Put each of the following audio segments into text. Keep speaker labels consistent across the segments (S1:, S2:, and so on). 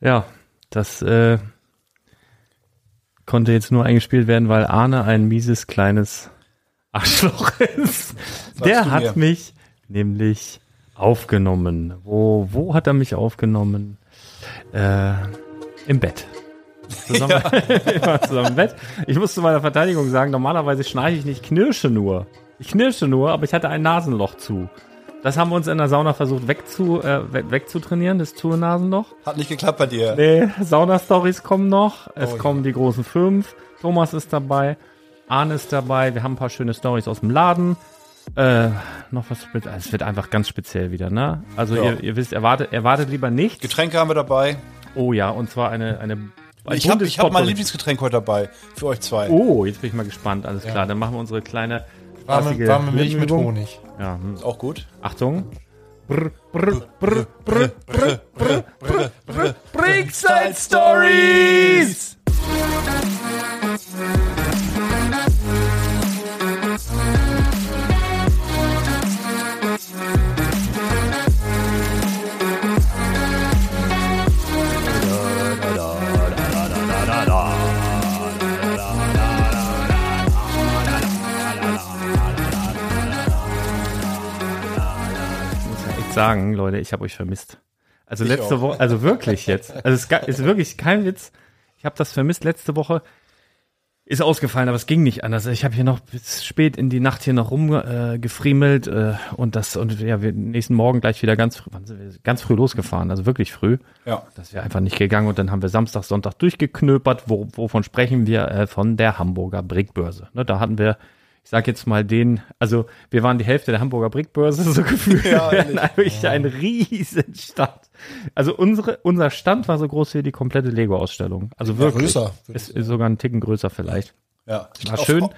S1: Ja, das äh, konnte jetzt nur eingespielt werden, weil Arne ein mieses kleines Arschloch ist. Der
S2: du
S1: hat mich nämlich aufgenommen. Wo, wo hat er mich aufgenommen? Äh, Im Bett. Zusammen, Wir waren zusammen im Bett. Ich muss zu meiner Verteidigung sagen, normalerweise schnarche ich nicht, knirsche nur. Ich knirsche nur, aber ich hatte ein Nasenloch zu. Das haben wir uns in der Sauna versucht wegzu, äh, we- wegzutrainieren, das zu Nasenloch.
S2: Hat nicht geklappt bei dir.
S1: Nee, Sauna-Stories kommen noch. Es
S2: Oh ja.
S1: kommen die großen fünf. Thomas ist dabei. Arne ist dabei. Wir haben ein paar schöne Stories aus dem Laden. Äh, noch was. spez- Es wird einfach ganz speziell wieder, ne? Also,
S2: Ja.
S1: ihr, ihr wisst, erwartet, erwartet lieber nichts.
S2: Getränke haben wir dabei.
S1: Oh ja, und zwar eine. eine ein
S2: ich habe
S1: buntes
S2: ich hab mein
S1: Potpourri.
S2: Lieblingsgetränk heute dabei. Für euch zwei.
S1: Oh, jetzt bin ich mal gespannt. Alles klar, dann machen wir unsere kleine.
S3: Warme,
S1: spaßige
S3: warme Milch mit
S1: Lippenübung.
S3: Honig.
S1: Ja, hm.
S2: Ist auch gut.
S1: Achtung. Brr, brr, brr, brr, brr, brr, brr, brr. Brickside Stories! muss ja echt sagen, Leute, ich habe euch vermisst. Also letzte
S2: auch.
S1: Woche, also wirklich jetzt. Also es ga- ist wirklich kein Witz. Ich habe das vermisst letzte Woche. Ist ausgefallen, aber es ging nicht anders. Ich habe hier noch bis spät in die Nacht hier noch rumgefriemelt äh, gefriemelt, äh, und das und ja, wir nächsten Morgen gleich wieder ganz früh, wann sind wir? ganz früh losgefahren, also wirklich früh.
S2: Ja.
S1: Das wäre einfach nicht gegangen und dann haben wir Samstag, Sonntag durchgeknöpert. Wo, wovon sprechen wir? Äh, von der Hamburger Brickbörse. Ne, da hatten wir, ich sag jetzt mal den, also wir waren die Hälfte der Hamburger Brickbörse so gefühlt.
S2: Ja,
S1: wir
S2: ehrlich.
S1: hatten wirklich einen riesen Stand. Also unsere, unser Stand war so groß wie die komplette Lego-Ausstellung. Also wirklich.
S3: größer, würde ich
S1: Ist, ist sogar einen Ticken größer vielleicht.
S2: ja.
S1: War schön.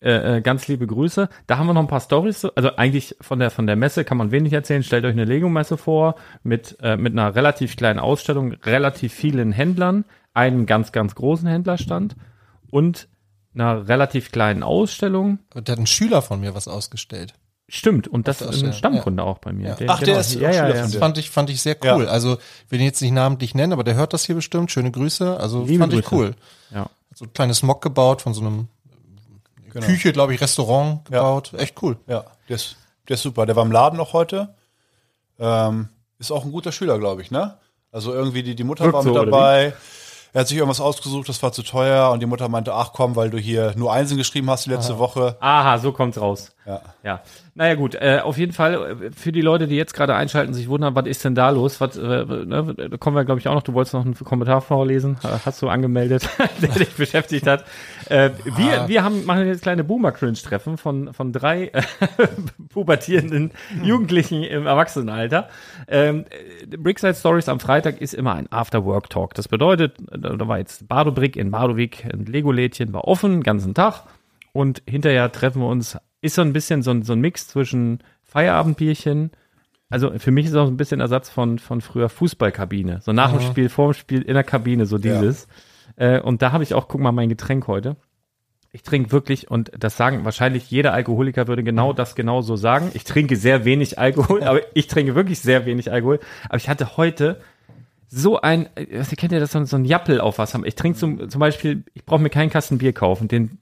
S1: Äh, äh, ganz liebe Grüße. Da haben wir noch ein paar Stories. Also eigentlich von der von der Messe kann man wenig erzählen. Stellt euch eine Lego-Messe vor mit äh, mit einer relativ kleinen Ausstellung, relativ vielen Händlern, einem ganz ganz großen Händlerstand und einer relativ kleinen Ausstellung.
S3: Und da hat ein Schüler von mir was ausgestellt.
S1: Stimmt. Und das
S3: Auf der
S1: ist ein
S3: Ausstellung,
S1: Stammkunde auch bei mir.
S3: Ja.
S2: Ach, der ist
S1: ja,
S2: auch
S1: ja,
S2: Schüler
S1: ja.
S2: von
S3: Das
S2: Ja.
S3: fand ich, fand ich sehr cool. Also, will ihn jetzt nicht namentlich nennen, aber der hört das hier bestimmt. Schöne Grüße. Also,
S1: Liebe
S3: fand ich
S1: Grüße.
S3: cool.
S1: Ja.
S3: Hat So ein kleines Mock gebaut von so einem
S1: Genau.
S3: Küche, glaube ich, Restaurant gebaut. Echt cool.
S2: Ja. Der ist, der ist super. Der war im Laden noch heute. Ähm, ist auch ein guter Schüler, glaube ich, ne? Also irgendwie die, die Mutter
S1: Wirkt
S2: war mit
S1: so, oder
S2: dabei. Er hat sich irgendwas ausgesucht, das war zu teuer. Und die Mutter meinte, ach komm, weil du hier nur Einsen geschrieben hast die letzte Woche.
S1: Aha, so kommt's raus.
S2: Ja.
S1: Ja. Naja, gut, äh, auf jeden Fall äh, für die Leute, die jetzt gerade einschalten, sich wundern, was ist denn da los? Was, äh, ne, da kommen wir, glaube ich, auch noch. Du wolltest noch einen Kommentar vorlesen, äh, hast du angemeldet, der dich beschäftigt hat. Äh, wir wir haben, machen jetzt kleine Boomer-Cringe-Treffen von, von drei äh, pubertierenden Jugendlichen im Erwachsenenalter. Ähm, äh, Brickside Stories am Freitag ist immer ein After-Work-Talk. Das bedeutet, äh, da war jetzt Badobrick in Badowik, ein Lego-Lädchen war offen, den ganzen Tag. Und hinterher treffen wir uns. Ist so ein bisschen so ein, so ein Mix zwischen Feierabendbierchen. Also für mich ist auch ein bisschen Ersatz von, von früher Fußballkabine. So nach dem Spiel, vor dem Spiel, in der Kabine, so dieses. Äh, und da habe ich auch, guck mal, mein Getränk heute. Ich trinke wirklich, und das sagen wahrscheinlich jeder Alkoholiker würde genau das genau so sagen. Ich trinke sehr wenig Alkohol, aber ich trinke wirklich sehr wenig Alkohol. Aber ich hatte heute so ein, äh, kennt ihr das, so ein- so ein Jappel auf was haben. Ich trinke zum, zum Beispiel, ich brauche mir keinen Kasten Bier kaufen. Den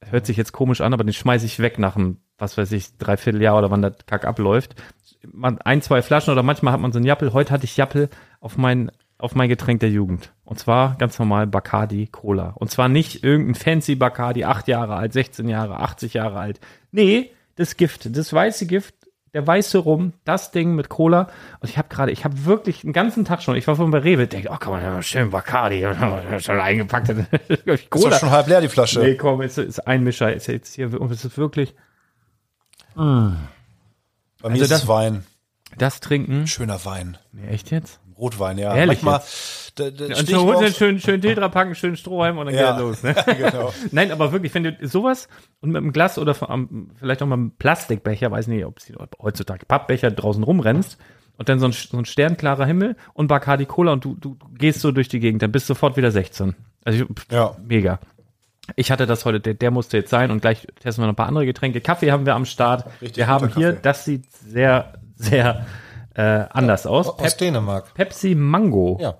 S1: hört sich jetzt komisch an, aber den schmeiße ich weg nach einem, was weiß ich, Dreivierteljahr oder wann das Kack abläuft. Man, ein, zwei Flaschen oder manchmal hat man so einen Jappel. Heute hatte ich Jappel auf mein, auf mein Getränk der Jugend. Und zwar ganz normal Bacardi Cola. Und zwar nicht irgendein fancy Bacardi, acht Jahre alt, 16 Jahre, 80 Jahre alt. Nee, das Gift, das weiße Gift, der weiße Rum, das Ding mit Cola. Und ich habe gerade, ich habe wirklich den ganzen Tag schon, ich war vorhin bei Rewe, denke, oh, komm mal, schön Bacardi, schon eingepackt.
S2: Ist
S1: Cola.
S2: doch schon halb leer, die Flasche.
S1: Nee, komm, es ist ein Mischer. Ist jetzt hier, und es ist wirklich
S2: Bei mir
S1: Also
S2: ist
S1: das-
S2: es Wein.
S1: das Trinken.
S2: Schöner Wein.
S1: Nee, echt jetzt?
S2: Rotwein, ja.
S1: Ehrlich
S2: Manchmal, da, da
S1: Und
S2: steh ich
S1: so holt einen
S2: auf,
S1: schönen, schönen Tetrapack, einen schönen Strohhalm und dann
S2: Ja.
S1: geht er los. Ne?
S2: genau.
S1: Nein, aber wirklich, wenn du sowas und mit einem Glas oder vor allem vielleicht auch mal einem Plastikbecher, weiß nicht, ob es die- ob heutzutage Pappbecher draußen rumrennst und dann so ein, so ein sternklarer Himmel und Bacardi Cola und du, du gehst so durch die Gegend, dann bist du sofort wieder 16. Also ich, pff,
S2: Ja.
S1: mega. Ich hatte das heute, der, der musste jetzt sein und gleich testen wir noch ein paar andere Getränke. Kaffee haben wir am Start.
S2: Richtig
S1: wir haben
S2: guter
S1: hier,
S2: Kaffee.
S1: das sieht sehr, sehr äh, anders aus.
S3: Aus
S1: Pep
S3: Dänemark.
S1: Pepsi Mango.
S3: Ja.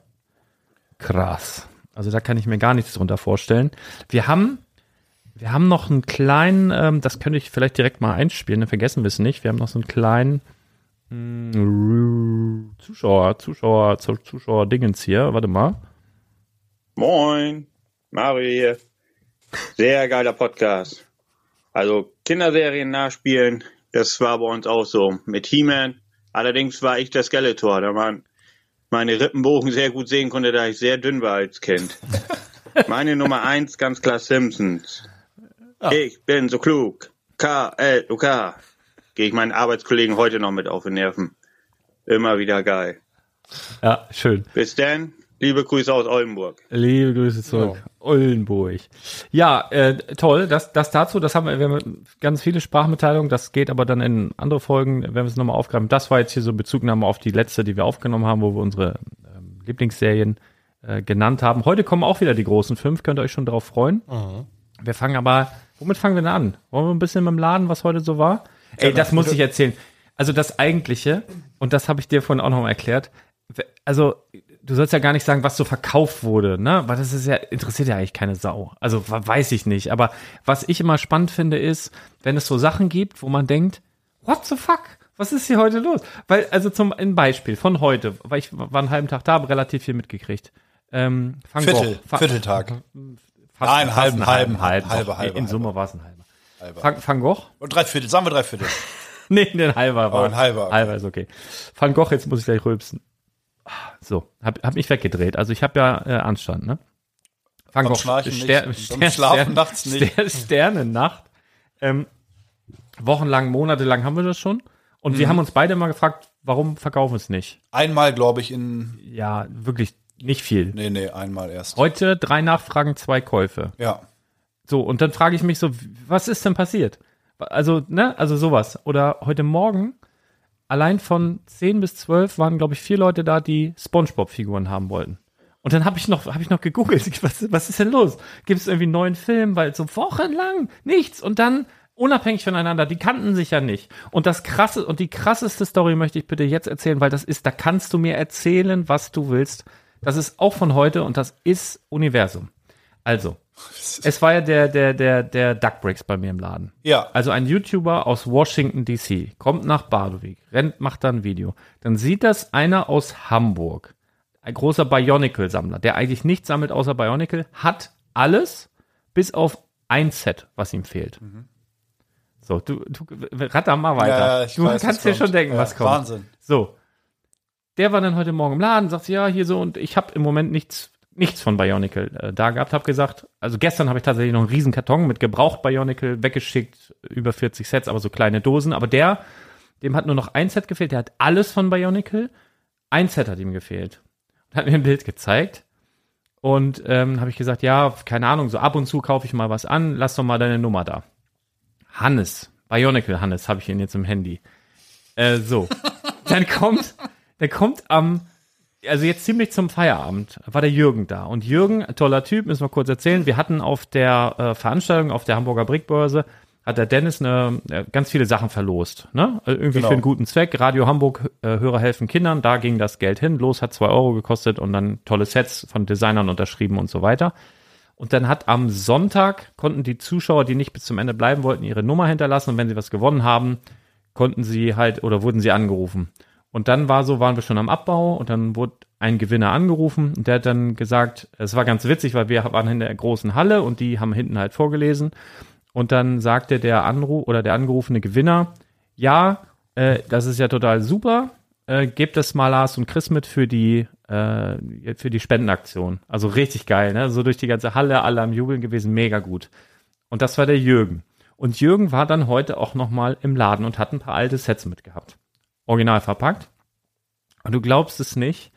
S1: krass. Also da kann ich mir gar nichts drunter vorstellen. Wir haben, wir haben noch einen kleinen, ähm, das könnte ich vielleicht direkt mal einspielen, dann vergessen wir es nicht. Wir haben noch so einen kleinen mh, Zuschauer, Zuschauer, Zu- Zuschauer-Dingens hier. Warte mal.
S4: Moin, Mario hier. Sehr geiler Podcast. Also Kinderserien nachspielen, das war bei uns auch so mit He-Man. Allerdings war ich der Skeletor, da man meine Rippenbogen sehr gut sehen konnte, da ich sehr dünn war als Kind. meine Nummer eins, ganz klar Simpsons. Ich bin so klug. K-L-U-K. Gehe ich meinen Arbeitskollegen heute noch mit auf den Nerven. Immer wieder geil.
S1: Ja, schön.
S4: Bis dann, liebe Grüße aus Oldenburg.
S1: Liebe Grüße zurück. Oldenburg. Ja, äh, toll. Das, das dazu, das haben wir, wir haben ganz viele Sprachmitteilungen. Das geht aber dann in andere Folgen, wenn wir es nochmal aufgreifen. Das war jetzt hier so Bezugnahme auf die letzte, die wir aufgenommen haben, wo wir unsere ähm, Lieblingsserien äh, genannt haben. Heute kommen auch wieder die großen fünf. Könnt ihr euch schon darauf freuen. Wir fangen aber, womit fangen wir denn an? Wollen wir ein bisschen mit dem Laden, was heute so war? Ey, das muss ich erzählen. Also das Eigentliche, und das habe ich dir vorhin auch nochmal erklärt, w- also du sollst ja gar nicht sagen, was so verkauft wurde, ne? Weil das ist ja, interessiert ja eigentlich keine Sau. Also wa- weiß ich nicht. Aber was ich immer spannend finde, ist, wenn es so Sachen gibt, wo man denkt, what the fuck? Was ist hier heute los? Weil, also zum ein Beispiel von heute, weil ich war einen halben Tag da, habe relativ viel mitgekriegt. Ähm, Van Gogh.
S2: Viertel,
S1: Fa-
S2: Vierteltag.
S1: Fast,
S2: Nein,
S1: fast
S2: halben,
S1: einen
S2: halben,
S1: halben,
S2: halber,
S1: doch.
S2: halber,
S1: In Summe
S2: halber.
S1: war es ein halber.
S2: Halber.
S1: Van, Van Gogh?
S2: Und drei Viertel, sagen wir drei Viertel.
S1: Nee, ein halber war.
S2: Oh, ein halber, okay.
S1: Halber ist okay. Van Gogh, jetzt muss ich gleich rülpsen. So, hab, hab mich weggedreht. Also ich habe ja äh, Anstand, ne? Van
S2: Beim
S1: Gogh,
S2: Schnarchen nicht,
S1: Ster-
S2: beim
S1: Ster-
S2: Schlafen
S1: Ster-
S2: nachts nicht.
S1: Ster Sternennacht. Ähm, wochenlang, monatelang haben wir das schon. Und
S2: Mhm.
S1: wir haben uns beide mal gefragt, warum verkaufen wir es nicht?
S2: Einmal, glaube ich, in.
S1: Ja, wirklich nicht viel.
S2: Nee, nee, einmal erst.
S1: Heute drei Nachfragen, zwei Käufe.
S2: Ja.
S1: So, und dann frage ich mich so, was ist denn passiert? Also, ne, also sowas. Oder heute Morgen, allein von 10 bis 12 waren, glaube ich, vier Leute da, die Spongebob-Figuren haben wollten. Und dann habe ich noch, habe ich noch gegoogelt, was, was ist denn los? Gibt es irgendwie einen neuen Film? Weil so wochenlang nichts. Und dann unabhängig voneinander, die kannten sich ja nicht. Und das krasse, und die krasseste Story möchte ich bitte jetzt erzählen, weil das ist, da kannst du mir erzählen, was du willst. Das ist auch von heute und das ist Universum. Also, es war ja der, der, der, der Duckbricks bei mir im Laden.
S2: Ja.
S1: Also ein YouTuber aus Washington DC kommt nach Badewig, rennt, macht da ein Video. Dann sieht das einer aus Hamburg, ein großer Bionicle-Sammler, der eigentlich nichts sammelt außer Bionicle, hat alles bis auf ein Set, was ihm fehlt. So, du, du ratter mal weiter.
S2: Mhm. Ja, ich
S1: du
S2: weiß, was
S1: kannst dir schon
S2: kommt.
S1: denken,
S2: Ja,
S1: was kommt.
S2: Wahnsinn.
S1: So. Der war dann heute Morgen im Laden, sagt, ja, hier so, und ich habe im Moment nichts, nichts von Bionicle äh, da gehabt, habe gesagt, also gestern habe ich tatsächlich noch einen riesen Karton mit gebraucht Bionicle weggeschickt, über 40 Sets, aber so kleine Dosen, aber der, dem hat nur noch ein Set gefehlt, der hat alles von Bionicle, ein Set hat ihm gefehlt. Und hat mir ein Bild gezeigt und ähm, habe ich gesagt, ja, keine Ahnung, so ab und zu kaufe ich mal was an, lass doch mal deine Nummer da. Hannes, Bionicle Hannes, habe ich ihn jetzt im Handy. Äh, so, dann kommt, dann kommt am, also jetzt ziemlich zum Feierabend, war der Jürgen da. Und Jürgen, toller Typ, müssen wir kurz erzählen. Wir hatten auf der äh, Veranstaltung, auf der Hamburger Brickbörse, hat der Dennis eine, äh, ganz viele Sachen verlost. Ne? Also irgendwie
S2: Genau.
S1: für einen guten Zweck. Radio Hamburg, äh, Hörer helfen Kindern, da ging das Geld hin. Los hat zwei Euro gekostet und dann tolle Sets von Designern unterschrieben und so weiter. Und dann hat am Sonntag konnten die Zuschauer, die nicht bis zum Ende bleiben wollten, ihre Nummer hinterlassen. Und wenn sie was gewonnen haben, konnten sie halt oder wurden sie angerufen. Und dann war so, waren wir schon am Abbau und dann wurde ein Gewinner angerufen und der hat dann gesagt, es war ganz witzig, weil wir waren in der großen Halle und die haben hinten halt vorgelesen. Und dann sagte der Anruf oder der angerufene Gewinner, ja, äh, das ist ja total super. Äh, gebt das mal Lars und Chris mit für die, äh, für die Spendenaktion. Also richtig geil, ne? So durch die ganze Halle, alle am Jubeln gewesen, mega gut. Und das war der Jürgen. Und Jürgen war dann heute auch nochmal im Laden und hat ein paar alte Sets mitgehabt. Original verpackt. Und du glaubst es nicht,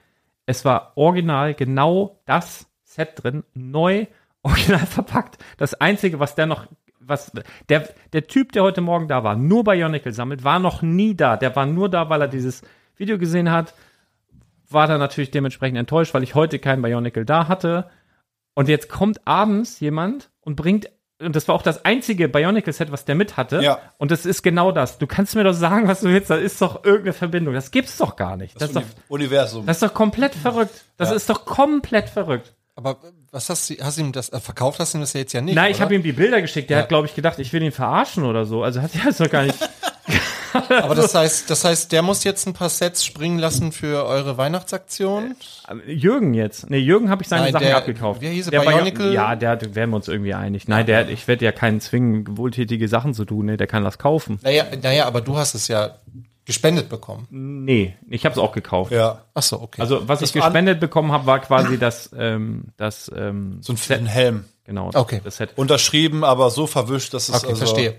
S1: es war original genau das Set drin, neu, original verpackt. Das Einzige, was der noch, was, der, der Typ, der heute Morgen da war, nur Bionicle sammelt, war noch nie da. Der war nur da, weil er dieses Video gesehen hat. War dann natürlich dementsprechend enttäuscht, weil ich heute keinen Bionicle da hatte. Und jetzt kommt abends jemand und bringt und das war auch das einzige Bionicle-Set, was der mit hatte.
S2: Ja.
S1: Und das ist genau das. Du kannst mir doch sagen, was du willst, da ist doch irgendeine Verbindung. Das gibt's doch gar nicht. Das,
S2: Das
S1: ist, doch,
S2: Uni- Universum.
S1: das ist doch komplett verrückt. Das ist doch komplett verrückt.
S3: Aber was hast du, hast du ihm das, äh, verkauft hast du ihm das ja jetzt ja nicht.
S1: Nein, ich
S3: oder?
S1: habe ihm die Bilder geschickt. Der hat, glaube ich, gedacht, ich will ihn verarschen oder so. Also hat er das doch gar nicht.
S3: Aber das heißt, das heißt, der muss jetzt ein paar Sets springen lassen für eure Weihnachtsaktion.
S1: Äh. Jürgen jetzt. Nee, Jürgen habe ich seine
S3: Nein,
S1: Sachen
S3: der-
S1: abgekauft.
S3: wie hieß er?
S1: der Bion-
S3: Bionicle?
S1: Ja, der hat, werden wir uns irgendwie einig. Nein, der, ich werde ja keinen zwingen, wohltätige Sachen zu tun. Nee, der kann das kaufen.
S3: Naja, naja, aber du hast es ja gespendet bekommen.
S1: Nee, ich habe es auch gekauft.
S2: ja.
S3: Ach so, okay.
S1: Also was ich gespendet bekommen habe, war quasi das, ähm, das, ähm,
S2: So ein fetten Helm.
S1: genau,
S3: Okay.
S1: das Set.
S2: Unterschrieben, aber so verwischt, dass es also
S3: Okay, verstehe.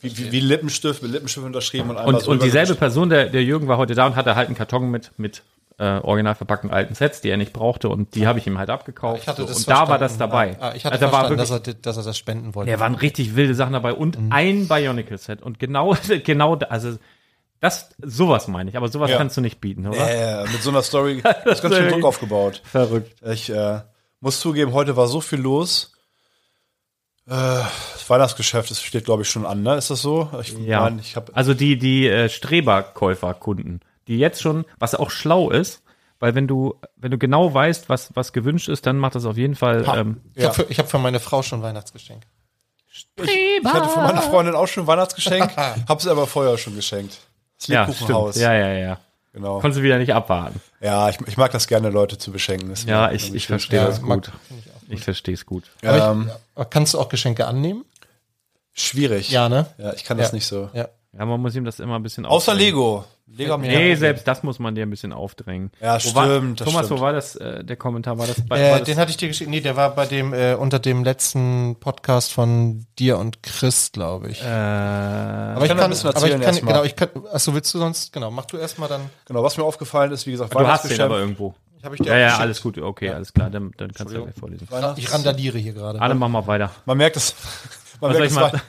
S2: Wie, wie, wie Lippenstift, mit Lippenstift unterschrieben und einmal
S1: Und,
S2: so
S1: und dieselbe
S2: übergemischt.
S1: Person, der, der Jürgen war heute da und hatte halt einen Karton mit, mit äh, original verpackten alten Sets, die er nicht brauchte und die habe ich ihm halt abgekauft.
S3: ich hatte das
S1: und da war
S3: verstanden.
S1: das dabei.
S3: Ah, ich hatte
S1: also, da war
S3: verstanden,
S1: wirklich,
S3: dass er, Mhm. dass er das spenden wollte.
S1: da waren richtig wilde Sachen dabei und ein Bionicle-Set. Und genau, genau, da- also das, sowas meine ich, aber sowas
S2: Ja.
S1: kannst du nicht bieten, oder?
S2: Äh, mit so einer Story ist ganz schön
S1: ist
S2: Druck
S1: wirklich-
S2: aufgebaut.
S1: Verrückt.
S2: Ich äh, muss zugeben, heute war so viel los. Äh, das Weihnachtsgeschäft das steht, glaube ich, schon an, ne? Ist das so? Ich
S1: Ja.
S2: meine, ich habe
S1: also die, die äh, Streberkäuferkunden, die jetzt schon, was auch schlau ist, weil wenn du, wenn du genau weißt, was, was gewünscht ist, dann macht das auf jeden Fall. Ähm,
S3: Ich habe für, ich hab für meine Frau schon Weihnachtsgeschenk.
S2: Ich hatte von
S3: Ah.
S2: meiner Freundin auch schon ein Weihnachtsgeschenk, habe es aber vorher schon geschenkt. Das
S1: ja, stimmt.
S2: Lebkuchenhaus.
S1: Ja, ja, ja.
S2: Genau.
S1: Konntest du wieder nicht abwarten.
S2: Ja, ich, ich mag das gerne, Leute zu beschenken. Das ist
S1: Ja,
S2: mir
S1: ich,
S2: irgendwie
S1: ich
S2: schön.
S1: verstehe
S3: Ja,
S1: das
S3: mag-
S1: gut. Ich verstehe es gut.
S3: Aber
S2: Ähm.
S3: ich, aber kannst du auch Geschenke annehmen?
S2: Schwierig.
S3: Ja, ne?
S2: Ja, ich kann das
S3: Ja.
S2: nicht so.
S3: Ja.
S1: Ja, man muss ihm das immer ein bisschen
S2: Außer
S1: aufdrängen.
S2: Lego. Lego haben
S1: Nee, selbst das muss man dir ein bisschen aufdrängen.
S2: Ja,
S1: Wo war,
S2: stimmt, das
S1: Thomas,
S2: stimmt.
S1: wo war das, äh, der Kommentar? War das bei war
S3: Äh,
S1: das,
S3: den hatte ich dir geschickt. Nee, der war bei dem, äh, unter dem letzten Podcast von dir und Chris, glaube ich.
S1: Äh,
S3: aber ich
S2: kann
S3: kann,
S2: Äh, ein bisschen
S3: aber ich
S2: erzählen
S3: kann,
S2: erstmal.
S3: genau, ich kann, achso, willst du sonst, genau, mach du erstmal dann,
S2: Genau, was mir aufgefallen ist, wie gesagt,
S1: du hast den aber irgendwo.
S3: hab ich dir
S1: Ja,
S3: auch
S1: ja,
S3: geschickt.
S1: alles gut. Okay, alles klar. Dann, dann kannst du ja gleich vorlesen.
S3: ich randaliere hier gerade.
S1: Alle machen mal weiter.
S2: Man merkt es. Man
S1: Was
S2: merkt es
S1: soll ich
S2: mal.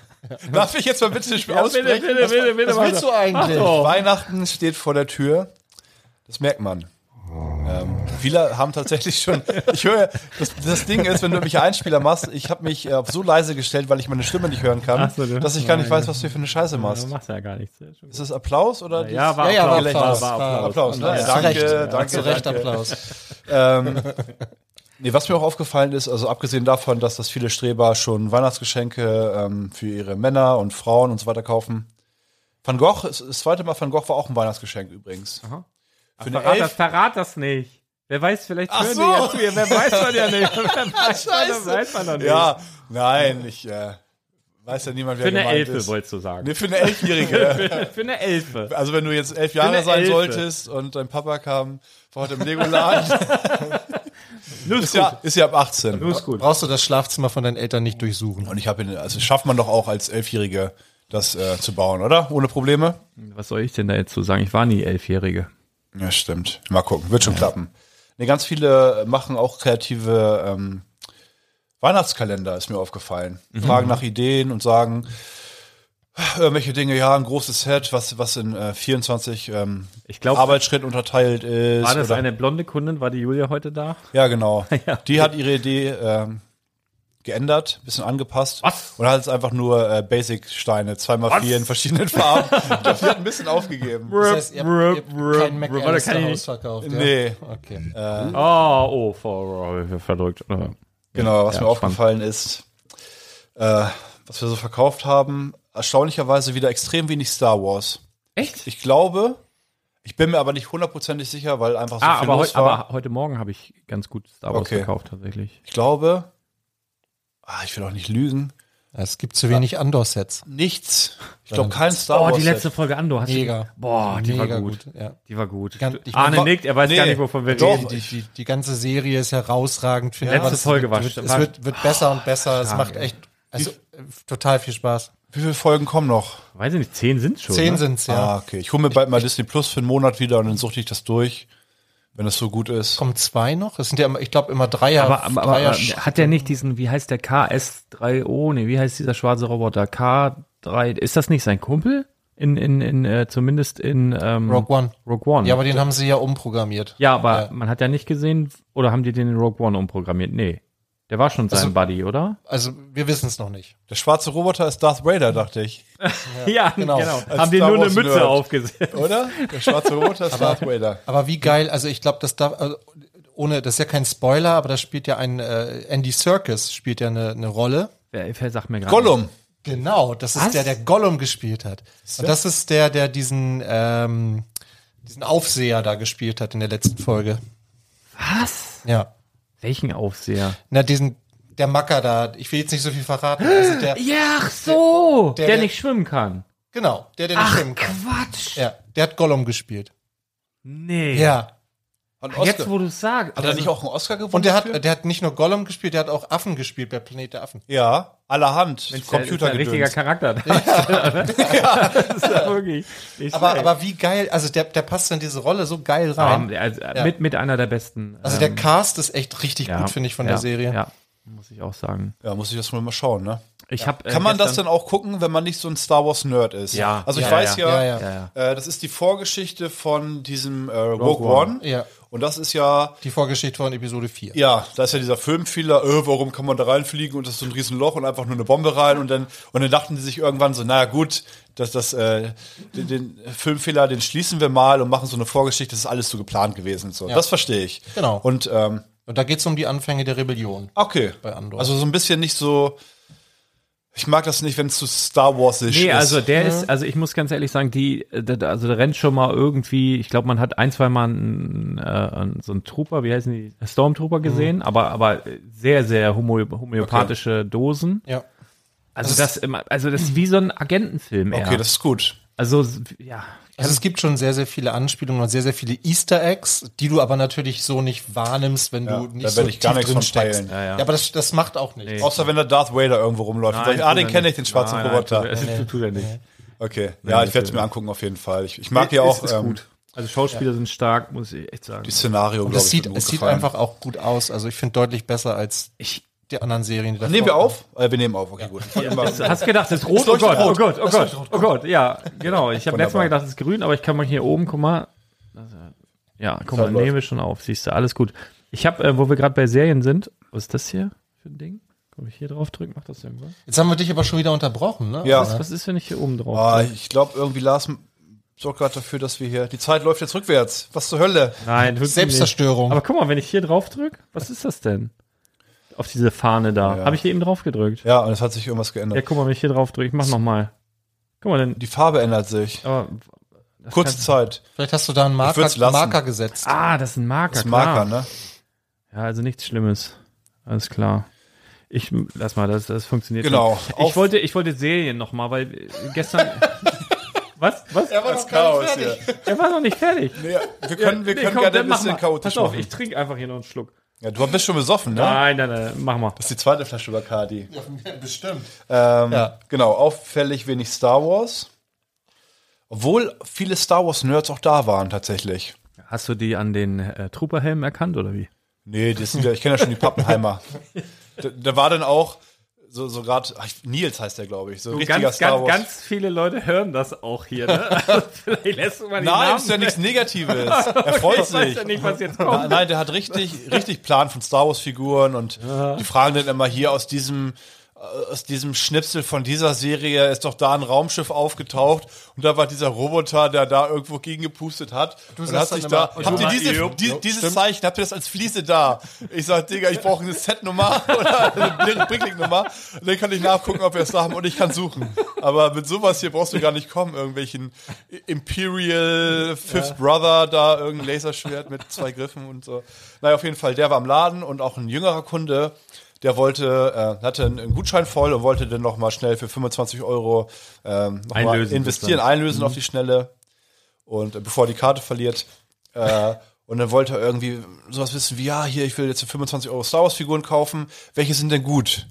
S2: Darf ich jetzt mal bitte nicht mehr aussprechen?
S1: bitte,
S3: Was willst du eigentlich?
S2: Weihnachten steht vor der Tür. Das merkt man. Ähm, viele haben tatsächlich schon. Ich höre, das, das Ding ist, wenn du mich Einspieler machst, ich habe mich äh, so leise gestellt, weil ich meine Stimme nicht hören kann,
S1: Ach so, du-
S2: dass ich gar nicht weiß, was du für eine Scheiße
S1: Du
S2: machst.
S1: machst ja gar nichts.
S2: Ist das Applaus oder?
S1: Ja, war
S3: Ja, ja, war
S1: Applaus.
S3: Applaus,
S1: war,
S3: war
S1: war Applaus.
S2: Applaus, ne?
S3: Ja,
S2: danke,
S3: zu Recht, Ja,
S2: danke,
S3: zu Recht
S2: danke.
S3: Applaus.
S2: Ähm, nee, was mir auch aufgefallen ist, also abgesehen davon, dass das viele Streber schon Weihnachtsgeschenke ähm, für ihre Männer und Frauen und so weiter kaufen. Van Gogh, das das zweite Mal Van Gogh war auch ein Weihnachtsgeschenk übrigens.
S1: Aha.
S2: Für eine
S1: Verrat das,
S2: Elf.
S1: verrat das nicht. Wer weiß, vielleicht
S2: Ach
S1: hören
S2: so.
S1: die ja zu ihr. Wer weiß man ja nicht. Wer weiß man, das
S2: Scheiße.
S1: weiß man noch nicht.
S2: Ja, nein, ich äh, weiß ja niemand, wer
S1: Für eine
S2: gemeint
S1: Elfe,
S2: ist.
S1: wolltest du sagen.
S2: Nee, für eine Elfjährige.
S1: Für eine Elfe.
S2: also wenn du jetzt elf
S1: eine
S2: Jahre sein
S1: Elfe.
S2: solltest und dein Papa kam vor heute im Legoladen,
S1: Nur
S2: ist, ja, ist ja ab 18.
S1: Nur ist gut.
S3: Brauchst du das Schlafzimmer von deinen Eltern nicht durchsuchen?
S2: Und ich habe, ihn- also schafft man doch auch als Elfjährige das äh, zu bauen, oder? Ohne Probleme?
S1: Was soll ich denn da jetzt so sagen? Ich war nie Elfjährige.
S2: Ja, stimmt. Mal gucken, wird schon klappen. Nee, ganz viele machen auch kreative ähm, Weihnachtskalender, ist mir aufgefallen.
S1: Mhm.
S2: Fragen nach Ideen und sagen, irgendwelche Dinge, ja, ein großes Set, was, was in äh, 24 ähm,
S1: Ich glaub,
S2: Arbeitsschritten unterteilt ist.
S1: War das
S2: oder-
S1: eine blonde Kundin? War die Julia heute da?
S2: Ja, genau.
S1: Ja.
S2: Die hat ihre Idee ähm, geändert, bisschen angepasst.
S1: Was?
S2: Und hat jetzt einfach nur äh, Basic-Steine, zweimal vier in verschiedenen Farben. das wird ein bisschen aufgegeben.
S3: Das heißt, ihr habt, ihr habt kein Mac
S1: Warte, kann ich
S3: Haus
S1: nicht.
S3: verkauft, ja?
S2: Nee.
S3: Okay.
S1: Oh, oh, ver- ver- verdrückt. Äh,
S2: Genau, was
S1: Ja,
S2: mir aufgefallen ist, äh, was wir so verkauft haben, erstaunlicherweise wieder extrem wenig Star Wars.
S1: Echt?
S2: Ich glaube, ich bin mir aber nicht hundertprozentig sicher, weil einfach so
S1: ah,
S2: viel
S1: aber, heu
S2: los war.
S1: aber heute Morgen habe ich ganz gut Star Wars
S2: Okay.
S1: gekauft, tatsächlich.
S2: ich glaube, ah, ich will auch nicht lügen,
S3: Es gibt zu wenig Andor-Sets.
S2: nichts. Ich glaube, kein Star
S1: Oh,
S2: Wars.
S1: die letzte Folge Andor. Hast
S3: Mega.
S1: Du, boah, die
S3: Mega
S1: war gut.
S3: Ja.
S1: Die war gut.
S3: Ganz- ich-
S1: Arne
S2: war-
S1: nickt, er weiß
S2: Nee.
S1: gar nicht, wovon wir
S2: Doch.
S1: reden.
S3: Die, die, die ganze Serie ist herausragend. Finde ich.
S1: Letzte
S3: Aber das
S1: Folge
S3: wird,
S1: war-
S3: wird,
S1: war-
S3: Es wird, wird besser und besser. Es macht
S1: ey.
S3: echt also, äh, total viel Spaß.
S2: Wie viele Folgen kommen noch?
S1: Weiß ich nicht, zehn sind schon.
S3: Zehn
S1: ne?
S3: sind es, ja.
S2: Ah, okay. Ich hole mir bald mal Disney Plus für einen Monat wieder und dann suchte ich das durch, wenn das so gut ist.
S3: Kommen zwei noch? Es sind ja, immer, ich glaube, immer Dreier.
S1: Aber, aber, aber äh,
S3: Dreier
S1: hat der nicht diesen, wie heißt der KS3O? Nee, wie heißt dieser schwarze Roboter? K3. Ist das nicht sein Kumpel? In, in, in, äh, zumindest in ähm,
S3: Rogue One.
S1: Rogue One.
S3: Ja, aber den haben sie ja umprogrammiert.
S1: Ja, aber
S3: Ja.
S1: man hat ja nicht gesehen, oder haben die den in Rogue One umprogrammiert? Nee. Der war schon sein Buddy, oder?
S3: Also wir wissen es noch nicht.
S2: Der schwarze Roboter ist Darth Vader, dachte ich.
S1: Ja, genau.
S3: genau.
S2: Als
S1: Haben die
S2: Star
S1: nur eine
S2: Wars
S1: Mütze
S2: Nerd.
S1: aufgesetzt.
S2: Oder? Der schwarze Roboter ist Darth Vader.
S3: Aber wie geil, also ich glaube, das darf, also ohne, das ist ja kein Spoiler, aber da spielt ja ein äh, Andy Serkis spielt ja eine, eine Rolle.
S1: Wer, wer sagt mir gerade?
S2: Gollum.
S3: Genau, das ist
S1: Was?
S3: der, der Gollum gespielt hat. Und das ist der, der diesen, ähm, diesen Aufseher da gespielt hat in der letzten Folge.
S1: Was?
S3: Ja.
S1: Welchen Aufseher?
S3: Na, diesen, der Macker da, ich will jetzt nicht so viel verraten. Also der,
S1: Ja, ach so! Der,
S3: Der- der-
S1: nicht schwimmen kann.
S3: genau, der, der nicht
S1: Ach,
S3: schwimmen kann.
S1: Quatsch!
S3: Ja, der hat Gollum gespielt.
S1: Nee.
S3: Ja.
S2: Hat, einen
S1: Jetzt,
S2: Oscar-
S1: wo du es sagst. Also,
S2: hat er nicht auch einen Oscar gewonnen?
S3: Und der
S2: dafür?
S3: hat, der hat nicht nur Gollum gespielt, der hat auch Affen gespielt bei Planet der Affen.
S2: ja, allerhand.
S1: Mensch, der
S2: Computer
S1: ist ein richtiger Charakter. das ist ja wirklich nicht
S3: Aber,
S1: schlecht.
S3: aber wie geil, also der, der passt in diese Rolle so geil
S1: Ähm,
S3: rein.
S1: also, äh, mit, mit einer der besten. ähm,
S3: Also der Cast ist echt richtig gut, finde ich, von der Serie.
S1: Ja, muss ich auch sagen.
S2: ja, muss ich das wohl mal schauen, ne?
S1: Ich hab, äh,
S2: Kann man das
S1: gestern-
S2: dann auch gucken, wenn man nicht so ein Star Wars Nerd ist?
S1: Ja.
S2: Also ich
S1: Ja,
S2: weiß ja,
S3: ja, ja.
S1: Ja, ja.
S2: Äh, das ist die Vorgeschichte von diesem äh, Rogue,
S1: One.
S2: One.
S3: Ja.
S2: Und das ist ja,
S3: Die Vorgeschichte von Episode 4.
S2: ja, da ist ja dieser Filmfehler, äh, warum kann man da reinfliegen und das ist so ein Riesenloch und einfach nur eine Bombe rein und dann und dann dachten die sich irgendwann so, naja gut, dass das äh, den, den Filmfehler, den schließen wir mal und machen so eine Vorgeschichte, das ist alles so geplant gewesen und so. Das verstehe ich.
S3: Genau.
S2: Und ähm,
S3: Und da geht's um die Anfänge der Rebellion.
S2: okay,
S3: Bei Andor.
S2: also so ein bisschen nicht so. Ich mag das nicht, wenn es zu Star Wars ist.
S1: Nee, also der ist, also ich muss ganz ehrlich sagen, die, äh, da- da- also der rennt schon mal irgendwie, ich glaube, man hat ein, zwei Mal einen, äh, einen- so einen Trooper, wie heißen die, Stormtrooper
S3: Mhm.
S1: gesehen, aber, aber äh, sehr, sehr homo homöopathische Dosen.
S3: Ja.
S1: Also das, immer, also das ist wie so ein Agentenfilm eher.
S2: okay, das ist gut.
S1: also, s- ja.
S3: Also es gibt schon sehr, sehr viele Anspielungen und sehr, sehr viele Easter Eggs, die du aber natürlich so nicht wahrnimmst, wenn
S2: Ja,
S3: du
S2: da
S3: nicht
S2: werd
S3: so
S2: ich gar nichts von peilen.
S3: Ja, aber das, das macht auch nichts.
S2: Außer wenn der Darth Vader irgendwo rumläuft. und sagt, ah, den kenne ich, den schwarzen Roboter.
S1: Nein, tut er nicht.
S2: okay, ja, ich werde es mir angucken auf jeden Fall. Ich, ich mag ja auch ähm,
S1: Also Schauspieler sind stark, muss ich echt sagen.
S2: die Szenario, glaube
S3: Das
S2: ich.
S3: sieht,
S2: hat mir
S3: es
S2: gut
S3: sieht
S2: gefallen.
S3: einfach auch gut aus. Also ich finde deutlich besser als die anderen Serien. Die davor
S2: Nehmen wir
S3: waren.
S2: auf? Äh, wir nehmen auf, okay, gut. Ich wollte immer-
S1: Hast- Hast gedacht, es ist rot? Oh Gott, oh Gott, oh Gott, oh Gott, ja, genau. Ich habe letztes Mal gedacht, es ist grün, aber ich kann mal hier oben, guck mal. Also, Ja, guck mal,
S2: läuft.
S1: nehme schon auf, siehst du, alles gut. Ich habe, äh, wo wir gerade bei Serien sind, was ist das hier für ein Ding? Kann ich hier drauf drücken? Macht das irgendwas?
S3: Jetzt haben wir dich aber schon wieder unterbrochen, ne?
S2: Ja.
S1: Was, was ist, wenn ich hier oben drauf
S2: Ah, ich glaube, irgendwie Lars sorgt gerade dafür, dass wir hier. Die Zeit läuft jetzt rückwärts. Was zur Hölle?
S1: Nein, wirklich
S3: Selbstzerstörung.
S2: Oh.
S1: Nicht. Aber guck mal, wenn ich hier drauf drücke, was ist das denn? Auf diese Fahne da. Habe ich hier eben drauf gedrückt? Ja.
S2: Ja, und es hat sich irgendwas geändert.
S1: guck mal, wenn ich hier drauf drücke, ich mach nochmal. Guck mal, dann.
S2: Die Farbe ändert sich.
S1: Aber, das
S2: Kurze
S1: kann-
S2: Zeit.
S3: Vielleicht hast du da einen Marker,
S2: würd's lassen.
S3: Marker gesetzt.
S1: Ah, das ist ein Marker.
S2: Das ist ein
S1: klar.
S2: Marker, ne?
S1: Ja, also nichts Schlimmes. Alles klar. Ich lass mal, das, das funktioniert.
S2: Genau.
S1: schon. Ich
S2: Auf-
S1: wollte, ich wollte Serien noch mal, weil äh, gestern. was? Was? Er
S2: Das Chaos hier.
S1: war noch nicht fertig.
S2: Ja, wir können, wir
S1: Nee,
S2: können
S1: komm,
S2: gerne
S1: dann
S2: ein
S1: mach
S2: bisschen
S1: mal.
S2: chaotisch
S1: Pass auf,
S2: machen.
S1: ich trinke einfach hier noch einen Schluck.
S2: Ja, du bist schon besoffen, ne?
S1: Nein, nein, nein, mach mal.
S2: Das ist die zweite Flasche Bacardi.
S3: Bestimmt.
S2: Ähm,
S3: Ja.
S2: Genau, auffällig wenig Star Wars. Obwohl viele Star Wars-Nerds auch da waren, tatsächlich.
S1: Hast du die an den äh, Trooperhelmen erkannt oder wie?
S2: Nee, das sind ja, ich kenne ja schon die Pappenheimer. da, da war dann auch so, so gerade, Nils heißt der, glaube ich, so ein richtiger
S1: ganz,
S2: Star
S1: ganz,
S2: Wars.
S1: ganz viele Leute hören das auch hier. Ne? Also vielleicht lässt du mal die
S2: Nein,
S1: Namen.
S2: ist ja nichts Negatives. Er freut
S1: Ich weiß
S2: sich.
S1: ja nicht, was jetzt
S2: Na-
S1: kommt.
S2: Nein, der hat richtig, richtig Plan von Star Wars-Figuren und die fragen dann immer hier aus diesem, äh, aus diesem Schnipsel von dieser Serie ist doch da ein Raumschiff aufgetaucht und da war dieser Roboter, der da irgendwo gegengepustet hat. und
S3: sagst
S2: hast dich
S3: dann
S2: da,
S3: immer,
S2: habt
S3: und
S2: ihr
S3: du
S2: diese, die, dieses Zeichen, habt ihr das als Fliese da? Ich sag, Digga, ich brauche eine Setnummer oder eine Bricklick-Nummer. Und dann kann ich nachgucken, ob wir es da haben und ich kann suchen. Aber mit sowas hier brauchst du gar nicht kommen, irgendwelchen Imperial Fifth Brother da, irgendein Laserschwert mit zwei Griffen und so. Naja, auf jeden Fall, der war am Laden und auch ein jüngerer Kunde, der wollte, äh, hatte einen Gutschein voll und wollte dann nochmal schnell für 25 Euro ähm, noch mal
S1: Einlösen
S2: investieren, einlösen auf die Schnelle und äh, bevor er die Karte verliert. Äh, und dann wollte er irgendwie sowas wissen wie, ja, hier, ich will jetzt für 25 Euro Star Wars-Figuren kaufen. Welche sind denn gut?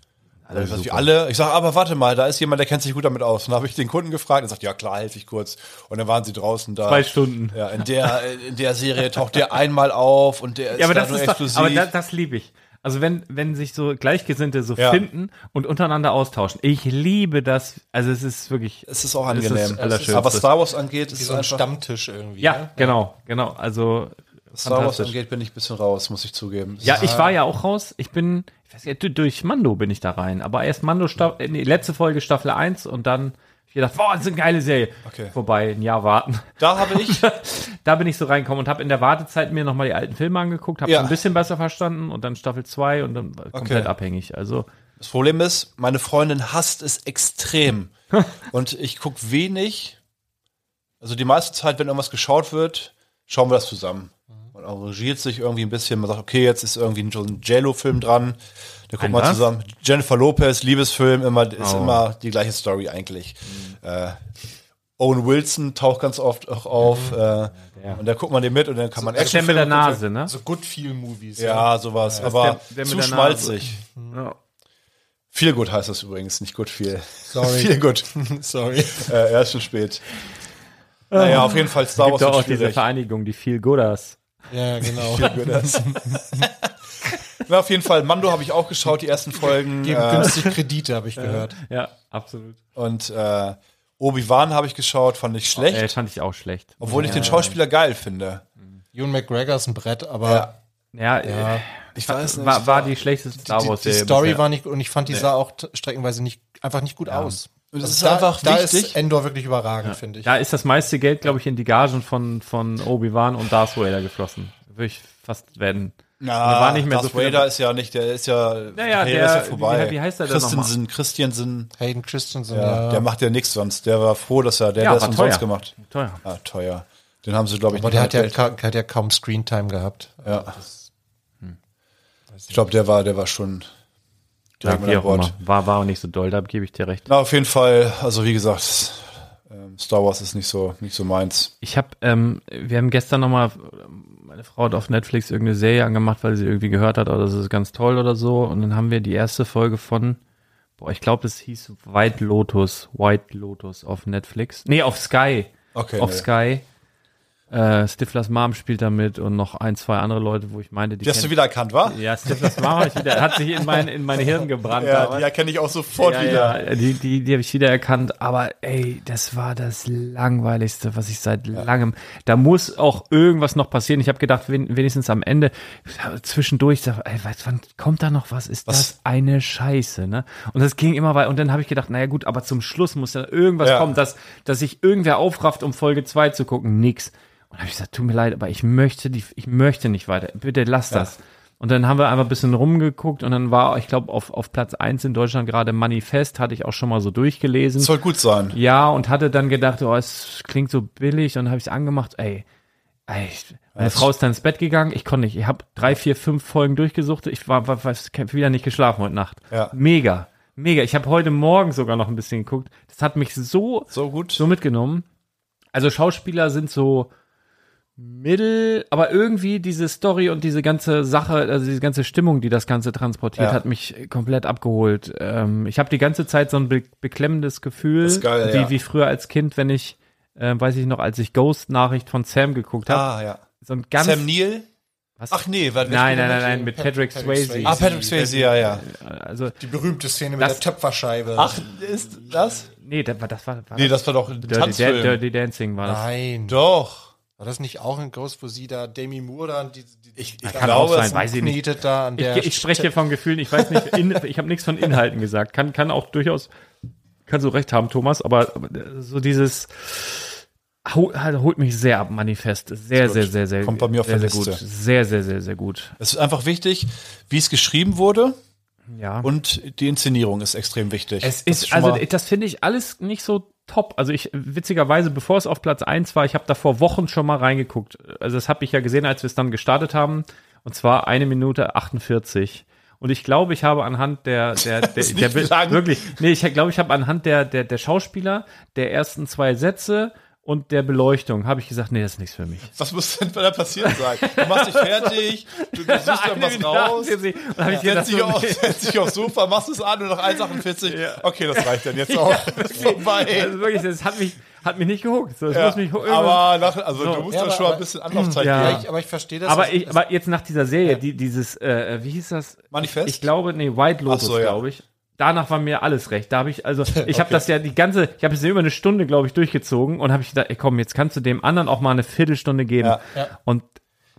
S2: Alle, ich, alle. ich sage, aber warte mal, da ist jemand, der kennt sich gut damit aus. Und dann habe ich den Kunden gefragt, er sagt, ja klar, helfe ich kurz. Und dann waren sie draußen da.
S1: Zwei Stunden.
S2: Ja, in der, in der Serie taucht der einmal auf und der ist
S1: Ja, aber
S2: da
S1: das
S2: nur
S1: ist
S2: exklusiv.
S1: doch, aber das, das liebe ich. Also wenn, wenn sich so Gleichgesinnte so
S2: Ja.
S1: finden und untereinander austauschen. Ich liebe das. Also es ist wirklich.
S2: es ist auch
S1: es ist
S2: angenehm.
S1: das Allerschönste.
S2: aber was Star Wars angeht, ist
S3: Wie
S2: es
S3: so ein
S2: einfach,
S3: Stammtisch irgendwie.
S1: ja,
S3: ne?
S1: genau, genau. Also
S2: was Star Wars
S1: fantastisch.
S2: angeht, bin ich ein bisschen raus, muss ich zugeben. Es
S1: Ja,
S2: ist-
S1: ich war ja auch raus. Ich bin, weiß nicht, du- durch Mando bin ich da rein. Aber erst Mando, Staff, äh, nee, letzte Folge Staffel 1 und dann hab ich gedacht, boah, das ist eine geile Serie.
S2: Okay.
S1: Vorbei, ein Jahr warten.
S2: Da habe ich,
S1: da bin ich so reingekommen und habe in der Wartezeit mir nochmal die alten Filme angeguckt, habe
S2: Ja.
S1: ein bisschen besser verstanden und dann Staffel 2 und dann war komplett abhängig. Also
S2: das Problem ist, meine Freundin hasst es extrem. Und ich gucke wenig. Also die meiste Zeit, wenn irgendwas geschaut wird, schauen wir das zusammen.
S1: Mhm.
S2: Man arrangiert sich irgendwie ein bisschen, man sagt, okay, jetzt ist irgendwie so ein J-Lo-Film dran. Da gucken
S1: Ein
S2: wir
S1: was?
S2: zusammen. Jennifer Lopez, Liebesfilm, immer, ist
S1: Oh. Mhm.
S2: immer die gleiche Story eigentlich. Äh, Owen Wilson taucht ganz oft auch auf.
S1: Mhm.
S2: Äh, Und da guckt man den mit und dann kann man
S3: also
S1: der
S2: Actionfilme
S1: mit der
S2: gucken.
S1: Nase, ne?
S3: So good feel Movies.
S2: Ja, sowas.
S1: der-
S2: aber
S1: der mit der
S2: zu
S1: Nase.
S2: schmalzig.
S1: Ja.
S2: Viel gut heißt das übrigens, nicht gut viel.
S3: Sorry.
S2: Viel gut.
S3: Sorry.
S2: Äh, er ist schon spät. Naja, auf jeden Fall Star
S1: Gibt
S2: Wars
S1: doch auch
S2: ist
S1: diese
S2: schwierig.
S1: Vereinigung, die viel Gooders.
S3: Ja, ja, genau.
S2: Na, auf jeden Fall, Mando habe ich auch geschaut, die ersten Folgen.
S3: Geben
S2: Äh,
S3: günstig Kredite, habe ich gehört.
S1: Ja, absolut.
S2: und äh, Obi-Wan habe ich geschaut, fand ich schlecht.
S1: Äh, fand ich auch schlecht.
S2: obwohl ich den Schauspieler geil finde.
S3: Ewan McGregor ist ein Brett, aber
S1: Ja,
S2: Ja.
S1: äh,
S2: Ich weiß
S1: war, war die schlechteste Star
S3: die,
S1: Wars
S3: die
S1: Serie.
S3: Story
S1: bisher.
S3: war nicht gut und ich fand, die sah auch t- streckenweise nicht, einfach nicht gut aus.
S2: Und es
S3: Also
S2: ist
S3: da,
S2: einfach
S3: da
S2: wichtig.
S3: ist Endor wirklich überragend, finde ich.
S1: da ist das meiste Geld, glaube ich, in die Gagen von, von Obi-Wan und Darth Vader geflossen. Würde ich fast werden.
S2: Na,
S1: war nicht mehr
S2: Ah, Darth
S1: so viel-
S2: Vader ist ja nicht, der ist ja,
S1: Naja,
S2: der
S1: der-
S2: ist ja vorbei.
S1: wie- wie heißt der denn
S2: Christensen, Christiansen,
S3: Hayden Christensen,
S2: ja,
S3: ja.
S2: der macht ja nichts sonst. Der war froh, dass er, der,
S1: Ja,
S2: der das
S1: war
S2: umsonst
S1: teuer.
S2: gemacht.
S1: Teuer.
S2: Ah, teuer. Den haben sie, glaube ich,
S3: aber
S2: nicht
S3: der hat ja,
S2: entwickelt.
S3: ka hat ja kaum Screentime gehabt.
S2: Ja. Ich glaube, der war, der war schon direkt
S1: Ja, wie
S2: mit an
S1: auch immer. War, war auch nicht so doll, da gebe ich dir recht.
S2: Na, auf jeden Fall, also wie gesagt, ähm, Star Wars ist nicht so, nicht so meins.
S1: Ich habe, ähm, wir haben gestern nochmal, meine Frau hat auf Netflix irgendeine Serie angemacht, weil sie irgendwie gehört hat, oh, das ist ganz toll oder so. Und dann haben wir die erste Folge von, boah, ich glaube, das hieß White Lotus, White Lotus auf Netflix. Nee, auf Sky.
S2: Okay,
S1: Auf
S2: nee.
S1: Sky. Äh, Stiflers Mom spielt damit und noch ein, zwei andere Leute, wo ich meinte, die
S2: Die hast du
S1: kenn-
S2: wieder erkannt, wa?
S1: Ja, Stiflers Mom hab ich wieder, hat sich in mein, in mein Hirn gebrannt. damals.
S2: erkenne ich auch sofort
S1: Ja, ja, die, die, die habe ich wiedererkannt, aber ey, das war das Langweiligste, was ich seit langem. Da muss auch irgendwas noch passieren. Ich habe gedacht, wen, wenigstens am Ende, zwischendurch, sag, ey, was, wann kommt da noch was? Ist das eine Scheiße, ne? Und das ging immer weiter. Und dann habe ich gedacht, naja, gut, aber zum Schluss muss ja irgendwas
S2: Ja.
S1: kommen, dass, dass sich irgendwer aufrafft, um Folge 2 zu gucken. Nix. Und habe ich gesagt, tut mir leid, aber ich möchte, die, ich möchte nicht weiter. Bitte lass das. Und dann haben wir einfach ein bisschen rumgeguckt und dann war, ich glaube, auf, auf Platz 1 in Deutschland gerade Manifest, hatte ich auch schon mal so durchgelesen.
S2: Soll gut sein.
S1: ja, und hatte dann gedacht, oh, es klingt so billig und habe ich es angemacht, ey. ey ich, meine Frau ist dann ins Bett gegangen, ich konnte nicht. Ich habe drei, vier, fünf Folgen durchgesucht. Ich war, war, war wieder nicht geschlafen heute Nacht.
S2: Ja.
S1: Mega, mega. Ich habe heute Morgen sogar noch ein bisschen geguckt. Das hat mich so
S2: So gut.
S1: so mitgenommen. Also Schauspieler sind so mittel, aber irgendwie diese Story und diese ganze Sache, also diese ganze Stimmung, die das Ganze transportiert,
S2: Ja.
S1: hat mich komplett abgeholt. Ähm, ich habe die ganze Zeit so ein be beklemmendes Gefühl,
S2: Das ist geil,
S1: wie,
S2: ja.
S1: wie früher als Kind, wenn ich, äh, weiß ich noch, als ich Ghost-Nachricht von Sam geguckt habe.
S2: ah, ja.
S1: So ein ganz.
S2: Sam Neill?
S1: was?
S2: Ach nee, war
S1: nein, nein, nein, nein, mit
S3: Patrick
S1: Patrick,
S3: Swayze.
S1: Swayze.
S2: Ah, Patrick Swayze, ja, ja.
S1: Also,
S3: Die berühmte Szene
S1: Das-
S3: mit der Töpferscheibe.
S2: Ach, ist das?
S1: nee, das war, das war, war
S2: Nee,
S1: das
S2: das war doch ein
S1: Dirty, Dan-
S2: Tanzfilm.
S1: Dirty Dancing war das.
S3: nein.
S2: Doch.
S3: War das nicht auch in Ghost, wo sie da Demi Moore da die, die, die
S2: Ich,
S3: die-
S2: ich
S1: Kann
S2: glaube,
S1: auch sein,
S2: es
S1: weiß ich nicht.
S3: knetet da an der
S1: Ich, ich spreche von Gefühlen, ich weiß nicht, in, ich habe nichts von Inhalten gesagt. Kann, kann auch durchaus, kann so recht haben, Thomas, aber, aber so dieses hau- halt, holt mich sehr ab, Manifest. Sehr, sehr, sehr, sehr
S2: Kommt bei mir auf
S1: sehr,
S2: der
S1: sehr gut.
S2: Liste.
S1: Sehr, sehr, sehr, sehr gut.
S2: Es ist einfach wichtig, wie es geschrieben wurde
S1: Ja.
S2: und die Inszenierung ist extrem wichtig.
S1: es
S2: Das
S1: ist,
S2: schon
S1: also
S2: mal-
S1: das finde ich alles nicht so top. Also ich, witzigerweise, bevor es auf Platz 1 war, ich habe da vor Wochen schon mal reingeguckt. Also das habe ich ja gesehen, als wir es dann gestartet haben. Und zwar eine Minute 48. Und ich glaube, ich habe anhand der, der, der,
S2: ist
S1: der,
S2: nicht lang.
S1: wirklich, nee, ich glaube, ich habe anhand der, der, der Schauspieler, der ersten zwei Sätze und der Beleuchtung, habe ich gesagt, nee, das ist nichts für mich.
S2: Was muss denn da passiert sein? Du machst dich fertig, du, du suchst
S1: Eine
S2: irgendwas
S1: Minute
S2: raus,
S1: 48. Und dann hab ich gedacht,
S2: setzt dich,
S1: so,
S2: auf,
S1: nee.
S2: setzt dich aufs Sofa, machst es an und nach 1,48, okay, das reicht dann jetzt auch. Ist vorbei.
S1: Also wirklich, das hat mich, hat mich nicht gehuckt. So, das
S2: Ja,
S1: muss mich hu-
S2: aber nach, also du musst
S3: Ja,
S2: da
S3: aber-
S2: schon mal
S3: aber-
S2: ein bisschen Anlaufzeit
S1: Ja.
S2: geben.
S3: Ja, ich, aber ich verstehe das.
S1: Aber,
S3: Es-
S1: ich,
S3: es-
S1: aber jetzt nach dieser Serie, die, dieses, äh, wie hieß das?
S2: Manifest?
S1: Ich glaube, nee, White Lotus,
S2: Ach so, ja.
S1: glaube ich. Danach war mir alles recht. Da habe ich, also, ich habe das ja die ganze, ich habe es ja über eine Stunde, glaube ich, durchgezogen und habe ich gedacht, ey, komm, jetzt kannst du dem anderen auch mal eine Viertelstunde geben.
S2: Ja.
S3: Ja.
S1: Und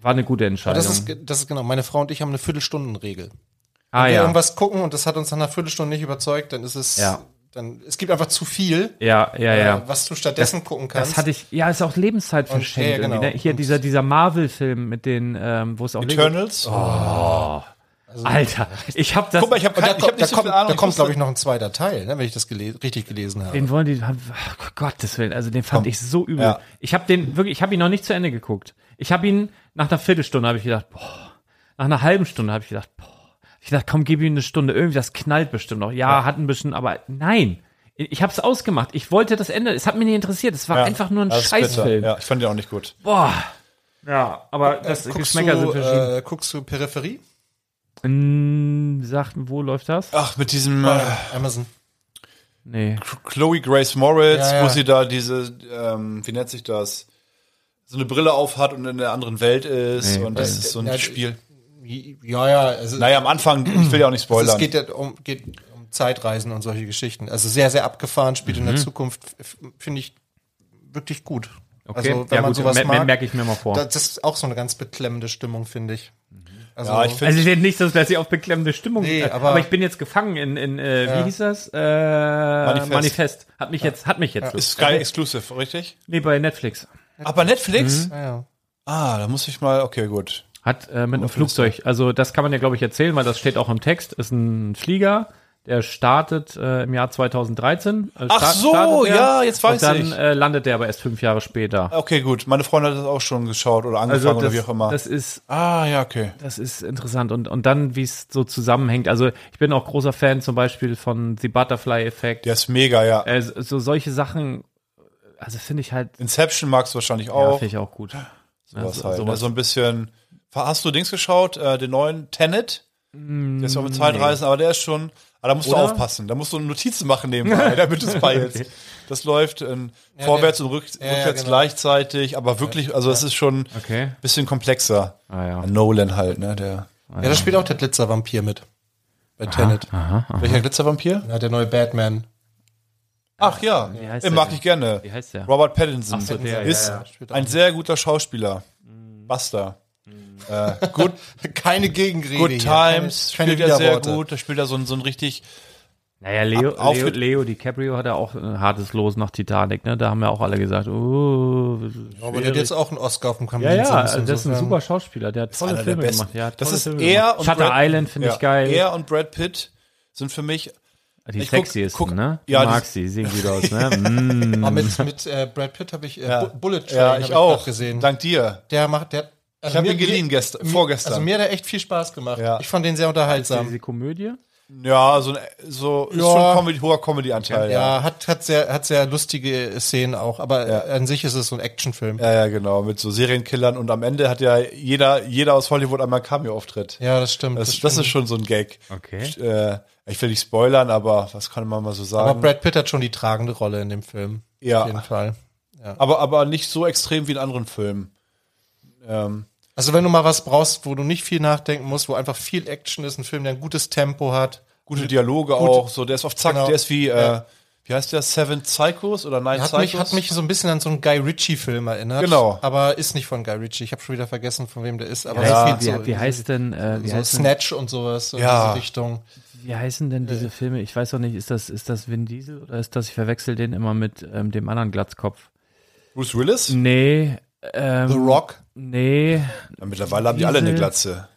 S1: war eine gute Entscheidung.
S3: das ist, das ist genau. Meine Frau und ich haben eine Viertelstundenregel.
S1: Ah,
S3: Wenn wir
S1: ja.
S3: irgendwas gucken und das hat uns nach einer Viertelstunde nicht überzeugt, dann ist es,
S1: Ja.
S3: dann, es gibt einfach zu viel,
S1: Ja, ja, ja.
S3: äh, was du stattdessen gucken kannst.
S1: Das hatte ich, ja, ist auch Lebenszeit verschenkt.
S3: ja, genau.
S1: irgendwie, ne? Hier
S3: Und-
S1: dieser, dieser Marvel-Film mit den, ähm, wo es auch
S2: Eternals?
S1: Alter,
S3: Also,
S1: ich habe das.
S2: Guck mal, ich habe
S3: Oh. und da,
S2: hab
S3: kommt,
S2: nicht
S3: da
S2: so
S3: kommt,
S2: viel Ahnung.
S3: da kommt
S2: ich wusste-
S3: glaube ich, noch ein zweiter Teil, ne, wenn ich das gele richtig gelesen habe.
S1: den wollen die, oh, Gottes Willen, also den fand ich so übel.
S2: Ja.
S1: Ich habe den wirklich, ich habe ihn noch nicht zu Ende geguckt. Ich habe ihn nach einer Viertelstunde habe ich gedacht, boah, nach einer halben Stunde habe ich gedacht, boah, ich dachte, komm, gib ihm eine Stunde, irgendwie das knallt bestimmt noch. Ja, hat ein bisschen, aber nein, ich habe es ausgemacht. Ich wollte das Ende, es hat mich nicht interessiert. Es war
S2: Ja,
S1: einfach nur ein
S2: das ist
S1: Scheißfilm.
S2: bitter. Ja, ich fand den auch nicht gut.
S1: Boah. Ja, aber das
S3: guckst,
S1: Geschmäcker sind
S3: du,
S1: verschieden.
S3: äh, guckst du Peripherie?
S1: Mm, Sagt, wo läuft das?
S2: Ach, mit diesem äh,
S3: Amazon.
S1: Nee.
S2: Chloe Grace Moritz,
S3: Ja, ja.
S2: wo sie da diese, ähm, wie nennt sich das? So eine Brille auf hat und in einer anderen Welt ist.
S1: Nee.
S2: und das ist so ein
S3: Ja,
S2: Spiel.
S3: Ja, ja, also,
S2: Naja, am Anfang, ich will ja auch nicht
S3: also
S2: spoilern.
S3: es geht ja um, geht um Zeitreisen und solche Geschichten. Also sehr, sehr abgefahren, spielt
S1: Mhm.
S3: in der Zukunft, f- finde ich wirklich gut.
S1: Okay.
S3: Also wenn
S1: ja,
S3: man
S1: gut,
S3: sowas
S1: mer- mer-
S3: mag,
S1: merke ich mir mal vor.
S3: da- das ist auch so eine ganz beklemmende Stimmung, finde ich. Also,
S2: ja, ich finde,
S1: Also ich nicht, dass ich auf beklemmende Stimmung.
S3: Nee,
S1: äh,
S3: aber-
S1: ich bin jetzt gefangen in, in äh, wie hieß das? Äh, Manifest. Hat mich jetzt, hat mich jetzt. so.
S2: ist Sky Exclusive, richtig?
S1: Nee, bei Netflix.
S2: Aber Netflix?
S3: ja, ja.
S2: Ah, da muss ich mal, okay, gut.
S1: Hat äh, mit einem Flugzeug. Also das kann man ja, glaube ich, erzählen, weil das steht auch im Text. Ist ein Flieger, der startet äh, im Jahr 2013. Äh,
S2: Ach so,
S1: startet er
S2: ja, jetzt weiß
S1: und dann,
S2: ich.
S1: Dann äh, landet der aber erst fünf Jahre später.
S2: Okay, gut. Meine Freundin hat das auch schon geschaut oder angefangen
S1: Also das,
S2: also oder wie auch immer.
S1: das ist
S2: ah, ja, okay.
S1: Das ist interessant. Und, und dann, wie es so zusammenhängt. Also, ich bin auch großer Fan zum Beispiel von The Butterfly Effect.
S2: Der ist mega, ja.
S1: Äh, so so solche Sachen, also finde ich halt,
S2: Inception magst du wahrscheinlich
S1: ja,
S2: auch.
S1: finde ich auch gut. Ja,
S2: sowas
S1: so-
S2: halt. Ne?
S1: sowas.
S2: So ein bisschen. Hast du Dings geschaut? Äh, den neuen Tenet? Der ist auch mit Zeitreisen, aber der ist schon. Aber da musst
S1: Mm, Oder?
S2: du aufpassen. Da musst du Notizen machen nebenbei, damit du es peilst. Das läuft in vorwärts und rück,
S3: ja,
S2: rückwärts
S3: genau.
S2: gleichzeitig, aber wirklich, also es ist schon ein
S1: Okay.
S2: bisschen komplexer.
S1: Ah, ja.
S2: Nolan halt, ne? Der.
S1: Ah,
S3: ja, da spielt auch der Glitzervampir mit. Bei Tenet.
S2: Welcher Glitzervampir?
S3: Ja, der neue Batman.
S2: Ach ja,
S1: heißt
S2: den
S1: der
S2: mag
S1: denn?
S2: ich gerne.
S1: Wie heißt der?
S2: Robert Pattinson
S1: so, der,
S2: ist
S1: ja, Mhm.
S3: ja.
S2: ein sehr guter Schauspieler. Buster. Äh, good,
S3: Keine Gegenrede.
S2: good
S3: hier.
S2: Times
S3: keine,
S2: spielt er sehr
S3: Widerworte.
S2: gut. Da spielt er so, ein- so ein richtig
S1: Naja, Leo,
S2: Ab- auf-
S1: Leo, Leo DiCaprio hat ja auch ein hartes Los nach Titanic, ne? Da haben ja auch alle gesagt, oh.
S3: Ja, Aber der hat jetzt auch einen Oscar auf dem Kamin.
S1: ja, ja, das
S3: sitzen,
S1: ist ein
S3: insofern.
S1: super Schauspieler, der hat tolle
S2: einer der
S1: Filme
S2: besten.
S1: gemacht. Ja, hat
S2: Das
S1: tolle
S2: ist
S1: Filme
S2: er
S1: gemacht.
S2: und
S1: Shutter
S2: Brad-
S1: Island finde
S2: ja,
S1: ich geil.
S2: Er und Brad Pitt sind für mich.
S1: die
S2: ich guck-
S1: sexiesten,
S2: guck-
S1: ne?
S2: ja,
S1: du
S2: die-
S1: magst die, sehen gut aus, ne? Mm.
S3: Aber mit, mit äh, Brad Pitt habe ich äh, Bu- Bullet Train
S2: Ja,
S3: hab
S2: ich auch.
S3: grad gesehen.
S2: Dank dir.
S3: der macht, der. Also
S2: Ich habe
S3: mir-
S2: ihn geliehen
S3: mir-
S2: gestern,
S3: mir-
S2: vorgestern.
S3: Also mir hat er echt viel Spaß gemacht.
S2: Ja.
S3: Ich fand den sehr unterhaltsam.
S1: Diese Komödie?
S2: ja, so, ein- so ist
S3: Ja.
S2: schon ein Comedy, hoher Comedy-Anteil.
S3: Ja, hat, hat, sehr, hat sehr lustige Szenen auch, aber äh, an sich ist es so ein Actionfilm. Ja,
S2: ja, ja, genau. Mit so Serienkillern und am Ende hat ja jeder, jeder aus Hollywood einmal einen Cameo-Auftritt.
S3: das stimmt.
S2: Das,
S3: stimmt.
S2: das ist schon so ein Gag.
S1: Okay.
S2: Äh, ich will nicht spoilern, aber was kann man mal so sagen?
S3: aber Brad Pitt hat schon die tragende Rolle in dem Film.
S2: Ja.
S3: Auf jeden Fall.
S2: aber, aber nicht so extrem wie in anderen Filmen.
S3: Also wenn du mal was brauchst, wo du nicht viel nachdenken musst, wo einfach viel Action ist, ein Film, der ein gutes Tempo hat.
S2: Gute Dialoge auch, so der ist auf Zack,
S3: Genau.
S2: der ist wie, äh,
S3: Ja.
S2: wie heißt der, Seven Psychos oder Nine
S3: Hat
S2: Psychos?
S3: mich, hat mich so ein bisschen an so einen Guy Ritchie-Film erinnert.
S2: Genau.
S3: Aber ist nicht von Guy Ritchie. Ich habe schon wieder vergessen, von wem der ist. Aber
S1: Ja,
S3: es
S1: wie,
S3: geht so,
S1: wie heißt denn, äh, wie,
S3: so
S1: heißen,
S3: Snatch und sowas so
S2: Ja.
S3: in diese Richtung.
S1: wie heißen denn
S2: Äh.
S1: diese Filme? Ich weiß auch nicht, ist das, ist das Vin Diesel oder ist das, ich verwechsel den immer mit ähm, dem anderen Glatzkopf?
S2: Bruce Willis?
S1: Nee, ähm,
S3: The Rock.
S1: nee,
S2: Ja, mittlerweile haben die alle eine
S1: Diesel.
S2: Glatze.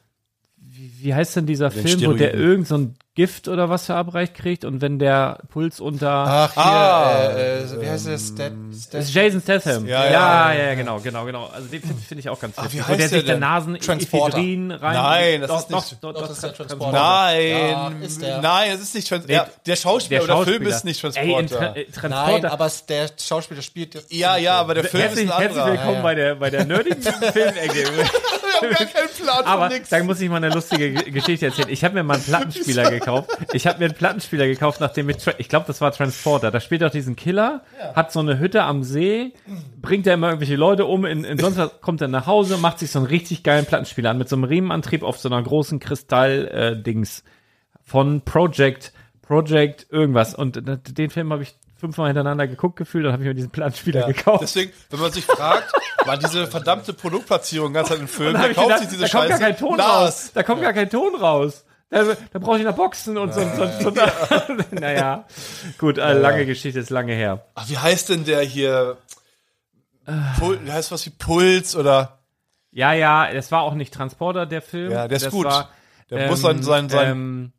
S1: wie, wie heißt denn dieser
S2: Den
S1: Film, wo der
S2: Steroiden.
S1: irgend so ein Gift oder was verabreicht kriegt und wenn der Puls unter...
S3: Ach, hier,
S2: Ah,
S3: äh, äh, wie heißt der? Stat, Stat,
S1: Ähm, Das ist Jason Statham.
S2: Ja, Ah,
S1: ja, ja, genau, genau, genau. Also den finde find ich auch ganz
S2: wie
S1: lustig. Wo
S2: heißt
S1: der
S2: der
S1: sich der
S2: denn?
S1: Nasen
S3: Transporter.
S1: Ephedrin rein.
S2: Nein, das
S1: doch,
S2: ist nicht-
S1: Doch, doch,
S3: Doch,
S1: doch,
S3: das ist der
S1: Trans-
S3: Transporter. Ja,
S2: Nein,
S3: ist der.
S2: nein, es ist nicht Trans
S1: Nee,
S2: ja, der Schauspieler
S1: Der
S2: oder
S1: Schauspieler.
S2: Film ist nicht
S1: Ey, in
S2: Transporter.
S1: Tra- äh, Transporter.
S3: Nein, aber es- der Schauspieler spielt jetzt.
S2: ja, ja, aber der Film
S1: herzlich,
S2: ist ein
S1: herzlich
S2: anderer.
S1: willkommen bei der, bei der nerdigen Filmecke.
S2: Ich hab gar keinen Plan
S1: Aber
S2: von nix.
S1: dann muss ich mal eine lustige Ge- Geschichte erzählen. Ich habe mir mal einen Plattenspieler gekauft. Ich habe mir einen Plattenspieler gekauft, nachdem ich, Tra- ich glaube, das war Transporter. Da spielt auch diesen Killer, hat so eine Hütte am See, bringt da immer irgendwelche Leute um, in, in sonst was, kommt dann nach Hause, macht sich so einen richtig geilen Plattenspieler an mit so einem Riemenantrieb auf so einer großen Kristall-Dings von Project, Project irgendwas. Und äh, den Film habe ich fünfmal hintereinander geguckt gefühlt und habe ich mir diesen Plattenspieler gekauft.
S2: Deswegen, wenn man sich fragt, war diese verdammte Produktplatzierung ganz halt im Film,
S1: Da hab
S2: der
S1: ich
S2: kauft
S1: gedacht,
S2: sich diese
S1: da kommt
S2: Scheiße.
S1: gar kein Ton
S2: Lars,
S1: raus. Da kommt gar kein Ton raus. Da, da brauche ich noch Boxen und so. so, so, so naja, gut, äh, lange Geschichte ist lange her.
S2: Ach, ah, wie heißt denn der hier? Pul heißt was wie Puls oder?
S1: Ja, ja, das war auch nicht Transporter, der Film.
S2: Ja, der ist
S1: das
S2: gut.
S1: War,
S2: Der muss sein, sein, sein.
S1: Ähm,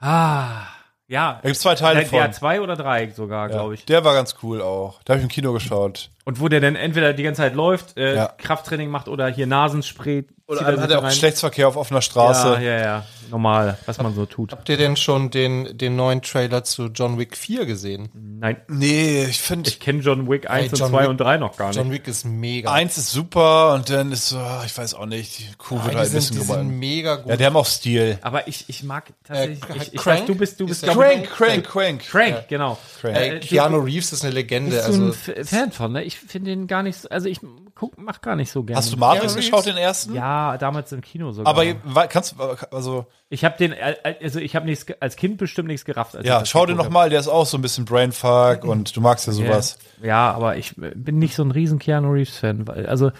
S1: ah, ja. Äh,
S2: da gibt's zwei Teile von.
S1: Ja, zwei oder drei sogar, glaube ich.
S2: Der war ganz cool auch. Da habe ich im Kino geschaut.
S1: Und wo der dann entweder die ganze Zeit läuft, äh,
S2: Ja.
S1: Krafttraining macht oder hier Nasenspray.
S2: Oder
S1: zieht er
S2: hat
S1: sich
S2: er auch
S1: rein.
S2: Geschlechtsverkehr auf offener
S1: Ja,
S2: Straße?
S1: ja, ja. Normal, was man so tut.
S3: Habt ihr denn schon den, den neuen Trailer zu John Wick 4 gesehen?
S1: Nein,
S2: Nee, ich finde,
S1: ich kenne John Wick 1
S3: John
S1: und 2
S3: Wick-
S1: und 3 noch gar nicht.
S3: John Wick ist mega.
S2: eins ist super und dann ist so, ah, ich weiß auch nicht, die Kuh
S1: Ah,
S2: wird
S3: die
S2: halt ein
S3: sind,
S2: bisschen
S3: die
S2: gemein.
S3: sind mega gut.
S2: Ja, die haben auch Stil.
S1: Aber ich, ich mag tatsächlich.
S3: Äh,
S1: ich, ich
S3: Crank?
S1: weiß, du bist, du bist,
S3: Ist der
S1: glaub ich,
S2: Crank, Crank, Crank.
S1: Crank, genau.
S2: Crank.
S1: Äh,
S3: Ey, Keanu Reeves ist eine Legende.
S1: bist du
S3: Also,
S1: ein F- Fan von, ne? Ich finde den gar nicht, so- also ich guck, mach gar nicht so gerne.
S2: Hast du Matrix
S3: Keanu
S2: geschaut,
S3: Reeves?
S2: den ersten?
S1: Ja, damals im Kino sogar.
S2: Aber wa- kannst also
S1: ich habe den, äh, also ich habe nichts, ge- als Kind bestimmt nichts gerafft. Als ich
S2: ja,
S1: das
S2: schau den
S1: geguckt
S2: nochmal, der ist auch so ein bisschen Brainfuck und du magst ja
S1: hab.
S2: sowas.
S1: Mhm. Ja, ja, aber ich äh, bin nicht so ein riesen Keanu Reeves Fan, weil, also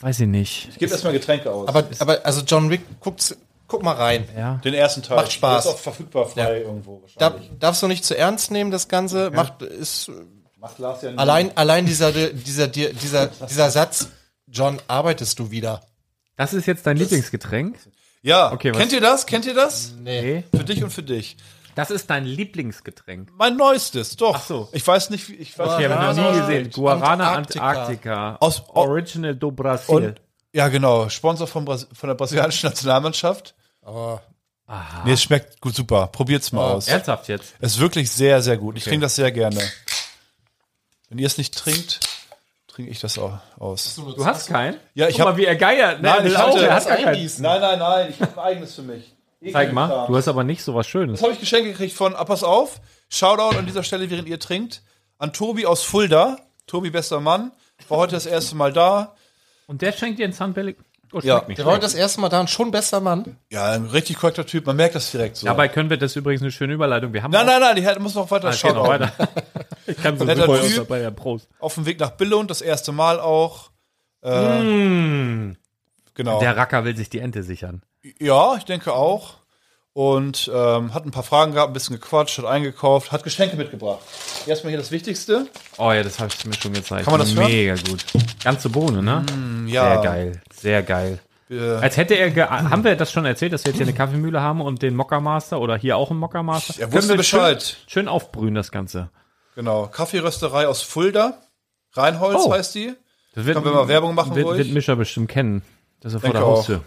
S1: weiß ich nicht.
S2: Ich gebe erstmal Getränke aus.
S3: aber, aber also John Wick, guckt's, guck mal rein.
S1: Ja.
S2: den ersten Teil.
S3: Macht Spaß.
S2: Der ist auch verfügbar frei irgendwo
S3: Dar-
S2: wahrscheinlich.
S3: darfst du nicht zu ernst nehmen, das Ganze. Macht, ist,
S2: Macht Lars ja nicht.
S3: allein, allein dieser, dieser, dieser, dieser Satz, John, arbeitest du wieder?
S1: Das ist jetzt dein Lieblingsgetränk?
S2: Ja,
S1: Okay, was-
S2: kennt ihr das? Kennt ihr das?
S1: Nee.
S2: Für dich und für dich.
S1: Das ist dein Lieblingsgetränk.
S2: Mein neuestes, doch.
S1: Ach so.
S2: Ich weiß nicht, wie ich weiß
S1: Ich
S2: nicht.
S1: habe noch nie
S3: Guarana
S1: gesehen. Guarana
S3: Antarktika.
S1: Antarktika.
S2: Aus-
S1: Original do Brasil.
S2: Und, ja, genau. Sponsor von, Bras von der brasilianischen Nationalmannschaft.
S3: Aber
S1: Ah.
S2: Nee, es schmeckt gut super. Probiert's
S1: Oh,
S2: mal aus.
S1: Ernsthaft jetzt?
S2: Es ist wirklich sehr, sehr gut. Ich trinke das sehr gerne. Wenn ihr es nicht trinkt, trinke ich das auch aus.
S1: Du hast keinen?
S2: Ja, ich
S1: Guck mal,
S2: hab-
S1: wie er geiert. Ne?
S2: Nein, ich
S1: Lauch,
S2: hatte-
S1: er hat gar keinen.
S3: eingießen.
S2: Nein, nein, nein. Ich habe ein eigenes für mich.
S1: Zeig mal, du hast aber nicht so was Schönes.
S2: Das habe ich geschenkt gekriegt von, ah, pass auf, Shoutout an dieser Stelle, während ihr trinkt, an Tobi aus Fulda. Tobi, bester Mann, war heute das erste Mal da.
S1: Und der schenkt dir einen Sunbelly. Oh, schmeckt
S2: Ja.
S1: nicht
S3: der
S1: schlecht.
S3: war heute das erste Mal da und schon besser Mann.
S2: Ja, ein richtig korrekter Typ, man merkt das direkt so.
S1: Dabei können wir das übrigens eine schöne Überleitung. Wir haben
S2: nein,
S1: auch-
S2: nein, nein, die muss noch weiter
S1: Ah, es geht noch
S2: Shoutout.
S1: weiter. Ich kann so
S2: Netter
S1: super
S2: Typ.
S1: dabei, ja, Prost.
S2: Auf dem Weg nach Billund, das erste Mal auch. Äh, Genau.
S1: Mm. Der Racker will sich die Ente sichern.
S2: Ja, ich denke auch. Und ähm, hat ein paar Fragen gehabt, ein bisschen gequatscht, hat eingekauft, hat Geschenke mitgebracht. Erstmal hier das Wichtigste.
S1: Oh ja, das habe ich mir schon gezeigt.
S2: Kann man das hören?
S1: Mega gut. Ganze Bohne, ne?
S2: Ja,
S1: Sehr geil. Sehr geil.
S2: Äh,
S1: Als hätte er, ge haben wir das schon erzählt, dass wir jetzt hier eine Kaffeemühle haben und den Mockermaster oder hier auch einen Mockermaster?
S2: Er
S1: Können
S2: wusste
S1: wir
S2: Bescheid.
S1: Schön, schön aufbrühen, das Ganze.
S2: genau. Kaffeerösterei aus Fulda. Reinholz
S1: Oh.
S2: heißt die.
S1: Das wird,
S2: Können wir mal Werbung machen,
S1: wird,
S2: ruhig?
S1: wird Mischer bestimmt kennen. Das ist vor
S2: Denke
S1: der Haustür.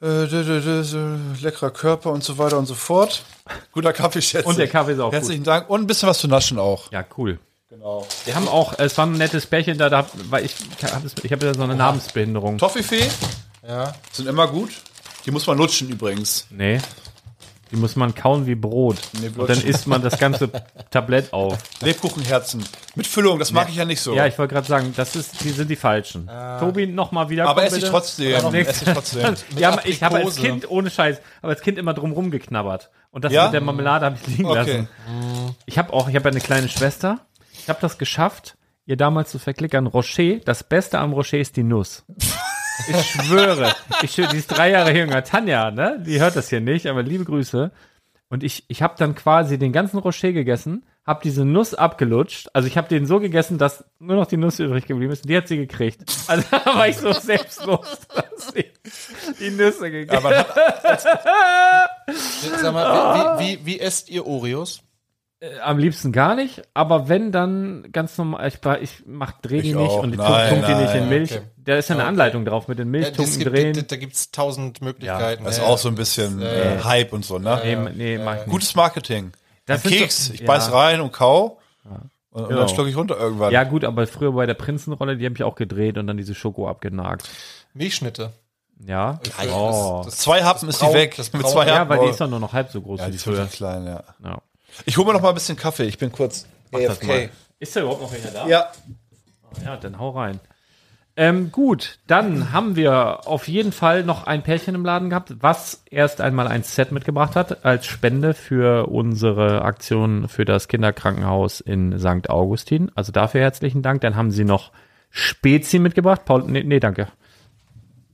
S2: Äh, dö, dö, dö, so, leckerer Körper und so weiter und so fort. Guter Kaffee, schätze
S1: Und der
S2: ich.
S1: Kaffee ist auch
S2: Herzlichen Dank. Und ein bisschen was zu naschen auch.
S1: Ja, cool.
S2: Genau.
S1: Wir haben auch, es war ein nettes Pärchen da, da weil ich, hab das- ich habe ja so eine Namensbehinderung.
S2: Toffifee
S3: Ja.
S2: sind immer gut. Die muss man lutschen übrigens.
S1: Nee. Die muss man kauen wie Brot.
S2: Nee,
S1: und dann isst man das ganze Tablett auf.
S2: Lebkuchenherzen. Mit Füllung, das mag ich ja nicht so.
S1: Ja, ich wollte gerade sagen, das ist, die sind die falschen. Tobi, nochmal wieder.
S2: Ah. aber
S1: komm,
S2: esse ich
S1: bitte.
S2: trotzdem.
S1: Nächste-
S2: Esse ich trotzdem.
S1: Ja, ich habe als
S3: Aprikose.
S1: Kind, ohne Scheiß, aber als Kind immer drumrum geknabbert. Und das
S2: Ja?
S1: mit der Marmelade habe ich liegen
S2: Okay.
S1: lassen. Ich habe auch, ich habe ja eine kleine Schwester. Ich habe das geschafft, ihr damals zu verklickern. Rocher, das Beste am Rocher ist die Nuss. Ich schwöre. Ich schwöre, die ist drei Jahre jünger. Tanja, ne? Die hört das hier nicht, aber liebe Grüße. Und ich, ich habe dann quasi den ganzen Rocher gegessen, habe diese Nuss abgelutscht. Also ich habe den so gegessen, dass nur noch die Nuss übrig geblieben ist. Und die hat sie gekriegt. Also da war ich so selbstlos, dass ich die Nüsse gegessen
S2: Aber man hat,
S3: Sag mal, wie, wie, wie, wie esst ihr Oreos?
S1: Am liebsten gar nicht, aber wenn, dann ganz normal. Ich, ba- ich mach, dreh die
S2: Ich
S1: nicht
S2: auch.
S1: und die
S2: Nein,
S1: tunk die nicht
S2: nein,
S1: in Milch.
S3: okay.
S1: Da ist ja eine Anleitung drauf mit den
S3: Ja, Äh, das
S1: Milchtunken
S3: gibt, da
S1: drehen.
S3: da gibt's tausend Möglichkeiten.
S2: das ist
S3: Ja,
S2: auch so ein bisschen äh, Hype und so, ne?
S1: Nee, nee, mach ich nicht.
S2: Gutes Marketing.
S1: Das
S2: ein
S1: sind
S2: Keks,
S1: doch-
S2: ich
S1: ja.
S2: beiß rein und kau. Und, und
S1: Genau.
S2: dann schluck ich runter irgendwann.
S1: Ja, gut, aber früher bei der Prinzenrolle, die habe ich auch gedreht und dann diese Schoko abgenagt.
S3: Milchschnitte.
S1: Ja.
S3: das-
S1: oh.
S3: das-
S2: Zwei Happen ist die
S3: braun-
S2: weg.
S3: das
S2: Mit
S3: braun-
S2: zwei
S1: ja,
S2: Happen.
S1: weil die
S2: oh.
S1: ist doch nur noch halb so groß
S2: ja, die
S1: wie
S2: ist wirklich
S1: früher.
S2: klein, ja.
S1: Ja.
S2: Ich hole mir noch mal ein bisschen Kaffee. Ich bin kurz
S1: Das mal. Ist da überhaupt noch einer da?
S2: Ja.
S1: Ja, dann hau rein. Ähm, gut, dann haben wir auf jeden Fall noch ein Pärchen im Laden gehabt, was erst einmal ein Set mitgebracht hat als Spende für unsere Aktion für das Kinderkrankenhaus in St. Augustin. Also dafür herzlichen Dank. Dann haben sie noch Spezi mitgebracht. Paul, nee, nee, danke.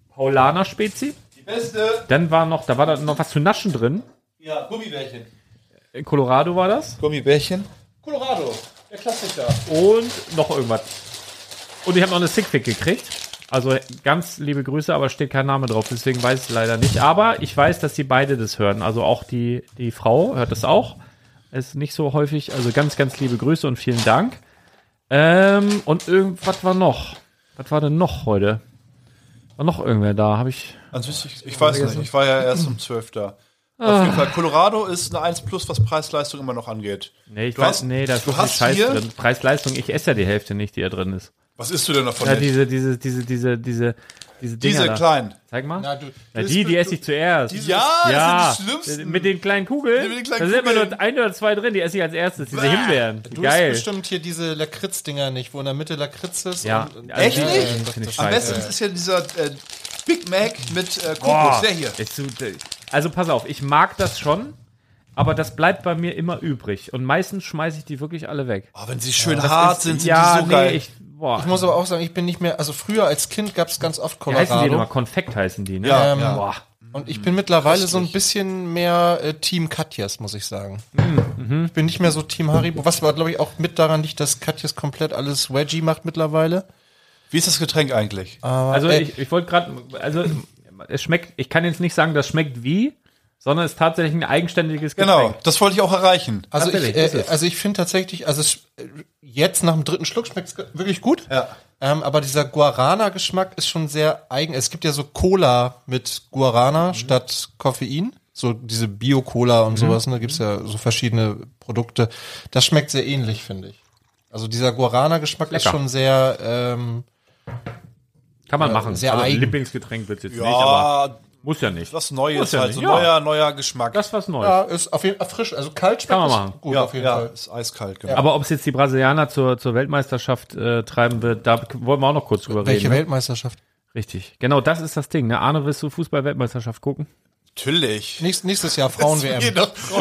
S1: Paulaner Spezi. Die
S2: Beste.
S1: Dann war noch, da war da noch was zu naschen drin.
S2: Ja, Gummibärchen.
S1: In Colorado war das.
S2: Gummibärchen. Colorado, der Klassiker.
S1: Und noch irgendwas. Und ich habe noch eine Sickpick gekriegt. Also ganz liebe Grüße, aber steht kein Name drauf, deswegen weiß ich leider nicht. Aber ich weiß, dass die beide das hören. Also auch die, die Frau hört das auch. Ist nicht so häufig. Also ganz, ganz liebe Grüße und vielen Dank. Ähm, und irgendwas war noch. Was war denn noch heute? War noch irgendwer da? Habe ich.
S2: Also ich, ich weiß nicht, ich war ja erst um 12 da. Auf
S1: Ah.
S2: jeden Fall, Colorado ist eine 1 plus, was Preis-Leistung immer noch angeht.
S1: Nee, ich
S2: Du
S1: weiß,
S2: hast-
S1: nee, da ist
S2: du
S1: so viel
S2: hast
S1: Scheiß
S2: hier-
S1: drin. Preis-Leistung, ich esse ja die Hälfte nicht, die da drin ist.
S2: Was isst du denn davon?
S1: Ja,
S2: jetzt?
S1: diese, diese, diese, diese, diese, diese Dinger
S2: Diese
S1: da.
S2: kleinen.
S1: Zeig mal.
S3: Na, du-
S1: Na, die, die esse ich zuerst.
S2: Ja,
S1: ja,
S2: das sind die schlimmsten.
S1: mit den kleinen Kugeln.
S2: Mit den kleinen
S1: da sind immer
S2: Kugeln.
S1: nur ein oder zwei drin, die esse ich als erstes. Diese Himbeeren.
S3: Du hast
S1: Geil.
S3: bestimmt hier diese Lakritz-Dinger nicht, wo in der Mitte Lakritz ist.
S1: Ja,
S3: und-
S1: also
S2: Echt
S1: die-
S2: nicht?
S1: die Finde ich
S2: Am
S1: scheiße.
S2: besten ist ja dieser äh, Big Mac mit äh, Kokos,
S1: Boah,
S2: der hier.
S1: ist so- also pass auf, ich mag das schon, aber das bleibt bei mir immer übrig. Und meistens schmeiße ich die wirklich alle weg.
S2: Oh, wenn sie schön hart sind, sind die so geil.
S1: ich, boah.
S3: Ich muss aber auch sagen, ich bin nicht mehr, also früher als Kind gab es ganz oft
S1: Wie heißen die nochmal?
S3: Colorado.
S1: Konfekt heißen die, ne?
S2: Ja,
S3: Ähm,
S2: ja.
S1: Boah.
S3: und ich bin mittlerweile so ein bisschen mehr äh, Team Katjes, muss ich sagen. Ich bin nicht mehr so Team Haribo, was aber glaube ich auch mit daran liegt, dass Katjes komplett alles Veggie macht mittlerweile.
S2: Wie ist das Getränk eigentlich?
S1: Also
S3: Äh,
S1: ich, ich wollte gerade, also es schmeckt, ich kann jetzt nicht sagen, das schmeckt wie, sondern es ist tatsächlich ein eigenständiges Getränk.
S2: Genau, das wollte ich auch erreichen.
S3: Also ich,
S1: Tatsächlich, das
S3: äh,
S1: ist-
S3: also ich finde tatsächlich, also es, äh, jetzt nach dem dritten Schluck schmeckt es wirklich gut.
S2: Ja.
S3: Ähm, aber dieser Guarana-Geschmack ist schon sehr eigen. Es gibt ja so Cola mit Guarana
S1: Mhm.
S3: statt Koffein. So diese Bio-Cola und sowas. Ne? Da
S1: Mhm.
S3: gibt's ja so verschiedene Produkte. Das schmeckt sehr ähnlich, finde ich. Also dieser Guarana-Geschmack ist
S1: Lecker.
S3: schon sehr... Ähm,
S1: Kann man
S3: Äh,
S1: machen. Also
S3: sehr eigen.
S1: Lieblingsgetränk wird jetzt
S2: Ja,
S1: nicht, aber muss ja nicht.
S2: was Neues
S1: Muss ja
S2: halt,
S1: nicht,
S2: so
S1: ja.
S2: neuer, neuer Geschmack.
S1: Das ist was Neues.
S3: ja, ist auf jeden Fall frisch. Also kalt schmeckt
S1: Kann man
S3: es
S1: machen.
S3: gut
S2: ja,
S3: auf jeden
S2: ja,
S3: Fall.
S2: ist eiskalt, genau.
S1: Aber ob es jetzt die Brasilianer zur, zur Weltmeisterschaft äh, treiben wird, da wollen wir auch noch kurz drüber
S3: Welche
S1: reden. ne?
S3: Weltmeisterschaft?
S1: Richtig. Genau, das ist das Ding. Ne? Arne, willst du Fußball-Weltmeisterschaft gucken?
S2: Natürlich.
S3: Nächst, nächstes Jahr Frauen-WM.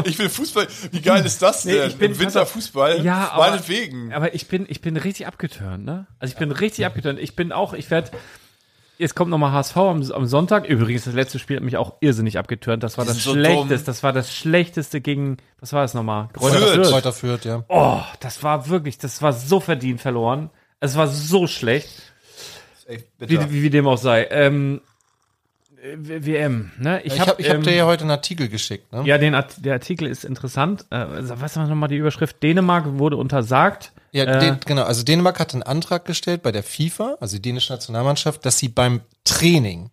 S2: Ich will Fußball. Wie geil ist das
S1: Nee,
S2: denn?
S1: ich bin-
S2: Im Winter Fußball?
S1: Ja, aber-
S2: Äh, Meinetwegen.
S1: Aber ich bin, ich bin richtig abgeturnt, ne? Also ich bin richtig abgeturnt. Ich bin auch, ich werde. Jetzt kommt nochmal HSV am, am Sonntag. Übrigens, das letzte Spiel hat mich auch irrsinnig abgeturnt. Das war das
S2: sind so
S1: Schlechteste.
S2: dumm.
S1: Das war das Schlechteste gegen, was war das nochmal?
S2: Fürth.
S1: Fürth.
S3: Kräuter führt, ja.
S1: Oh, das war wirklich, das war so verdient verloren. Es war so schlecht.
S2: Ey,
S1: Wie,
S2: bitte.
S1: wie, wie dem auch sei. Ähm, äh, W- WM, ne?
S3: Ich habe ich hab
S1: ähm,
S3: dir ja heute einen Artikel geschickt. Ne?
S1: ja, den Art, der Artikel ist interessant. Äh, also, was war nochmal die Überschrift? Dänemark wurde untersagt.
S3: Ja,
S1: Äh,
S3: den, genau. Also Dänemark hat einen Antrag gestellt bei der FIFA, also die dänische Nationalmannschaft, dass sie beim Training,
S1: Mhm.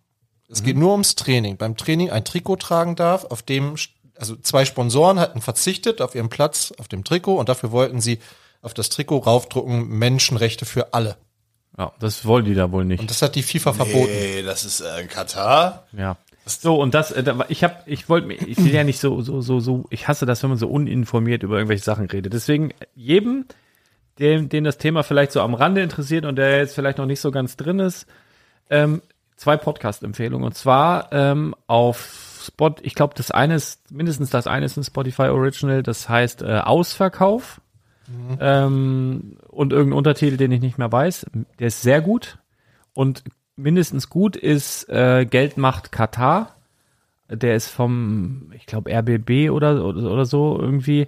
S3: es geht nur ums Training, beim Training ein Trikot tragen darf, auf dem, st- also zwei Sponsoren hatten verzichtet auf ihren Platz auf dem Trikot und dafür wollten sie auf das Trikot raufdrucken, Menschenrechte für alle.
S1: Ja, das wollen die da wohl nicht.
S3: Und das hat die FIFA verboten.
S2: Ey, das ist äh, in Katar.
S1: Ja. So, und das, äh, da war- ich habe, ich wollte mir, ich will ja nicht so, so, so, so, ich hasse das, wenn man so uninformiert über irgendwelche Sachen redet. Deswegen, äh, jedem, dem, den das Thema vielleicht so am Rande interessiert und der jetzt vielleicht noch nicht so ganz drin ist, ähm, zwei Podcast-Empfehlungen. Und zwar ähm, auf Spot, ich glaube, das eine ist, mindestens das eine ist ein Spotify Original, das heißt äh, Ausverkauf. Ähm, und irgendein Untertitel, den ich nicht mehr weiß. Der ist sehr gut. Und mindestens gut ist äh, Geld macht Katar. Der ist vom, ich glaube, RBB oder, oder, oder so irgendwie.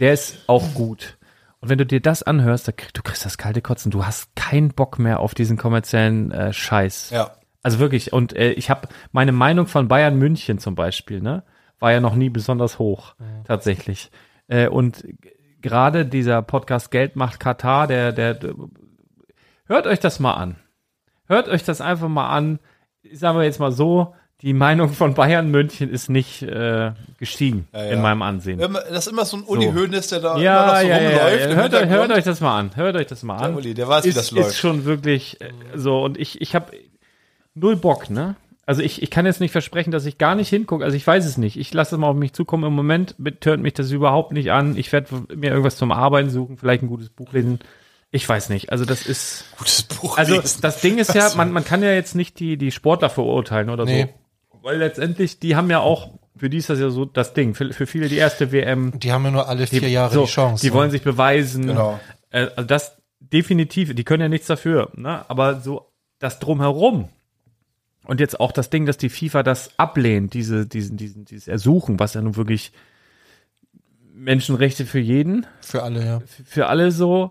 S1: Der ist auch gut. Und wenn du dir das anhörst, da krieg, du kriegst das kalte Kotzen. Du hast keinen Bock mehr auf diesen kommerziellen äh, Scheiß.
S2: Ja.
S1: Also wirklich. Und äh, ich habe meine Meinung von Bayern München zum Beispiel, ne, war ja noch nie besonders hoch tatsächlich. Äh, und g- gerade dieser Podcast Geld macht Katar, der, der, der, hört euch das mal an. Hört euch das einfach mal an. Sagen wir jetzt mal so, die Meinung von Bayern München ist nicht äh, gestiegen
S2: ja.
S1: in meinem Ansehen.
S2: Immer, das ist immer so ein Uli Hoeneß, der da immer noch
S1: Ja,
S2: so
S1: ja, ja,
S2: rumläuft.
S1: ja.
S2: im
S1: Hört, euch, hört
S2: Hintergrund.
S1: euch das mal an. Hört euch das mal an.
S2: Uli, der weiß, wie
S1: ist,
S2: das läuft.
S1: Ist schon wirklich äh, so. Und ich, ich habe null Bock, ne? Also ich, ich kann jetzt nicht versprechen, dass ich gar nicht hingucke. Also ich weiß es nicht. Ich lasse es mal auf mich zukommen. Im Moment tönt mich das überhaupt nicht an. Ich werde mir irgendwas zum Arbeiten suchen, vielleicht ein gutes Buch lesen. Ich weiß nicht. Also das ist.
S2: Gutes Buch.
S1: Also
S2: lesen.
S1: das Ding ist ja, man, man kann ja jetzt nicht die, die Sportler verurteilen oder
S3: Nee.
S1: so. Weil letztendlich, die haben ja auch, für die ist das ja so das Ding. Für, für viele die erste WM.
S3: Die haben ja nur alle vier Jahre
S1: so,
S3: die Chance. ne?
S1: Die wollen sich beweisen.
S2: Genau.
S1: Äh, also das definitiv, die können ja nichts dafür, ne? aber so das drumherum. Und jetzt auch das Ding, dass die FIFA das ablehnt, diese, diesen, diesen, dieses Ersuchen, was ja nun wirklich Menschenrechte für jeden,
S3: Für alle, ja.
S1: f- für alle so,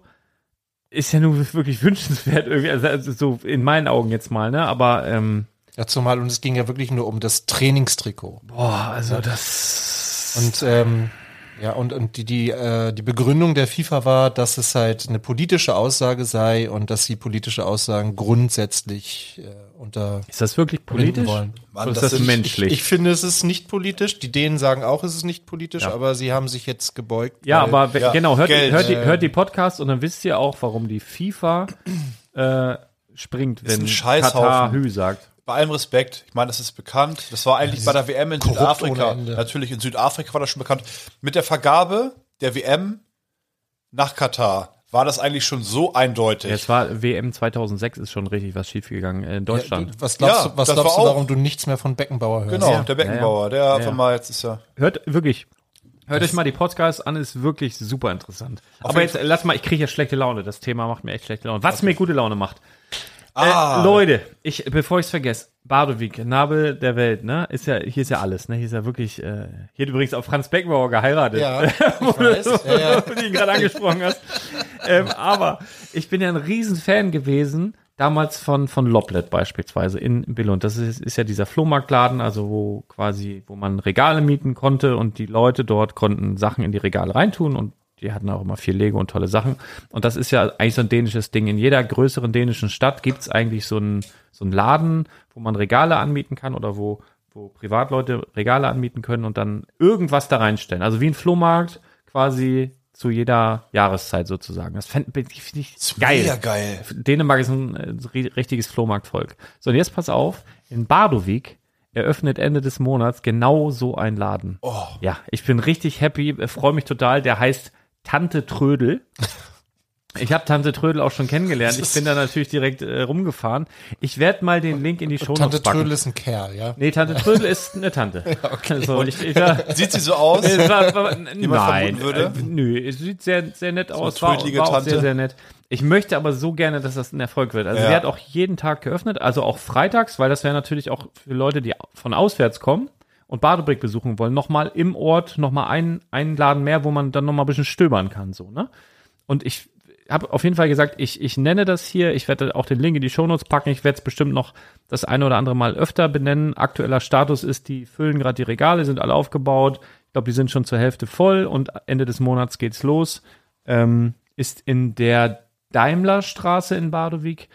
S1: ist ja nun wirklich wünschenswert irgendwie, also, also so in meinen Augen jetzt mal, ne? Aber ähm,
S3: Ja, zumal, und es ging ja wirklich nur um das Trainingstrikot.
S1: boah, also das
S3: Und ähm, ja, und, und die, die, äh, die Begründung der FIFA war, dass es halt eine politische Aussage sei und dass sie politische Aussagen grundsätzlich äh, unter
S1: ist das wirklich politisch?
S3: wollen.
S2: Mann,
S1: Oder ist
S2: das
S1: das,
S2: ist-
S1: menschlich?
S3: Ich finde, es ist nicht politisch. Die Dänen sagen auch, es ist nicht politisch,
S1: Ja.
S3: aber sie haben sich jetzt gebeugt.
S1: Ja,
S3: weil-
S1: aber we-
S2: ja,
S1: genau, hört,
S2: Geld,
S1: hört, die,
S3: äh,
S1: hört die Podcasts und dann wisst ihr auch, warum die FIFA äh, springt,
S2: Ist ein
S1: wenn
S2: Scheißhaufen.
S1: Katar Hü sagt.
S2: Bei allem Respekt, ich meine, das ist bekannt. Das war eigentlich bei der WM in
S3: korrupt
S2: Südafrika.
S3: ohne Ende.
S2: Natürlich in Südafrika war das schon bekannt. Mit der Vergabe der WM nach Katar war das eigentlich schon so eindeutig.
S1: Jetzt war WM 2006 ist schon richtig was schiefgegangen äh, in Deutschland.
S3: Ja, was glaubst
S2: Ja,
S3: du, was
S2: das
S3: glaubst
S2: war
S3: du
S2: auch-
S3: warum du nichts mehr von Beckenbauer hörst?
S2: genau, der Beckenbauer, der
S1: Ja,
S2: einfach
S1: ja.
S2: mal jetzt ist ja.
S1: Hört wirklich. Hört euch mal die Podcasts an, ist wirklich super interessant. Aber jetzt äh, lass mal, ich kriege ja schlechte Laune. Das Thema macht mir echt schlechte Laune. Was mir gute Laune macht.
S2: Ah.
S1: Äh, Leute, ich, bevor ich es vergesse, Badewig, Nabel der Welt, ne? Ist ja, hier ist ja alles, ne? Hier ist ja wirklich, äh, hier hat übrigens auch Franz Beckenbauer geheiratet.
S3: Ja, ich weiß. Ja, ja.
S1: du ihn gerade angesprochen hast. Ähm, aber ich bin ja ein Riesenfan gewesen, damals von, von Loblet beispielsweise in Billund. Das ist, ist ja dieser Flohmarktladen, also wo quasi, wo man Regale mieten konnte und die Leute dort konnten Sachen in die Regale reintun und die hatten auch immer viel Lego und tolle Sachen. Und das ist ja eigentlich so ein dänisches Ding. In jeder größeren dänischen Stadt gibt's eigentlich so einen, so einen Laden, wo man Regale anmieten kann oder wo, wo Privatleute Regale anmieten können und dann irgendwas da reinstellen. Also wie ein Flohmarkt quasi zu jeder Jahreszeit sozusagen. Das fänd- bin ich finde ich geil.
S2: Mega geil.
S1: Dänemark ist ein äh, ri- richtiges Flohmarktvolk. So, und jetzt pass auf, in Bardovik eröffnet Ende des Monats genau so ein Laden.
S2: Oh.
S1: Ja, ich bin richtig happy, äh, freue mich total. Der heißt Tante Trödel. Ich habe Tante Trödel auch schon kennengelernt. Ich bin da natürlich direkt äh, rumgefahren. Ich werde mal den Link in die Show
S3: Tante
S1: packen.
S3: Trödel ist ein Kerl, ja.
S1: Nee, Tante Trödel ist eine Tante. Also, ich, ich, war-
S2: Sieht sie so aus?
S1: es war, war, nein,
S2: vermuten würde?
S1: Äh, nö, es sieht sehr, sehr nett aus. War,
S2: trödelige
S1: war auch
S2: Tante.
S1: sehr, sehr nett. Ich möchte aber so gerne, dass das ein Erfolg wird. Also
S2: Ja.
S1: sie hat auch jeden Tag geöffnet, also auch freitags, weil das wäre natürlich auch für Leute, die von auswärts kommen und Badebrick besuchen wollen, nochmal im Ort nochmal einen, einen Laden mehr, wo man dann nochmal ein bisschen stöbern kann, so, ne? Und ich habe auf jeden Fall gesagt, ich, ich nenne das hier, ich werde auch den Link in die Shownotes packen, ich werde es bestimmt noch das eine oder andere Mal öfter benennen. Aktueller Status ist, die füllen gerade die Regale, sind alle aufgebaut. Ich glaube, die sind schon zur Hälfte voll und Ende des Monats geht's los. Ähm, ist in der Daimlerstraße in Badowik.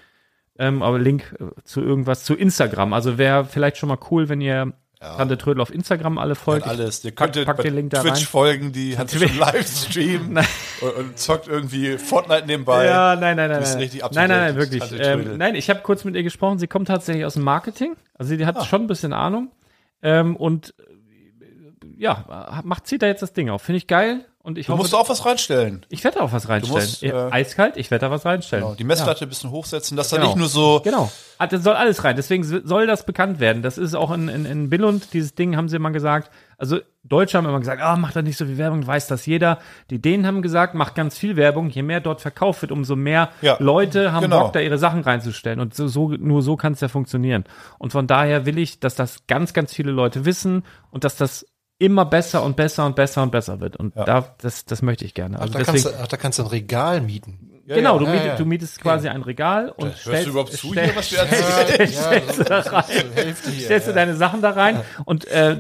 S1: Ähm, aber Link äh, zu irgendwas, zu Instagram. Also wäre vielleicht schon mal cool, wenn ihr Tante Trödel auf Instagram alle folgt.
S2: alles. Ihr
S1: Pack-
S2: könntet
S1: pack
S2: bei
S1: den Link da
S2: Twitch
S1: rein.
S2: folgen, die hat schon Livestream und, und zockt irgendwie Fortnite nebenbei.
S1: Ja, nein, nein, nein.
S2: bist
S1: nein.
S2: richtig up to
S1: nein, nein,
S2: date,
S1: nein, wirklich.
S2: Tante Trödel.
S1: Ähm, nein, ich habe kurz mit ihr gesprochen. Sie kommt tatsächlich aus dem Marketing. Also sie hat
S2: Ah.
S1: schon ein bisschen Ahnung. Ähm, und äh, ja, macht zieht da jetzt das Ding auf. Finde ich geil. Und ich
S2: Du
S1: hoffe,
S2: musst auch was reinstellen.
S1: ich werde da auch was reinstellen.
S2: musst,
S1: Ja,
S2: äh, genau,
S1: Eiskalt, ich werde da was reinstellen.
S2: Die Messlatte ein bisschen hochsetzen, dass da
S1: Genau.
S2: nicht nur so
S1: Genau. Ah, Das soll alles rein. Deswegen so- soll das bekannt werden. Das ist auch in, in, in Billund, dieses Ding haben sie immer gesagt. Also Deutsche haben immer gesagt, ah, macht da nicht so viel Werbung, weiß das jeder. Die Dänen haben gesagt, macht ganz viel Werbung. Je mehr dort verkauft wird, umso mehr
S2: Ja.
S1: Leute haben
S2: Genau.
S1: Bock, da ihre Sachen reinzustellen. Und so, so nur so kann es ja funktionieren. Und von daher will ich, dass das ganz, ganz viele Leute wissen und dass das immer besser und besser und besser und besser wird. Und da, das, das möchte ich gerne.
S3: Ach,
S1: Also
S3: da,
S1: deswegen,
S3: kannst du, ach, da kannst du ein Regal mieten.
S1: genau,
S2: ja,
S1: du,
S3: ja,
S1: mietest,
S3: ja.
S1: du mietest quasi ein Regal und
S2: Hörst
S1: stellst,
S2: du überhaupt zu
S1: stell-
S2: hier, was wir erzählen?
S3: ja, das ist Hälfte hier.
S1: stellst du deine Sachen da rein und äh,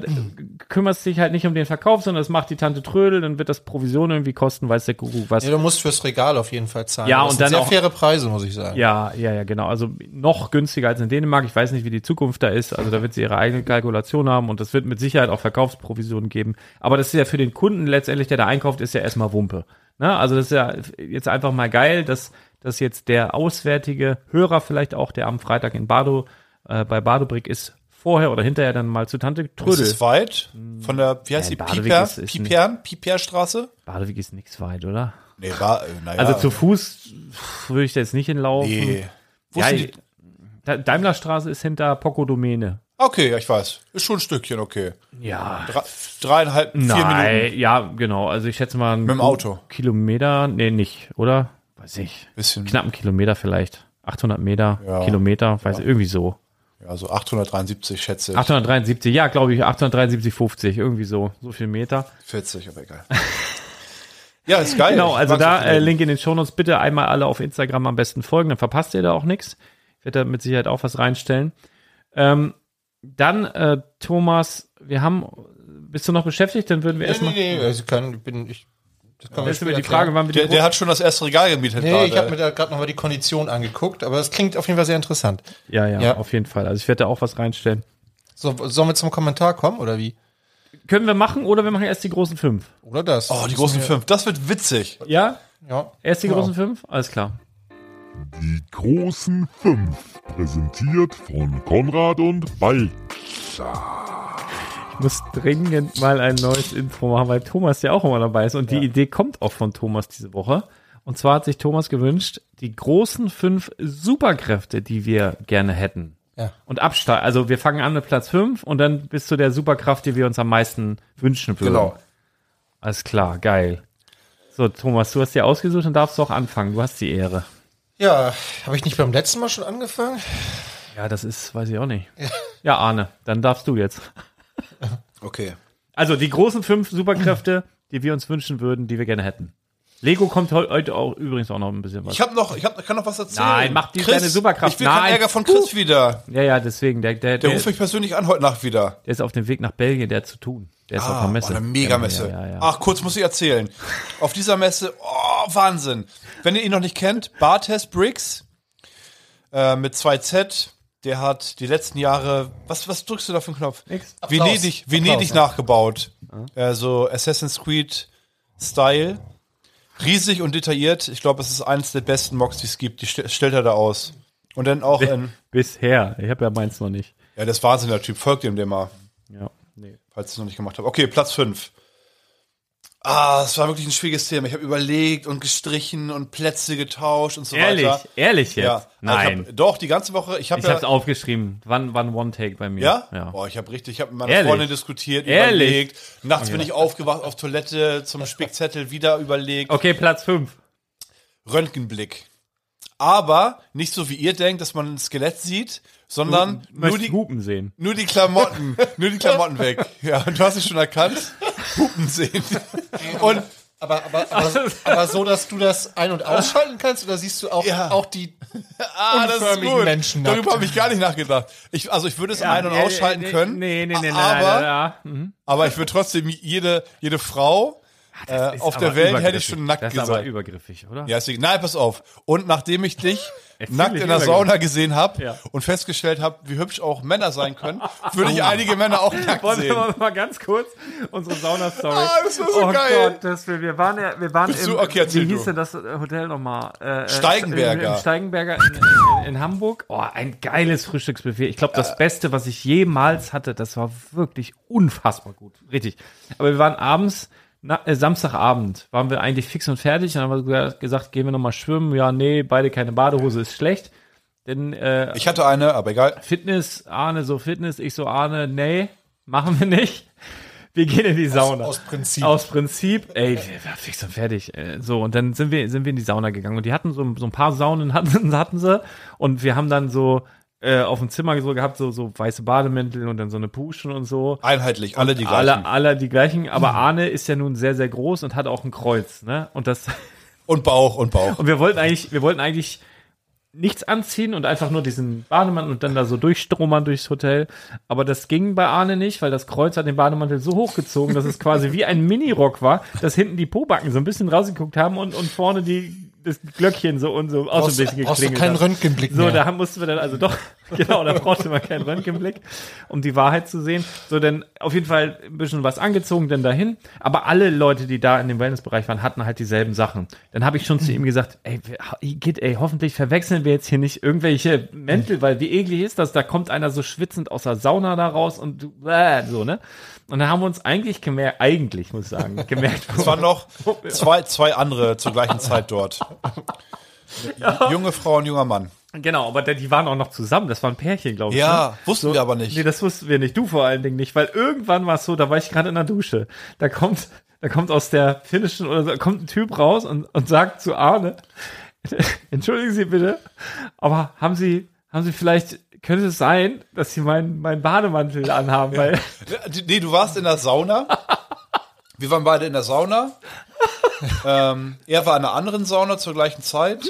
S1: kümmerst dich halt nicht um den Verkauf, sondern das macht die Tante Trödel, dann wird das Provision irgendwie kosten, weiß der Guru was.
S3: Ja, du musst fürs Regal auf jeden Fall zahlen.
S1: Ja,
S3: Das
S1: und
S3: sind
S1: dann
S3: sehr
S1: auch-
S3: faire Preise, muss ich sagen.
S1: Ja, ja, ja, genau. Also noch günstiger als in Dänemark. Ich weiß nicht, wie die Zukunft da ist. Also da wird sie ihre eigene Kalkulation haben und es wird mit Sicherheit auch Verkaufsprovisionen geben. Aber das ist ja für den Kunden letztendlich, der da einkauft, ist ja erstmal Wumpe. Ne? Also das ist ja jetzt einfach mal geil, dass, dass jetzt der auswärtige Hörer vielleicht auch, der am Freitag in Bardo, äh, bei Badobrick ist, vorher oder hinterher dann mal zu Tante
S2: Ist
S1: Trödel.
S2: es weit? Von der, wie heißt
S1: Ja,
S2: die?
S1: Badewig
S2: Piper?
S1: ist- ist
S2: Pipern? Piperstraße?
S1: Badewig ist nichts weit, oder?
S2: Nee, war, naja.
S1: Also zu Fuß pff, würde ich da jetzt nicht hinlaufen.
S2: Nee. Wo
S1: Ja,
S2: sind die?
S1: Da- Daimlerstraße ist hinter Pocodomene.
S2: Okay, ja, ich weiß. Ist schon ein Stückchen, okay.
S1: Ja.
S2: Drei, dreieinhalb, vier Minuten.
S1: Nein, ja, genau. Also ich schätze mal. Mit
S2: dem Auto.
S1: Kilometer, nee, nicht, oder? Weiß ich.
S2: Bisschen.
S1: Knapp einen Kilometer vielleicht. 800 Meter,
S2: Ja.
S1: Kilometer, weiß irgendwie so.
S2: Also 873 schätze ich.
S1: 873, ja, glaube ich, 873, 50, irgendwie so, so viel Meter.
S2: 40, aber egal. ja, ist geil.
S1: Genau,
S2: Ich
S1: also
S2: mag's
S1: da
S2: auch
S1: äh,
S2: nicht.
S1: Link in den Shownotes. Bitte einmal alle auf Instagram am besten folgen, dann verpasst ihr da auch nichts. Ich werde da mit Sicherheit auch was reinstellen. Ähm, dann, äh, Thomas, wir haben. Bist du noch beschäftigt? Dann würden wir
S3: Nee,
S1: erstmal.
S3: nee, nee, also kann, ich bin, ich, das kann
S1: Jetzt über die Frage, wann wir die
S2: Der, der hat schon das erste Regal gemietet
S3: Nee,
S2: gerade.
S3: ich habe mir da gerade nochmal die Kondition angeguckt, aber das klingt auf jeden Fall sehr interessant.
S1: ja, ja,
S3: Ja.
S1: auf jeden Fall. Also ich werde da auch was reinstellen.
S3: So, sollen wir zum Kommentar kommen oder wie?
S1: Können wir machen oder wir machen erst die großen fünf?
S3: Oder das?
S2: oh, die großen fünf. Das wird witzig.
S1: Ja?
S3: Ja. Genau.
S1: Erst die
S3: Ja.
S1: großen fünf? Alles klar.
S5: Die großen fünf, präsentiert von Konrad und Ball.
S1: Ich muss dringend mal ein neues Intro machen, weil Thomas ja auch immer dabei ist. Und die Idee kommt auch von Thomas diese Woche. Und zwar hat sich Thomas gewünscht, die großen fünf Superkräfte, die wir gerne hätten.
S3: Ja.
S1: Und absteigen. Also wir fangen an mit Platz fünf und dann bis zu der Superkraft, die wir uns am meisten wünschen würden.
S2: Genau.
S1: Alles klar, geil. So, Thomas, du hast dir ausgesucht und darfst auch anfangen. Du hast die Ehre.
S3: Ja, habe ich nicht beim letzten Mal schon angefangen?
S1: Ja, das ist, weiß ich auch nicht. Ja, Arne, dann darfst du jetzt.
S2: Okay.
S1: Also die großen fünf Superkräfte, die wir uns wünschen würden, die wir gerne hätten. Lego kommt heu- heute auch übrigens auch noch ein bisschen was.
S2: Ich habe noch, ich hab, kann noch was erzählen.
S1: Nein, mach die deine Superkraft.
S2: Ich will
S1: Nein.
S2: keinen Ärger von Chris wieder.
S1: Ja, ja, deswegen. Der, der,
S2: Der
S1: der,
S2: ruft
S1: der
S2: mich persönlich an heute Nacht wieder.
S1: ist auf dem Weg nach Belgien, der hat zu tun. Der ist auf einer Messe.
S2: Ah, Eine Megamesse.
S1: Ja, ja, ja, ja.
S2: Ach, kurz muss ich erzählen. Auf dieser Messe, oh, Wahnsinn. Wenn ihr ihn noch nicht kennt, Bartes Briggs äh, mit 2Z, der hat die letzten Jahre, was, was drückst du da für einen Knopf?
S1: Nix.
S2: Venedig, Venedig
S3: Applaus.
S2: nachgebaut. Äh, so Assassin's Creed Style. Riesig und detailliert. Ich glaube, es ist eines der besten Mocks, die es gibt. Die st stellt er da aus. Und dann auch in.
S1: Bisher. Ich habe ja meins noch nicht.
S2: Ja, das ist Wahnsinn, der Typ. Folgt dem, dem mal.
S1: Ja. Nee.
S2: falls ich es noch nicht gemacht habe. Okay, Platz 5. Ah, es war wirklich ein schwieriges Thema. Ich habe überlegt und gestrichen und Plätze getauscht und so
S1: Ehrlich,
S2: weiter.
S1: ehrlich jetzt.
S2: Ja, Also
S1: Nein.
S2: Ich hab, doch, die ganze Woche. Ich habe
S1: ich hab's
S2: ja,
S1: aufgeschrieben. Wann, wann One Take bei mir?
S2: ja.
S1: ja.
S2: Boah, ich habe richtig. Ich habe mit meiner
S1: Ehrlich?
S2: Freundin diskutiert,
S1: Ehrlich?
S2: überlegt. Nachts bin ich aufgewacht auf Toilette zum Spickzettel wieder überlegt.
S1: Okay, Platz fünf.
S2: Röntgenblick. Aber nicht so wie ihr denkt, dass man ein Skelett sieht, sondern nur
S1: Möchte
S2: die,
S1: Hupen sehen.
S2: nur die Klamotten, nur die Klamotten weg. Ja, und du hast es schon erkannt. Puppen sehen. Und
S3: Aber, aber, aber, aber so, dass du das ein- und ausschalten kannst oder siehst du auch,
S2: Ja.
S3: auch die
S2: Ah, das ist
S3: unförmigen
S2: gut.
S3: Menschen nackt?
S2: Darüber habe ich gar nicht nachgedacht. Ich, also ich würde es ein- und
S1: Nee,
S2: ausschalten
S1: nee,
S2: können.
S1: Nee, nee, nee, nein,
S2: aber,
S1: nein, nein, nein. Mhm.
S2: aber ich würde trotzdem jede, jede Frau äh,
S1: Ah, Ist
S2: auf der
S1: aber
S2: Welt hätte ich
S1: übergriffig.
S2: schon nackt
S1: Das ist aber
S2: gesagt.
S1: übergriffig, oder?
S2: Ja, deswegen, nein, pass auf. Und nachdem ich dich
S1: Jetzt
S2: nackt
S1: fühl ich
S2: in der
S1: übergriffig.
S2: Sauna gesehen habe
S1: Ja.
S2: und festgestellt habe, wie hübsch auch Männer sein können, würde ich einige Männer auch nackt
S1: Oh. Wollen wir
S2: sehen.
S1: mal, mal ganz kurz unsere Sauna-Story.
S2: Ah, das war so
S1: oh
S2: geil.
S1: Gott, das wir, wir waren ja, wir waren
S2: Bist
S1: im,
S2: du- okay, erzähl
S1: wie
S2: du.
S1: hieß denn das Hotel nochmal? Äh, äh,
S2: Steigenberger.
S1: Im, im Steigenberger in, in, in Hamburg. Oh, ein geiles Frühstücksbuffet. Ich glaube, das
S2: Äh.
S1: Beste, was ich jemals hatte, das war wirklich unfassbar gut. Richtig. Aber wir waren abends, na, äh, Samstagabend, waren wir eigentlich fix und fertig und dann haben wir gesagt, gehen wir nochmal schwimmen. Ja, nee, beide keine Badehose, ist schlecht. Denn äh,
S2: Ich hatte eine, aber egal.
S1: Fitness, Arne so Fitness, ich so Arne, nee, machen wir nicht. Wir gehen in die Sauna.
S3: aus Prinzip.
S1: Aus Prinzip. Ey, wir waren fix und fertig. äh, So, und dann sind wir, sind wir in die Sauna gegangen. Und die hatten so, so ein paar Saunen hatten, hatten sie. Und wir haben dann so äh, auf dem Zimmer so gehabt, so, so weiße Bademäntel und dann so eine Puschen und so.
S2: Einheitlich, alle die gleichen.
S1: Alle, alle die gleichen. Aber Arne ist ja nun sehr, sehr groß und hat auch ein Kreuz. Ne? Und das
S2: Und Bauch und Bauch.
S1: und wir wollten eigentlich, wir wollten eigentlich nichts anziehen und einfach nur diesen Bademantel und dann da so durchstromern durchs Hotel. Aber das ging bei Arne nicht, weil das Kreuz hat den Bademantel so hochgezogen, dass es quasi wie ein Minirock war, dass hinten die Pobacken so ein bisschen rausgeguckt haben und, und vorne die, das Glöckchen so und so auch so ein
S3: Brauchst,
S1: bisschen
S3: brauchst du
S1: geklingelt
S3: keinen
S1: hat.
S3: Röntgenblick
S1: So,
S3: mehr.
S1: da haben- mussten wir dann also doch, genau, da brauchte man keinen Röntgenblick, um die Wahrheit zu sehen. So, dann auf jeden Fall ein bisschen was angezogen, dann dahin. Aber alle Leute, die da in dem Wellnessbereich waren, hatten halt dieselben Sachen. Dann habe ich schon zu ihm gesagt, ey, wir- geht, ey, hoffentlich verwechseln wir jetzt hier nicht irgendwelche Mäntel, weil wie eklig ist das? Da kommt einer so schwitzend aus der Sauna da raus und du- bäh, so, ne? Und dann haben wir uns eigentlich gemerkt, eigentlich muss ich sagen, gemerkt,
S2: Es waren noch zwei, zwei andere zur gleichen Zeit dort. Junge Frau und junger Mann.
S1: genau, aber die waren auch noch zusammen, das waren Pärchen, glaube ich. ne?
S2: Ja, wussten wir aber nicht.
S1: Nee, das wussten wir nicht. Du vor allen Dingen nicht, weil irgendwann war es so, da war ich gerade in der Dusche. Da kommt, da kommt aus der finnischen oder so, kommt ein Typ raus und, und sagt zu Arne, entschuldigen Sie bitte, aber haben Sie, haben Sie vielleicht könnte es sein, dass sie meinen meinen Bademantel anhaben, weil
S2: Nee, du warst in der Sauna. Wir waren beide in der Sauna. ähm, er war in einer anderen Sauna zur gleichen Zeit.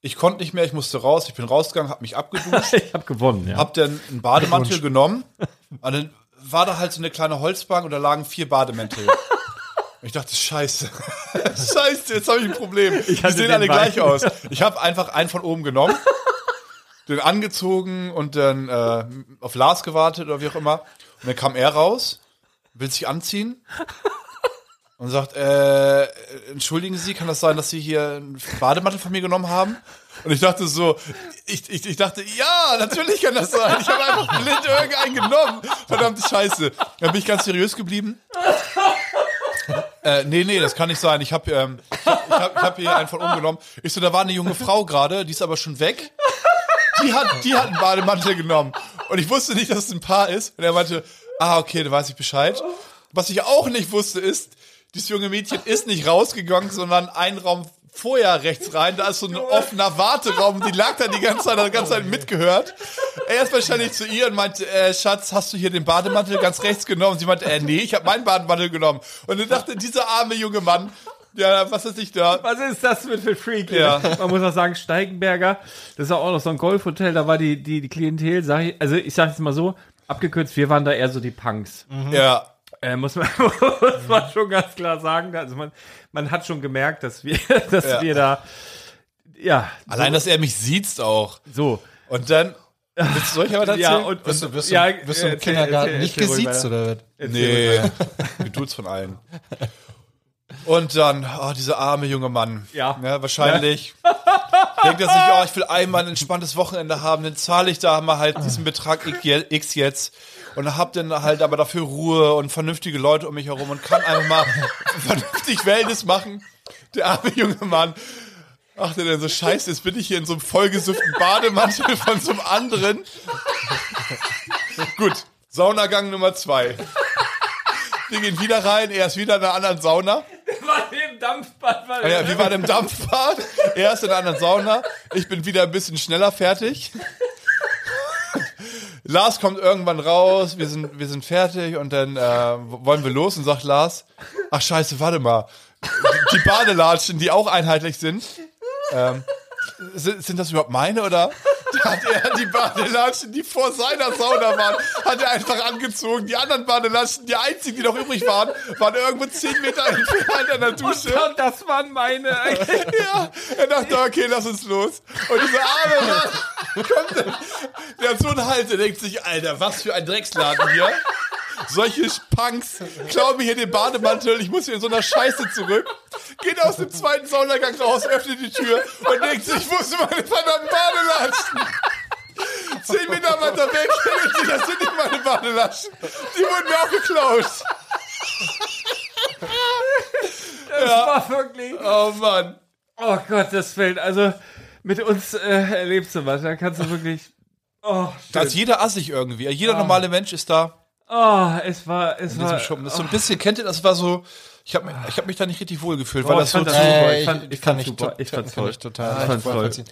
S2: Ich konnte nicht mehr, ich musste raus. Ich bin rausgegangen, habe mich abgeduscht,
S1: ich habe gewonnen, ja.
S2: habe dann einen Bademantel genommen. Und dann war da halt so eine kleine Holzbank und da lagen vier Bademäntel. Und ich dachte, scheiße. scheiße, jetzt habe ich ein Problem. Die
S1: hatte
S2: sehen
S1: den
S2: alle gleich
S1: beiden.
S2: aus. Ich habe einfach einen von oben genommen, den angezogen und dann äh, auf Lars gewartet oder wie auch immer. Und dann kam er raus, will sich anziehen und sagt, äh, entschuldigen Sie, kann das sein, dass Sie hier einen Bademantel von mir genommen haben? Und ich dachte so, ich, ich, ich dachte, ja, natürlich kann das sein. Ich habe einfach blind irgendeinen genommen. Verdammte Scheiße. Dann bin ich ganz seriös geblieben. Äh, nee, nee, das kann nicht sein. Ich habe ähm, ich hab, ich hab, ich hab hier einen von umgenommen. Ich so, da war eine junge Frau gerade, die ist aber schon weg. Die hat, die hat einen Bademantel genommen. Und ich wusste nicht, dass es ein Paar ist. Und er meinte, ah, okay, da weiß ich Bescheid. Was ich auch nicht wusste, ist, dieses junge Mädchen ist nicht rausgegangen, sondern einen Raum vorher rechts rein. Da ist so ein offener Warteraum. Die lag da die ganze Zeit, hat die ganze Zeit mitgehört. Er ist wahrscheinlich zu ihr und meinte, äh, Schatz, hast du hier den Bademantel ganz rechts genommen? Sie meinte, äh, nee, ich habe meinen Bademantel genommen. Und dann dachte dieser arme junge Mann, ja, was ist ich da?
S1: Was ist das mit für ein Freak? hier?
S2: Ja.
S1: Man muss auch sagen, Steigenberger, das ist auch noch so ein Golfhotel, da war die, die, die Klientel, sag ich, also ich sag jetzt mal so, abgekürzt, wir waren da eher so die Punks.
S2: Ja.
S1: Äh, muss, man, muss man schon ganz klar sagen. Also man, man hat schon gemerkt, dass wir, dass
S2: Ja.
S1: wir da, ja,
S2: Allein, dass er mich sieht's auch.
S1: so.
S2: Und dann, willst du euch aber erzählen?
S1: Ja, und,
S3: Wirst du,
S1: und-
S3: wirst
S1: ja,
S3: du, wirst du im
S1: erzähl,
S3: Kindergarten
S1: erzähl,
S3: nicht
S1: erzähl ruhig
S3: gesiezt
S1: weiter.
S3: oder was?
S2: nee, wir tut's von allen. Und dann, oh, dieser arme junge Mann.
S1: Ja.
S2: Ne, wahrscheinlich. Denkt er sich, oh, ich will einmal ein entspanntes Wochenende haben, dann zahle ich da mal halt diesen Betrag X je- X jetzt. Und hab dann halt aber dafür Ruhe und vernünftige Leute um mich herum und kann einfach mal vernünftig Wellness machen. Der arme junge Mann. Ach, der denn so scheiße, jetzt bin ich hier in so einem vollgesüfften Bademantel von so einem anderen. Gut, Saunagang Nummer zwei. Wir gehen wieder rein, er ist wieder in einer anderen Sauna.
S1: War im Dampfbad, war
S2: Ah Ja, wir waren im Dampfbad, er ist in einer anderen Sauna. Ich bin wieder ein bisschen schneller fertig. Lars kommt irgendwann raus, wir sind, wir sind fertig und dann äh, wollen wir los und sagt Lars, ach scheiße, warte mal, die Badelatschen, die auch einheitlich sind, ähm, sind, sind das überhaupt meine oder? Da hat er die Badelatschen, die vor seiner Sauna waren, hat er einfach angezogen. Die anderen Badelatschen, die einzigen, die noch übrig waren, waren irgendwo 10 Meter entfernt an der Dusche.
S1: Und das waren meine.
S2: Ja, er dachte, okay, lass uns los. Und dieser arme Mann kommt, dann- der hat so einen Hals, der denkt sich, Alter, was für ein Drecksladen hier. Solche Punks klauen mir hier den Bademantel, ich muss hier in so einer Scheiße zurück. Geht aus dem zweiten Saunagang raus, öffnet die Tür und denkt sich, wo sind meine verdammten Badelaschen? Zehn Meter weiter weg, denkt sich, das sind nicht meine Badelaschen. Die wurden mir auch geklaut.
S1: Das war wirklich.
S2: Oh Mann.
S1: Oh Gott, das fällt. Also mit uns äh, erlebst du was. Da kannst du wirklich. Oh,
S2: Da ist jeder assig irgendwie. Jeder normale Mensch ist da.
S1: oh es war, es
S2: in diesem
S1: war.
S2: Schuppen. Das ist so ein bisschen, kennt ihr das? war so, ich habe ich hab mich da nicht richtig wohl gefühlt, weil
S1: Oh,
S2: das
S1: ich
S2: so
S1: fand
S2: zu-
S1: super,
S3: Äh,
S1: ich fand- ich fand's
S3: nicht
S1: super,
S3: to-
S1: ich fand's
S3: kann
S1: toll.
S3: ich total.
S1: ich fand's toll.
S3: nachvollziehen.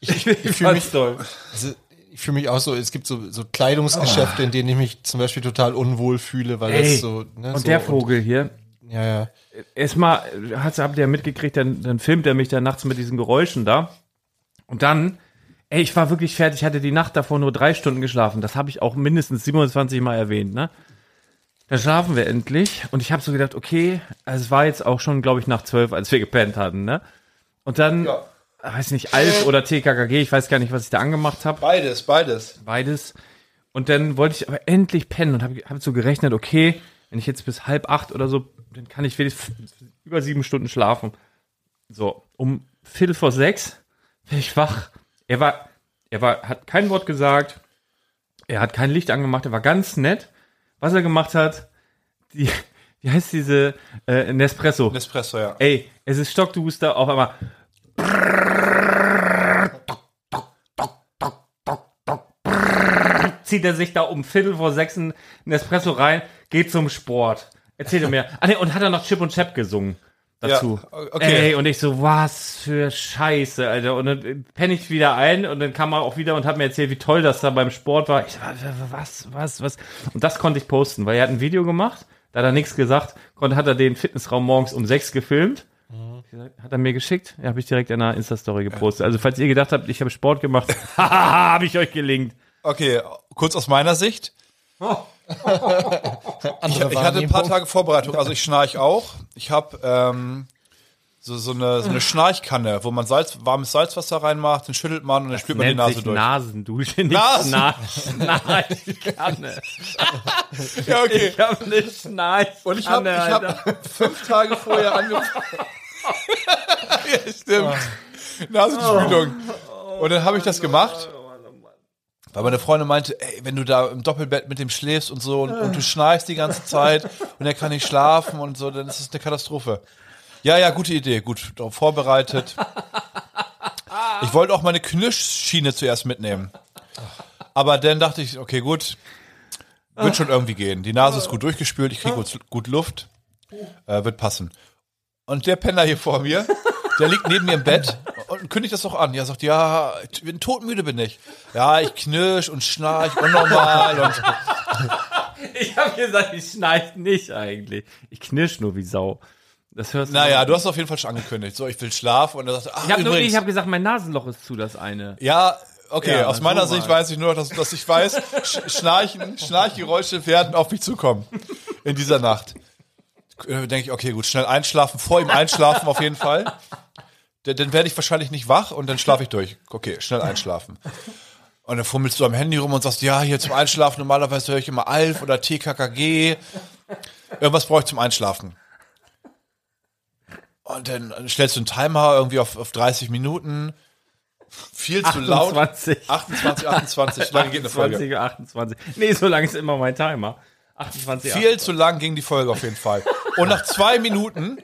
S3: Ich,
S1: Ich
S3: ich fühle mich
S1: fand's toll.
S3: Also, ich fühle mich auch so, es gibt so, so Kleidungsgeschäfte, in denen ich mich zum Beispiel total unwohl fühle, weil
S1: Ah. Ey,
S3: es so. Ne, so
S1: Und der Vogel hier.
S3: Und, ja, ja.
S1: Erstmal hat's, habt ihr ja mitgekriegt, dann, dann filmt er mich da nachts mit diesen Geräuschen da. Und dann, ey, ich war wirklich fertig, hatte die Nacht davor nur drei Stunden geschlafen. Das habe ich auch mindestens 27 Mal erwähnt, ne? Dann schlafen wir endlich. Und ich habe so gedacht, okay, also es war jetzt auch schon, glaube ich, nach zwölf, als wir gepennt hatten, ne? Und dann, weiß nicht, Alf oder TKKG, ich weiß gar nicht, was ich da angemacht habe
S2: Beides, beides.
S1: beides. Und dann wollte ich aber endlich pennen und habe hab so gerechnet, okay, wenn ich jetzt bis halb acht oder so, dann kann ich wenigstens über sieben Stunden schlafen. So, um Viertel vor sechs bin ich wach. Er war, er war, hat kein Wort gesagt. Er hat kein Licht angemacht. Er war ganz nett. Was er gemacht hat, die, wie heißt diese, äh, Nespresso.
S2: Nespresso, ja.
S1: Ey, es ist Stockduster auf einmal. Zieht er sich da um Viertel vor sechs einen Espresso rein, geht zum Sport. Erzähl mir. Ah, nee, und hat er noch Chip und Chap gesungen. dazu.
S2: Ja, okay.
S1: Ey, und ich so, was für Scheiße, Alter. Und dann penne ich wieder ein und dann kam er auch wieder und hat mir erzählt, wie toll das da beim Sport war. Ich so, was, was, was? Und das konnte ich posten, weil er hat ein Video gemacht, da hat er nichts gesagt, konnte, hat er den Fitnessraum morgens um sechs gefilmt.
S2: Mhm.
S1: Hat er mir geschickt, ja, habe ich direkt in einer Insta-Story gepostet. Also, falls ihr gedacht habt, ich habe Sport gemacht, haha, habe ich euch gelingt.
S2: Okay, kurz aus meiner Sicht. ich, ich hatte ein paar Tage Vorbereitung. Also ich schnarch auch. Ich habe ähm, so, so, eine, so eine Schnarchkanne, wo man Salz, warmes Salzwasser reinmacht, dann schüttelt man und dann spült man die
S1: Nennt
S2: Nase
S1: sich
S2: durch.
S1: Nasendusche, nicht
S2: Nasen-
S1: Nasen. Schnarchkanne.
S2: ja, okay.
S1: Ich habe eine Schnarchkanne.
S2: Und ich habe ich
S1: Alter.
S2: hab fünf Tage vorher angefangen. ja, stimmt. Oh. Nasenspülung. Und dann habe ich das gemacht. Weil meine Freundin meinte, ey, wenn du da im Doppelbett mit dem schläfst und so und, und du schnarchst die ganze Zeit und er kann nicht schlafen und so, dann ist das eine Katastrophe. Ja, ja, gute Idee, gut, darauf vorbereitet. Ich wollte auch meine Knirschschiene zuerst mitnehmen. Aber dann dachte ich, okay, gut, wird schon irgendwie gehen. Die Nase ist gut durchgespült, ich kriege gut, gut Luft. Äh, wird passen. Und der Penner hier vor mir, der liegt neben mir im Bett und kündigt das doch an. Ja, sagt, ja, ich bin todmüde bin ich. Ja, ich knirsch und schnarch unnormal. Und
S1: Ich habe gesagt, ich schneide nicht eigentlich. Ich knirsch nur wie Sau. Das hörst du.
S2: naja, du hast auf jeden Fall schon angekündigt. So, ich will schlafen. Und er sagt, ach,
S1: ich habe nur,
S2: übrigens.
S1: ich habe gesagt, mein Nasenloch ist zu, das eine.
S2: ja, okay,
S1: Ja,
S2: aus meiner
S1: so
S2: Sicht
S1: mal.
S2: weiß ich nur, dass, dass ich weiß, Sch- Schnarchen, Schnarchgeräusche werden auf mich zukommen. In dieser Nacht. Äh, Denke ich, okay, gut, schnell einschlafen, vor ihm einschlafen auf jeden Fall. D- Dann werde ich wahrscheinlich nicht wach und dann schlafe ich durch. Okay, schnell einschlafen. Und dann fummelst du am Handy rum und sagst, ja, hier zum Einschlafen, normalerweise höre ich immer Alf oder TKKG. Irgendwas brauche ich zum Einschlafen. Und dann stellst du einen Timer irgendwie auf, auf 30 Minuten. Viel zu laut.
S1: 28.
S2: 28, 28, lange geht eine Folge.
S1: 20, 28. Nee, so lang ist immer mein Timer. 28,
S2: Viel zu lang ging die Folge auf jeden Fall. Und nach zwei Minuten,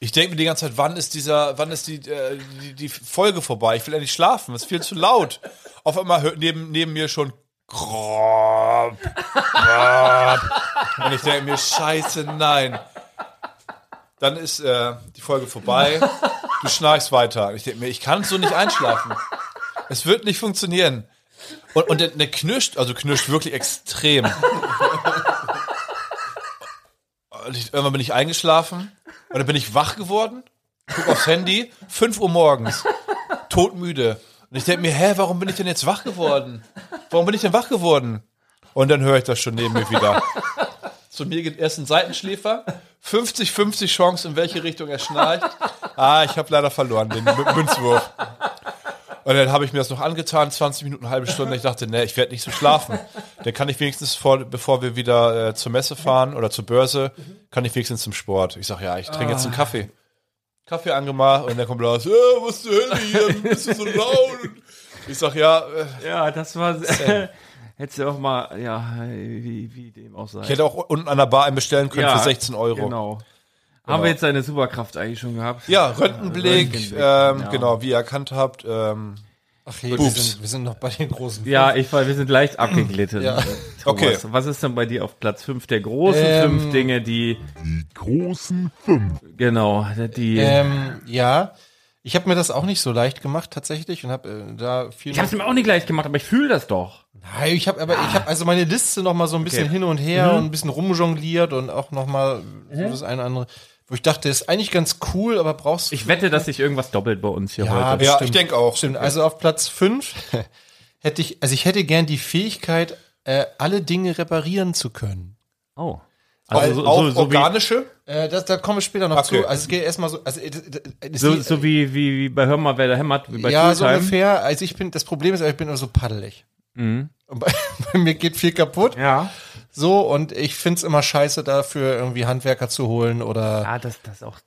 S2: ich denke mir die ganze Zeit, wann ist dieser, wann ist die, äh, die, die Folge vorbei? Ich will endlich schlafen, es ist viel zu laut. Auf einmal hört neben, neben mir schon Krop, Krop. Und ich denke mir, scheiße, nein. Dann ist äh, die Folge vorbei. Du schnarchst weiter. Ich denke mir, ich kann so nicht einschlafen. Es wird nicht funktionieren. Und, und der, der knirscht, also knirscht wirklich extrem. Und ich, Äh, irgendwann bin ich eingeschlafen und dann bin ich wach geworden, guck aufs Handy, 5 Uhr morgens, todmüde. Und ich denke mir, hä, warum bin ich denn jetzt wach geworden? Warum bin ich denn wach geworden? Und dann höre ich das schon neben mir wieder. Zu mir geht erst ein Seitenschläfer, 50-50 Chance, in welche Richtung er schnarcht. Ah, ich habe leider verloren, den Mü- Münzwurf. Und dann habe ich mir das noch angetan, 20 Minuten, eine halbe Stunde. Ich dachte, nee, ich werde nicht so schlafen. Dann kann ich wenigstens, vor, bevor wir wieder äh, zur Messe fahren oder zur Börse, kann ich wenigstens zum Sport. Ich sage, ja, ich trinke jetzt einen Kaffee. Kaffee angemacht und dann kommt raus, äh, was zur Hölle hier, bist du so laut? Ich sage, ja, äh,
S1: Ja, das war. Hättest du auch mal, ja, wie, wie dem auch sein.
S2: ich hätte auch unten an der Bar einen bestellen können
S1: ja,
S2: für 16 Euro.
S1: Genau. Haben wir jetzt deine Superkraft eigentlich schon gehabt?
S2: Ja, Röntgenblick,
S1: Röntgenblick,
S2: ähm,
S1: ja.
S2: genau, wie ihr erkannt habt. Ähm,
S3: Ach, hey, wir
S2: Boobs.
S3: sind, wir sind noch bei den großen.
S1: Ja, ich war, wir sind leicht abgeglitten.
S3: Ja.
S1: Thomas,
S2: Okay.
S1: Was ist denn bei dir auf Platz 5 der großen
S3: Ähm,
S1: fünf Dinge, die,
S5: Die großen fünf.
S1: genau, die,
S2: Äh,
S3: Ähm, ja, ich habe mir das auch nicht so leicht gemacht tatsächlich und habe äh, da viel.
S1: ich hab's Ah. mir auch nicht gleich gemacht, aber ich fühle das doch.
S3: Nein, ich habe aber ich habe also meine Liste noch mal so ein bisschen
S1: Okay.
S3: hin und her
S1: Mhm.
S3: und ein bisschen rumjongliert und auch noch mal so das eine oder andere, wo ich dachte, ist eigentlich ganz cool, aber brauchst du
S1: Ich wette, dass sich irgendwas doppelt bei uns hier heute.
S2: Ja,
S3: bestimmt.
S2: ich denk auch.
S3: Stimmt. Also auf Platz 5 hätte ich, also ich hätte gern die Fähigkeit, äh, alle Dinge reparieren zu können.
S1: Oh.
S2: also, auch organische.
S3: Äh, das, da kommen wir später noch
S2: Okay.
S3: zu. Also es geht erstmal so, also äh, d- d-
S1: wie, so,
S3: die-
S1: so wie, wie, wie bei Hör mal, wer da hämmert, wie bei
S3: ja, so
S1: Tooltime.
S3: ungefähr. Also ich bin, das Problem ist, ich bin immer so paddelig. Und bei, bei mir geht viel kaputt.
S1: Mhm. Ja.
S3: So, und ich find's immer scheiße, dafür irgendwie Handwerker zu holen oder,
S1: Ah, das, das auch.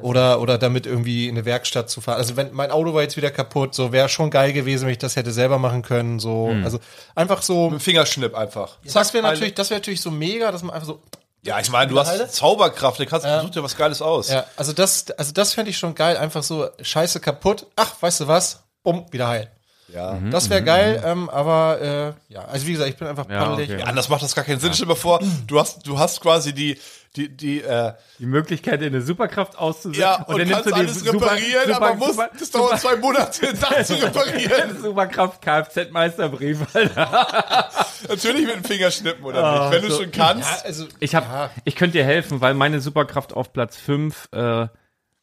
S3: oder, oder damit irgendwie in eine Werkstatt zu fahren. Also wenn mein Auto war jetzt wieder kaputt, so wäre schon geil gewesen, wenn ich das hätte selber machen können. So,
S1: Mhm.
S3: also einfach so.
S2: Mit dem Fingerschnipp einfach.
S3: Das wäre natürlich, das wäre natürlich so mega, dass man einfach so.
S2: Ja, ich meine, du hast Zauberkraft, du kannst,
S3: Ja.
S2: such dir was Geiles aus.
S3: Ja, also das, also das fände ich schon geil, einfach so scheiße kaputt. Ach, weißt du was? Bumm, wieder heil.
S2: Ja.
S1: Mhm.
S3: Das wäre geil, ähm, aber äh, ja, also wie gesagt, ich bin einfach
S1: Ja,
S3: paddelig.
S1: okay.
S2: Ja, anders macht das gar keinen Sinn. Stell dir mal vor, du hast, du hast quasi die, die, die, äh,
S1: Die Möglichkeit, dir eine Superkraft auszusetzen.
S2: ja, und,
S1: dann nimmst
S2: kannst
S1: du die
S2: alles
S1: Super-
S2: reparieren,
S1: Super-
S2: aber musst,
S1: Super-
S2: das dauert zwei Monate, das zu reparieren.
S1: Superkraft Kfz-Meisterbrief, Alter.
S2: Natürlich mit dem Fingerschnippen, oder
S1: Ah,
S2: nicht? Wenn du schon kannst.
S3: Ja, also,
S1: Ich, hab,
S3: Ja.
S1: ich könnte dir helfen, weil meine Superkraft auf Platz 5 äh,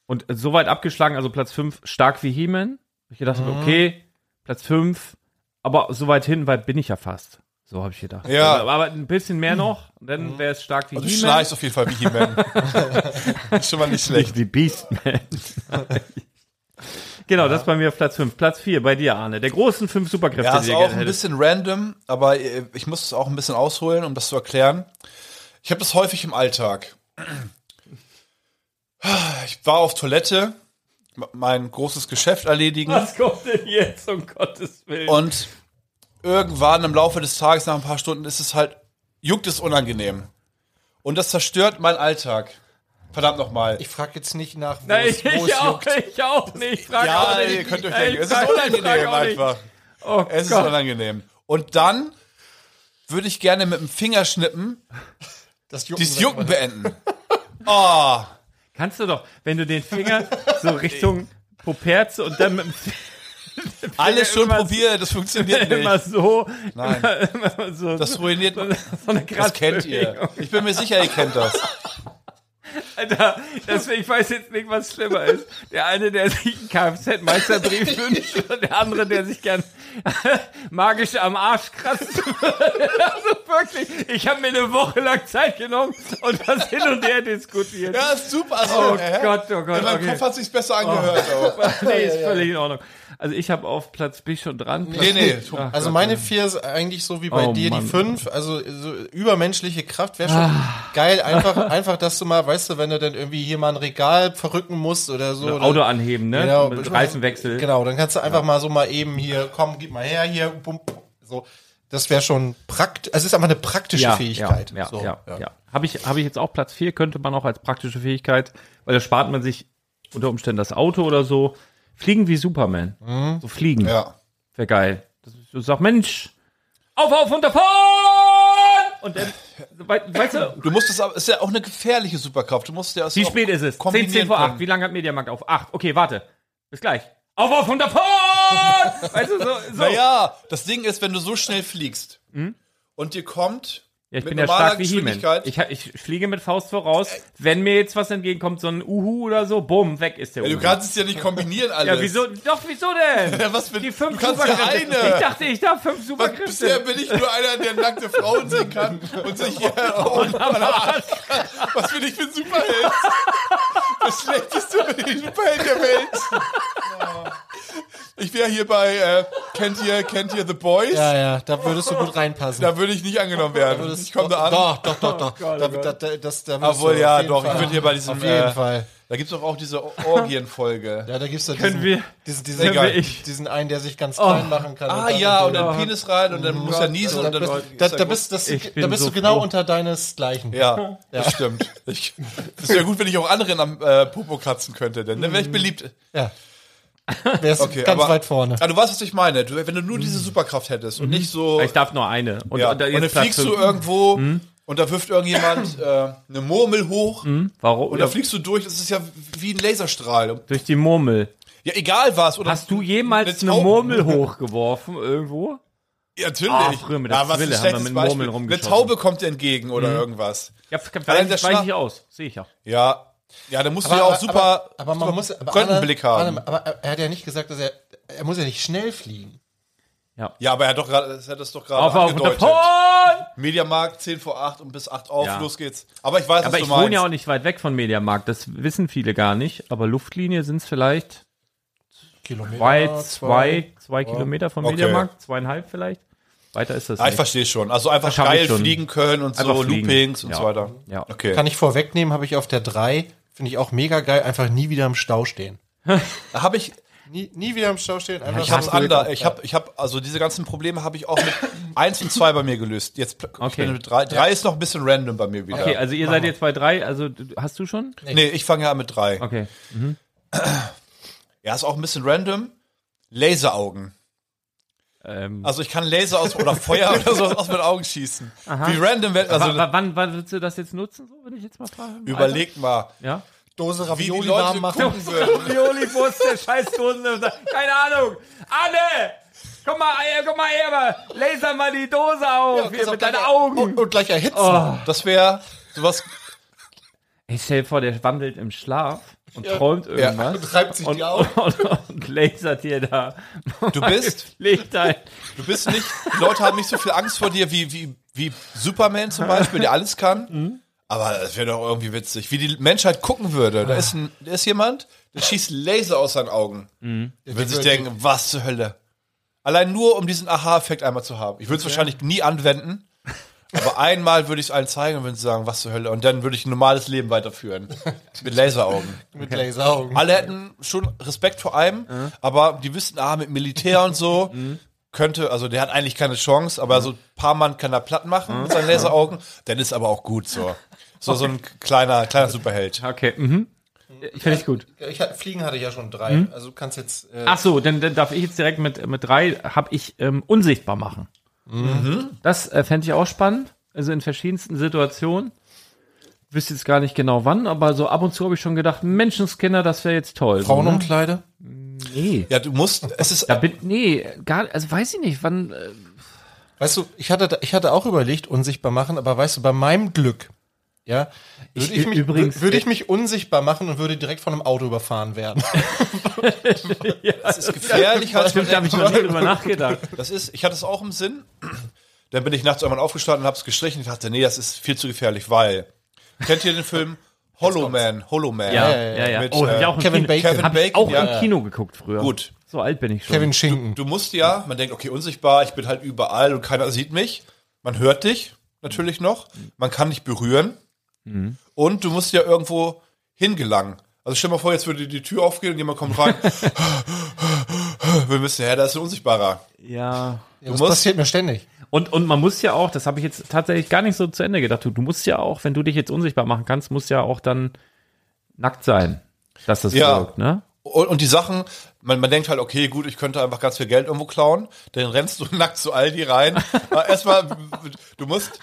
S1: und so weit abgeschlagen, also Platz 5 stark wie He-Man. Ich gedacht,
S2: Mhm.
S1: habe, okay, Platz 5, aber so weit hin, weit bin ich ja fast. So habe ich gedacht.
S2: Ja.
S1: Also, aber ein bisschen mehr noch, dann wäre es stark wie
S2: Also du
S1: He-Man.
S2: schnarchst auf jeden Fall wie He-Man. schon mal nicht schlecht.
S1: die Beastman. genau, das ist bei mir auf Platz 5. Platz 4 bei dir, Arne. Der großen 5 Superkräfte,
S2: Ja, ist
S1: dir
S2: auch ein
S1: hättest.
S2: bisschen random, aber äh, ich muss es auch ein bisschen ausholen, um das zu erklären. Ich habe das häufig im Alltag. Ich war auf Toilette, m- mein großes Geschäft erledigen
S1: Was kommt denn jetzt, um Gottes Willen?
S2: und irgendwann im Laufe des Tages, nach ein paar Stunden, ist es halt, juckt es unangenehm. Und das zerstört meinen Alltag. Verdammt nochmal.
S3: ich frage jetzt nicht nach, wo
S1: Nein,
S3: es,
S1: ich,
S3: wo es
S1: ich, auch,
S3: juckt.
S1: ich auch nicht. Ich frag
S2: Ja,
S1: auch nicht.
S2: ihr könnt euch
S1: Ey,
S2: denken, es ist
S1: frag- frag
S2: unangenehm
S1: auch nicht.
S2: einfach.
S1: Oh
S2: Es ist
S1: Gott.
S2: unangenehm. Und dann würde ich gerne mit dem Finger schnippen,
S3: Das Jucken
S2: dieses
S3: sagt
S2: Jucken
S3: man.
S2: beenden. Oh,
S1: Kannst du doch, wenn du den Finger so Richtung Poperze und dann mit dem Finger
S2: alles schon
S1: immer-
S2: probiert, das funktioniert
S1: immer
S2: nicht.
S1: so,
S2: Nein.
S1: immer, immer so,
S2: Das ruiniert, das
S1: so eine krasse
S2: kennt ihr. Ich bin mir sicher, ihr kennt das.
S1: Alter, deswegen, ich weiß jetzt nicht, was schlimmer ist. Der eine, der sich einen Kfz-Meisterbrief wünscht und der andere, der sich gern magisch am Arsch kratzt. also wirklich, ich habe mir eine Woche lang Zeit genommen und das hin und her diskutiert.
S2: Ja, ist super. Also,
S1: Oh
S2: hä?
S1: Gott, oh Gott,
S2: In meinem
S1: okay.
S2: Kopf hat sich's besser angehört. Aber.
S1: nee, ist völlig in Ordnung. Also ich habe auf Platz B schon dran.
S2: Nee, nee.
S3: Also meine vier ist eigentlich so wie bei
S1: Oh,
S3: dir
S1: Mann.
S3: die fünf. Also so übermenschliche Kraft wäre schon
S1: Ah.
S3: geil. Einfach, einfach, dass du mal, weißt du, wenn du dann irgendwie hier mal ein Regal verrücken musst oder so.
S1: Auto
S3: dann-
S1: anheben, ne?
S3: Genau,
S1: Mit Reifenwechsel.
S3: Genau, dann kannst du einfach mal so mal eben hier, komm, gib mal her hier, bum, so. Das wäre schon praktisch, also es ist einfach eine praktische Fähigkeit.
S1: Ja, ja,
S3: so,
S1: ja, ja. Habe ich, habe ich jetzt auch Platz 4, könnte man auch als praktische Fähigkeit, weil da spart man sich unter Umständen das Auto oder so. Fliegen wie Superman.
S3: Mhm.
S1: So fliegen.
S2: Ja.
S1: Wäre geil. Das ist, du sagst, Mensch, auf, auf und davon! Und dann, wei- weißt du,
S2: Du musst es aber, ist ja auch eine gefährliche Superkraft. Du musst ja es
S1: wie
S2: auch
S1: spät ist es? 10,
S2: kombinieren
S1: 10 vor 8.
S2: können.
S1: Wie lange hat Mediamarkt auf? 8. Okay, warte. Bis gleich. Auf, auf und davon! weißt du, so. so.
S2: Naja,
S1: Oh.
S2: das Ding ist, wenn du so schnell fliegst
S1: Hm?
S2: und dir kommt.
S1: Ja, ich
S2: mit
S1: bin ja
S2: normaler
S1: stark wie He-Man.
S2: Geschwindigkeit-
S1: Ich, ha- ich fliege mit Faust voraus. Wenn mir jetzt was entgegenkommt, so ein Uhu oder so, bumm, weg ist der
S2: Ja,
S1: Uhu.
S2: du kannst es ja nicht kombinieren, alles.
S1: ja, wieso? Doch, wieso denn?
S2: Ja, was für,
S1: Die fünf
S2: du kannst ja
S1: Superkräfte. Ich
S2: eine.
S1: dachte, ich darf fünf
S2: Bisher
S1: Superkräfte.
S2: bin ich nur einer, der nackte Frauen sehen kann und sich hier und Was bin ich für ein Superheld? Das schlechteste bin ich Superheld der Welt. Ich wäre hier bei, äh, kennt ihr, kennt ihr The Boys?
S3: ja, ja, da würdest du gut reinpassen.
S2: Da würde ich nicht angenommen werden. Ich komme Oh, da an.
S3: Doch, doch, doch,
S1: Oh
S3: doch. da, da, da, das, da würdest
S2: Obwohl,
S3: du
S2: ja,
S3: auf jeden
S2: doch.
S3: Fall-
S2: Ich würde hier bei diesem.
S3: Auf jeden
S2: äh,
S3: Fall.
S2: Da gibt es doch auch diese Orgienfolge.
S3: Ja, da gibt's ja
S1: Können
S3: diesen,
S1: wir-
S3: diesen,
S1: können
S3: diesen,
S2: Egal.
S1: wir ich- Oh.
S3: diesen einen, der sich ganz klein machen kann.
S2: Ah
S3: dann-
S2: ja, also und
S3: dann-
S2: dann Penis rein und dann muss er niesen
S3: da,
S2: und dann.
S3: bist,
S2: ist
S3: da,
S2: er
S3: da
S2: gut.
S3: bist, das,
S1: Ich
S3: da
S1: bin
S3: bist
S1: so
S3: du genau
S1: froh.
S3: unter deinesgleichen.
S2: Ja, das stimmt. Ich, das wäre gut, wenn ich auch anderen am äh, Popo kratzen könnte, denn dann wäre ich beliebt.
S3: ja. Wärst
S2: Okay,
S3: ganz
S2: aber-
S3: weit vorne. Mhm.
S2: Ah, du weißt, was ich meine. Du, wenn du nur diese Superkraft hättest und nicht so.
S1: Ah, Ich darf nur eine. Und,
S2: ja,
S1: und,
S2: und
S1: jetzt Mhm.
S2: dann
S1: Platz
S2: fliegst du
S1: fünf.
S2: irgendwo und da wirft irgendjemand äh, eine Murmel hoch
S1: Warum?
S2: und da fliegst du durch. Das ist ja wie ein Laserstrahl.
S1: durch die Murmel.
S2: Ja, egal was. Oder
S1: Hast du jemals eine
S2: Tauben.
S1: Murmel hochgeworfen irgendwo?
S2: Ja, natürlich.
S1: Ah, früher mit der
S2: Ah, was
S1: Zwille
S2: ein
S1: haben
S2: schlechtes
S1: wir mit
S2: Beispiel.
S1: Murmeln
S2: Eine
S1: rumgeschossen. Mhm.
S2: Taube kommt dir entgegen oder irgendwas.
S1: Ja, vielleicht
S2: Allein der
S1: weiche ich
S2: Schlag-
S1: aus. Sehe ich ja.
S2: Ja. Ja, da musst
S3: Aber-
S2: du ja auch
S3: aber-
S2: super,
S3: aber, aber man
S2: super
S3: muss, aber
S2: Röntgenblick
S3: Anna-
S2: haben.
S3: Anna, aber er hat ja nicht gesagt, dass er, er muss ja nicht schnell fliegen.
S2: ja, aber er hat, doch grad, er hat das doch gerade
S1: Auf, auf und
S2: angedeutet.
S1: davon!
S2: Mediamarkt 10 vor 8 und bis 8 auf,
S1: Ja.
S2: los geht's. Aber ich weiß,
S1: Aber
S2: was du
S1: ich
S2: meinst.
S1: wohne ja auch nicht weit weg von Mediamarkt. Das wissen viele gar nicht. Aber Luftlinie sind es vielleicht
S3: Kilometer.
S1: bei zwei, zwei Kilometer vom
S2: Okay.
S1: Mediamarkt. Zweieinhalb vielleicht. Weiter ist das
S2: Ah, ich
S1: nicht.
S2: verstehe schon. Also einfach
S1: Das hab ich
S2: geil
S1: schon.
S2: fliegen können und so,
S1: Einfach fliegen.
S2: Loopings und
S1: Ja.
S2: so weiter.
S1: Ja.
S2: Okay.
S3: Kann ich vorwegnehmen, habe ich auf der drei finde ich auch mega geil, einfach nie wieder im Stau stehen.
S2: Da habe ich,
S3: Nie, nie wieder im Stau stehen, einfach
S2: ich hab's
S3: so-
S2: anders. Ich hab, ich hab, also diese ganzen Probleme habe ich auch mit 1 und 2 bei mir gelöst. Jetzt pl-
S1: Okay.
S2: ich bin mit 3. 3 ist noch ein bisschen random bei mir wieder.
S1: Okay, also ihr seid jetzt bei drei. Also du- hast du schon?
S2: Nee, ich fange ja an mit 3.
S1: Okay.
S2: Ja, ist auch ein bisschen random. Laseraugen.
S1: Ähm,
S2: Also ich kann Laser aus oder Feuer oder sowas aus meinen Augen schießen. Wie random wird, also
S1: wa- wa- wann, wann willst du das jetzt nutzen, so, wenn ich jetzt mal frage?
S2: überleg mal,
S1: Ja?
S3: Dose
S2: wie die
S3: Ravioli warm
S2: Leute
S3: machen.
S2: gucken würden.
S1: Ravioli, wo ist der scheiß Dosen? Keine Ahnung. Anne! Komm mal, äh, komm mal her, mal. laser mal die Dose auf, hier, mit deinen Augen.
S2: Oh.
S1: Oh.
S3: Und, und gleich erhitzen.
S2: Das wäre sowas
S1: Ich stell dir vor, der wandelt im Schlaf und träumt
S2: Ja,
S1: irgendwas.
S2: und
S3: Reibt sich
S1: und,
S3: die Augen.
S1: und, und lasert dir da.
S2: Du bist,
S1: Legt ein.
S2: du bist nicht, die Leute haben nicht so viel Angst vor dir wie, wie, wie Superman zum Beispiel, der alles kann. Aber es wäre doch irgendwie witzig, wie die Menschheit gucken würde. Da ist, ein, da ist jemand, der schießt Laser aus seinen Augen. Der Wird sich denken, was zur Hölle. Allein nur, um diesen Aha-Effekt einmal zu haben. Ich würde es wahrscheinlich nie anwenden. Aber einmal würde ich es allen zeigen und würde sagen, was zur Hölle. Und dann würde ich ein normales Leben weiterführen. Mit Laseraugen.
S3: Mit Laseraugen.
S2: Alle hätten schon Respekt vor einem, aber die wüssten, ah, mit Militär und so könnte, also der hat eigentlich keine Chance, aber so ein paar Mann kann er platt machen mit seinen Laseraugen, dann ist aber auch gut so. So, so ein kleiner, kleiner Superheld.
S1: Okay, mhm. Finde ich gut.
S3: Ich, hatte- Fliegen hatte ich ja schon drei. Also du kannst jetzt. Äh,
S1: Hm? Ach so, dann, dann darf ich jetzt direkt mit, mit drei, habe ich ähm, unsichtbar machen. Das äh, fände ich auch spannend. Also in verschiedensten Situationen. Wüsste jetzt gar nicht genau wann, aber so ab und zu habe ich schon gedacht, Menschenskinder, das wäre jetzt toll. ne?
S3: Frauenumkleide?
S1: so, nee.
S2: Ja, du musst, es ist,
S1: Da bin, nee, gar, also weiß ich nicht, wann. Äh,
S3: Weißt du, ich hatte, da- ich hatte auch überlegt, unsichtbar machen, aber weißt du, bei meinem Glück, ja, würde ich,
S1: ü-
S3: mich,
S1: übrigens-
S3: wür- würde ich mich unsichtbar machen und würde direkt von einem Auto überfahren werden.
S2: es ist gefährlicher als man
S1: da habe ich noch nie drüber nachgedacht.
S2: Das ist, ich hatte es auch im Sinn. Dann bin ich nachts irgendwann aufgestanden und habe es gestrichen und dachte, nee, das ist viel zu gefährlich, weil. Kennt ihr den Film Hollow Man? Hollow Man.
S1: Ja,
S3: ja,
S1: ja,
S3: ja.
S1: ja.
S2: Mit,
S1: oh, hab ich
S2: äh,
S1: auch im Kino,
S3: Kevin Bacon.
S2: Kevin
S1: hab ich
S2: Bacon,
S1: auch
S2: ja,
S1: im
S2: ja.
S1: Kino geguckt früher.
S2: Gut.
S1: So alt bin ich schon.
S3: Kevin Schinken.
S2: Du musst ja, man denkt, okay, unsichtbar, ich bin halt überall und keiner sieht mich. Man hört dich natürlich noch. Man kann dich berühren. Und du musst ja irgendwo hingelangen. Also stell mal vor, jetzt würde die Tür aufgehen und jemand kommt rein. Wir müssen her, da ist ein Unsichtbarer.
S1: Ja.
S3: ja, das
S2: musst-
S3: passiert mir ständig.
S1: Und, und man muss ja auch, das habe ich jetzt tatsächlich gar nicht so zu Ende gedacht, du, du musst ja auch, wenn du dich jetzt unsichtbar machen kannst, musst ja auch dann nackt sein, dass das
S2: Ja.
S1: wirkt, ne?
S2: Und, und die Sachen, man, man denkt halt, okay, gut, ich könnte einfach ganz viel Geld irgendwo klauen. Dann rennst du nackt zu Aldi rein. Aber Erstmal, du musst.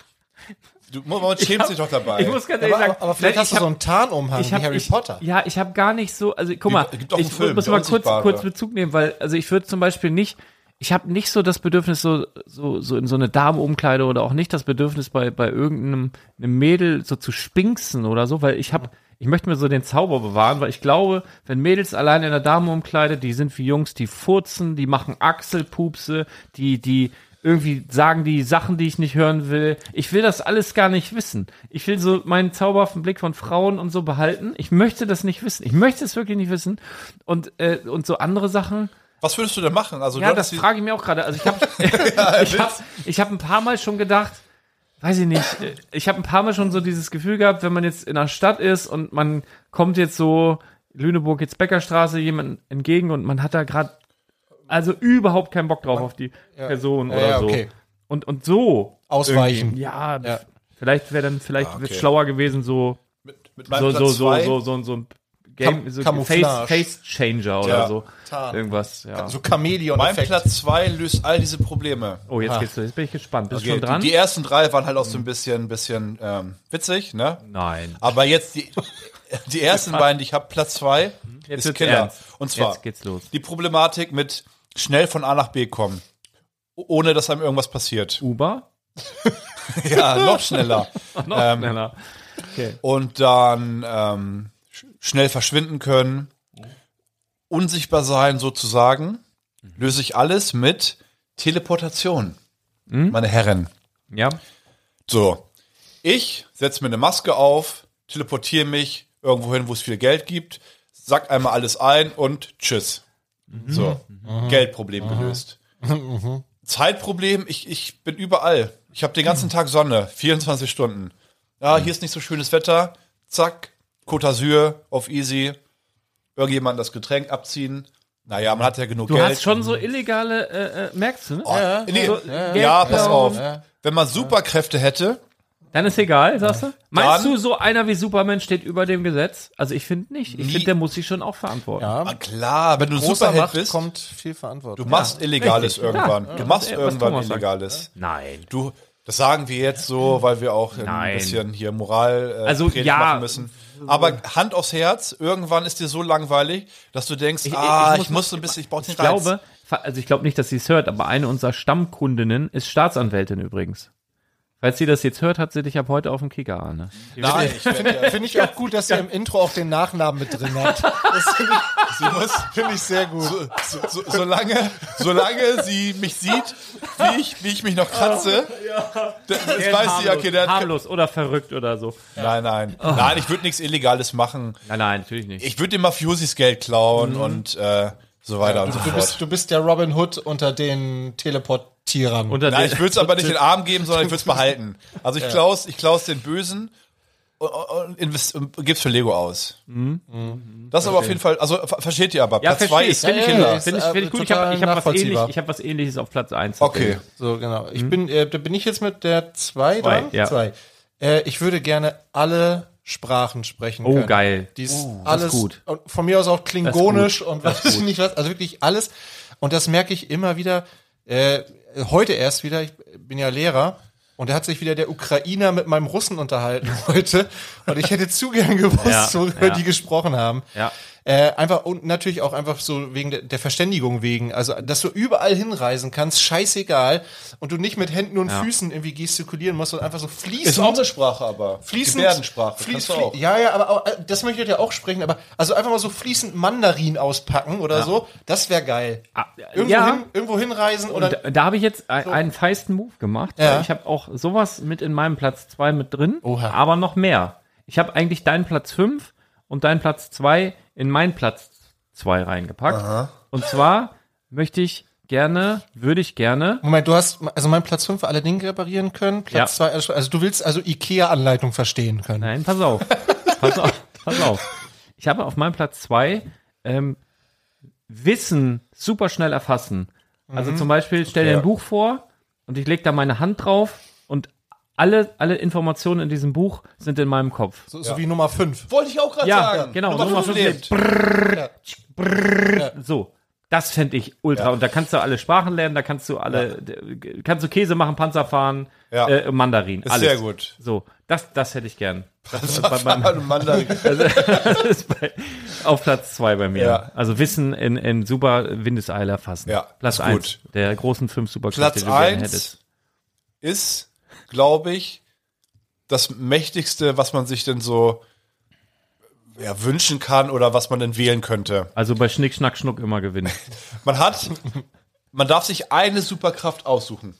S2: Du, man schämt sich doch dabei.
S1: Ich muss ganz ehrlich
S3: Aber,
S1: sagen,
S3: aber, aber vielleicht
S1: ne,
S3: hast
S1: ich
S3: du so
S1: hab-
S3: einen Tarnumhang
S1: ich hab,
S3: wie Harry
S1: ich,
S3: Potter.
S1: Ja, ich habe gar nicht so, also guck mal,
S2: Gibt- gibt auch einen
S1: ich
S2: Film,
S1: muss
S2: der
S1: mal kurz,
S2: Unsichtbare.
S1: kurz Bezug nehmen, weil, also ich würde zum Beispiel nicht, ich habe nicht so das Bedürfnis, so, so, so in so eine Damenumkleide oder auch nicht das Bedürfnis, bei, bei irgendeinem einem Mädel so zu spinksen oder so, weil ich habe, ich möchte mir so den Zauber bewahren, weil ich glaube, wenn Mädels alleine in der Damenumkleide, die sind wie Jungs, die furzen, die machen Achselpupse, die, die, irgendwie sagen die Sachen, die ich nicht hören will. Ich will das alles gar nicht wissen. Ich will so meinen zauberhaften Blick von Frauen und so behalten. Ich möchte das nicht wissen. Ich möchte es wirklich nicht wissen. Und, äh, und so andere Sachen.
S2: Was würdest du denn machen? Also,
S1: Ja,
S2: du
S1: das
S2: hast die-
S1: frage ich mir auch gerade. Also ich habe ich hab, ich hab ein paar Mal schon gedacht, weiß ich nicht, äh, ich habe ein paar Mal schon so dieses Gefühl gehabt, wenn man jetzt in einer Stadt ist und man kommt jetzt so Lüneburg jetzt Beckerstraße jemandem entgegen und man hat da gerade also überhaupt keinen Bock drauf auf die Person
S3: Ja,
S1: oder
S3: ja,
S1: so.
S3: okay.
S1: Und, und so,
S3: Ausweichen.
S1: ja,
S3: Ja.
S1: vielleicht wäre dann, vielleicht
S2: Ah,
S1: ah,
S2: okay.
S1: schlauer gewesen, so,
S2: mit, mit
S1: so,
S2: meinem
S1: so,
S2: Platz
S1: so,
S2: zwei-
S1: so, so, so ein Game, so
S3: Camouflage.
S1: Face, Face Changer oder
S2: Ja.
S1: so.
S3: Tarn.
S1: Irgendwas, ja.
S3: So
S2: Mein
S3: Chamäleon-Effekt.
S2: Platz 2 löst all diese Probleme.
S1: Oh, jetzt geht's los. Jetzt bin ich gespannt. Bist du schon
S2: die-
S1: dran? Mhm.
S2: Die ersten drei waren halt auch so ein bisschen, bisschen ähm, witzig, ne?
S1: Nein.
S2: Aber jetzt die, die ersten beiden, die ich habe, Platz 2,
S1: Mhm. Jetzt
S2: ist
S1: wird's
S2: Killer.
S1: ernst.
S2: Und zwar
S1: Jetzt geht's los.
S2: die Problematik mit schnell von A nach B kommen. o- Ohne dass einem irgendwas passiert.
S1: Uber?
S2: Ja, noch schneller.
S1: Noch
S2: Ähm,
S1: schneller.
S2: Und dann ähm, sch- schnell verschwinden können. Unsichtbar sein sozusagen.
S1: Mhm.
S2: Löse ich alles mit Teleportation.
S1: Mhm.
S2: Meine Herren.
S1: Ja.
S2: So, ich setze mir eine Maske auf, teleportiere mich irgendwo hin, wo es viel Geld gibt, sack einmal alles ein und tschüss. So, Geldproblem gelöst. Zeitproblem, ich, ich bin überall. Ich habe den ganzen Tag Sonne, 24 Stunden. Ja, hier ist nicht so schönes Wetter. Zack, Côte d'Azur auf easy. Irgendjemand das Getränk abziehen. Naja, man hat ja genug
S1: Du
S2: Geld. Mhm.
S1: hast schon so illegale, äh, äh, merkst du, ne?
S2: Oh, nee.
S1: So,
S2: ja,
S1: Geld
S2: pass
S1: klauen.
S2: auf. Wenn man Superkräfte hätte,
S1: Dann ist egal, sagst du? Meinst
S2: Dann-
S1: du, so einer wie Superman steht über dem Gesetz? Also ich finde nicht. Ich finde, der muss sich schon auch verantworten.
S2: Ah, klar, wenn du ein
S3: Großer
S2: Superheld
S3: Macht
S2: bist,
S3: kommt viel Verantwortung.
S2: du machst Illegales
S1: richtig.
S2: irgendwann.
S1: Ja,
S2: du
S1: ja,
S2: machst
S1: was
S2: irgendwann
S1: Thomas sagt.
S2: Illegales.
S1: Nein.
S2: Du, das sagen wir jetzt so, weil wir auch ein
S1: Nein.
S2: bisschen hier Moral äh,
S1: Also,
S2: Predigt
S1: ja. Mhm.
S2: machen müssen. Aber Hand aufs Herz, irgendwann ist dir so langweilig, dass du denkst,
S1: Ich- ich-
S2: ah,
S1: ich
S2: ich muss,
S1: muss-
S2: so ein bisschen, ich brauche den
S1: Ich glaube, fa- also ich glaube nicht, dass sie es hört, aber eine unserer Stammkundinnen ist Staatsanwältin übrigens. Falls sie das jetzt hört, hat sie dich ab heute auf dem Kicker, Arne.
S2: Nein, ich werde,
S3: Finde ich auch gut, dass ihr im Intro auch den Nachnamen mit drin habt. Das finde ich, finde ich sehr gut.
S2: so, so, so, solange, solange sie mich sieht, wie ich, wie ich mich noch kratze, das weiß sie, okay, der hat,
S1: harmlos oder verrückt oder so.
S2: Nein, nein.
S1: Oh.
S2: Nein, ich würde nichts Illegales machen.
S1: Nein, nein, natürlich nicht.
S2: Ich würde den Mafiosis Geld klauen und äh, so weiter und so
S3: Mhm. Du
S2: fort.
S3: bist, du bist der Robin Hood unter den Teleportierern.
S1: Unter
S2: Nein,
S1: den-
S2: ich würde es aber nicht in den Arm geben, sondern ich würde es behalten. Also ich klaus, ich klaus den Bösen und, und, invest- und gib's für Lego aus. Das ist aber auf jeden Fall, also ver- versteht ihr aber,
S1: ja, verstehe
S2: Platz zwei
S1: ich.
S2: ist
S1: Finde ich,
S3: Mhm. ja,
S1: gut.
S3: ja,
S1: Finde ich,
S3: ist,
S1: finde ich
S3: äh,
S1: gut. Ich habe ich hab was,
S3: total
S1: ähnlich-
S3: nachvollziehbar.
S1: ich hab was ähnliches auf Platz 1.
S2: okay.
S3: So, genau. Ich bin, äh, da bin ich jetzt mit der 2
S1: Mhm. Zwei,
S3: dran?
S1: ja.
S3: Zwei. Äh, ich würde gerne alle Sprachen sprechen
S1: Oh,
S3: können.
S1: geil.
S3: Die ist
S1: Oh, das ist
S3: alles
S1: gut.
S3: Und von mir aus auch klingonisch und was weiß ich nicht was. Also wirklich alles. Und das merke ich immer wieder. Äh, heute erst wieder. Ich bin ja Lehrer. Und da hat sich wieder der Ukrainer mit meinem Russen unterhalten heute. Und ich hätte zu gern gewusst,
S1: Ja,
S3: worüber
S1: ja.
S3: die gesprochen haben.
S1: Ja.
S3: Äh, einfach und natürlich auch einfach so wegen der, der Verständigung wegen. Also, dass du überall hinreisen kannst, scheißegal. Und du nicht mit Händen und Füßen irgendwie gestikulieren musst und einfach so fließend.
S2: Ist auch eine Sprache aber.
S3: fließend.
S2: Gebärdensprache.
S3: Fließ,
S2: kannst du
S3: flie
S2: auch.
S3: Ja, ja, aber auch, äh, das möchte ich ja auch sprechen. Aber also einfach mal so fließend Mandarin auspacken oder so. Das wäre geil.
S1: Ah,
S3: Irgendwo,
S1: ja.
S3: hin, irgendwo hinreisen oder.
S1: Und da, da habe ich jetzt ein- einen feisten Move gemacht.
S3: Ja.
S1: weil Ich habe auch sowas mit in meinem Platz 2 mit drin,
S3: Oha.
S1: aber noch mehr. Ich habe eigentlich deinen Platz 5 und deinen Platz 2 in meinen Platz 2 reingepackt. Und zwar möchte ich gerne, würde ich gerne,
S3: Moment, du hast also meinen Platz 5 alle Dinge reparieren können, Platz
S1: Ja.
S3: 2 alles. Also du willst also IKEA-Anleitung verstehen können.
S1: nein, pass auf, pass auf, pass auf. Ich habe auf meinem Platz 2 ähm, Wissen super schnell erfassen. Also
S2: Mhm.
S1: zum Beispiel, stell dir ein Buch vor und ich lege da meine Hand drauf und alle, alle Informationen in diesem Buch sind in meinem Kopf.
S3: So, so wie Nummer 5.
S2: Wollte ich auch gerade
S1: Ja,
S2: sagen.
S1: genau.
S2: Nummer
S1: Nummer
S2: fünf
S1: fünf
S2: lebt.
S1: So. Das fände ich ultra. Und da kannst du alle Sprachen lernen, da kannst du alle, d- kannst du Käse machen, Panzer fahren,
S2: Ja.
S1: äh, Mandarin.
S2: Ist
S1: alles.
S2: sehr gut.
S1: So, das, das hätte ich gern. Das ist, bei meinem,
S2: Mandarin.
S1: Also, das ist bei, auf Platz zwei bei mir.
S2: Ja.
S1: Also Wissen in, in super Windeseile erfassen.
S2: Ja,
S1: Platz
S2: ist
S1: eins
S2: gut.
S1: der großen fünf Superkräfte,
S2: Platz
S1: die du gerne
S2: 1
S1: hättest.
S2: ist, glaube ich, das mächtigste, was man sich denn so ja, wünschen kann oder was man denn wählen könnte.
S1: Also bei Schnick, Schnack, Schnuck immer gewinnen.
S2: Man hat, man darf sich eine Superkraft aussuchen.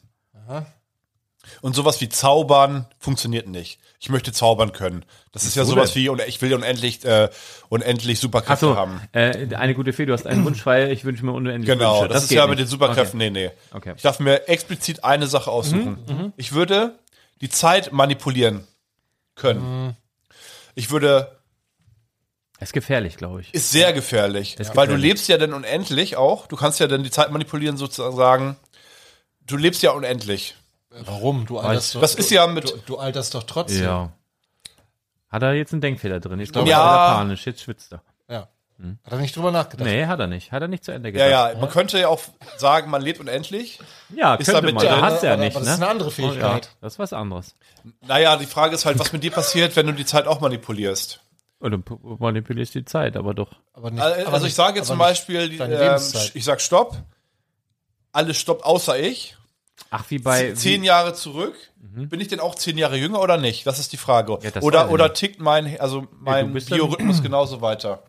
S2: Und sowas wie Zaubern funktioniert nicht. Ich möchte zaubern können. Das ist ja
S1: Wieso
S2: sowas
S1: denn?
S2: wie, und ich will unendlich, äh, unendlich Superkräfte
S1: Achso,
S2: haben.
S1: äh, eine gute Fee, du hast einen Wunsch frei, ich wünsche mir unendlich
S2: Genau,
S1: Wünsche.
S2: das, ist
S1: geht
S2: ja
S1: nicht.
S2: mit den Superkräften, nee, nee.
S1: Okay.
S2: Ich darf mir explizit eine Sache aussuchen.
S3: Mhm,
S2: Ich würde die Zeit manipulieren können.
S3: Mhm.
S2: Ich würde,
S1: Okay. Ist gefährlich, glaube ich.
S2: ist sehr gefährlich,
S1: ist
S2: weil du
S1: gefährlich.
S2: lebst ja dann unendlich auch. Du kannst ja dann die Zeit manipulieren sozusagen. Du lebst ja unendlich.
S3: Warum? Du alterst,
S2: Das ist ja mit,
S3: du, du alterst doch trotzdem.
S1: Ja. Hat er jetzt einen Denkfehler drin? Ich glaube,
S2: Ja.
S1: er war panisch. Jetzt schwitzt er.
S3: Ja. Hat er nicht drüber nachgedacht.
S1: Hm. Nee, hat er nicht. Hat er nicht zu Ende gedacht.
S2: ja, ja, man könnte ja auch sagen, man lebt unendlich.
S1: ja
S2: Ist
S1: könnte
S2: damit
S1: man.
S2: der-
S1: Du hast ja
S3: aber
S1: nicht,
S3: das
S1: ne?
S3: ist eine andere Fähigkeit.
S1: Oh, ja. Das ist was anderes.
S2: Naja, die Frage ist halt, was mit dir passiert, wenn du die Zeit auch manipulierst.
S1: Und dann pu- manipulierst du die Zeit, aber doch.
S3: Aber nicht,
S2: Also,
S3: aber
S2: also ich
S3: nicht-
S2: sage
S3: aber
S2: jetzt zum
S3: nicht
S2: Beispiel, die,
S3: deine
S2: ähm,
S3: Lebenszeit.
S2: ich sag Stopp. Alles stoppt außer ich.
S1: Ach, wie bei.
S2: zehn
S1: wie,
S2: Jahre zurück, bin ich denn auch zehn Jahre jünger oder nicht? Das ist die Frage.
S1: Ja, das weiß
S2: oder
S1: ich
S2: oder tickt mein, also mein
S1: bist dann-
S2: Biorhythmus genauso weiter?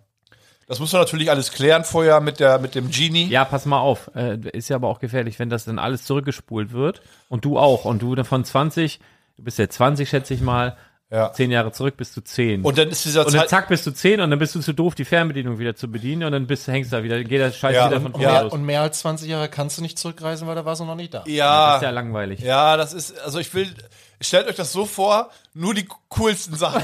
S2: Das muss man natürlich alles klären vorher mit, der, mit dem Genie.
S1: ja, pass mal auf. Äh, ist ja aber auch gefährlich, wenn das dann alles zurückgespult wird. Und du auch. Und du von 20, du bist ja 20, schätze ich mal.
S2: Ja.
S1: Zehn Jahre zurück bist du 10.
S2: Und halt- dann ist dieser
S1: Und dann
S2: Zeit.
S1: zack bist du 10 und dann bist du zu doof, die Fernbedienung wieder zu bedienen und dann bist, hängst du da wieder, geht der Scheiß
S2: Ja,
S1: wieder
S2: und-
S1: von
S3: Und,
S1: vorne
S2: Ja.
S1: los.
S3: mehr, und mehr als 20 Jahre kannst du nicht zurückreisen, weil da warst du noch nicht da.
S1: das
S2: ja,
S1: ist ja langweilig.
S2: ja, das ist, also ich will, stellt euch das so vor, nur die coolsten Sachen.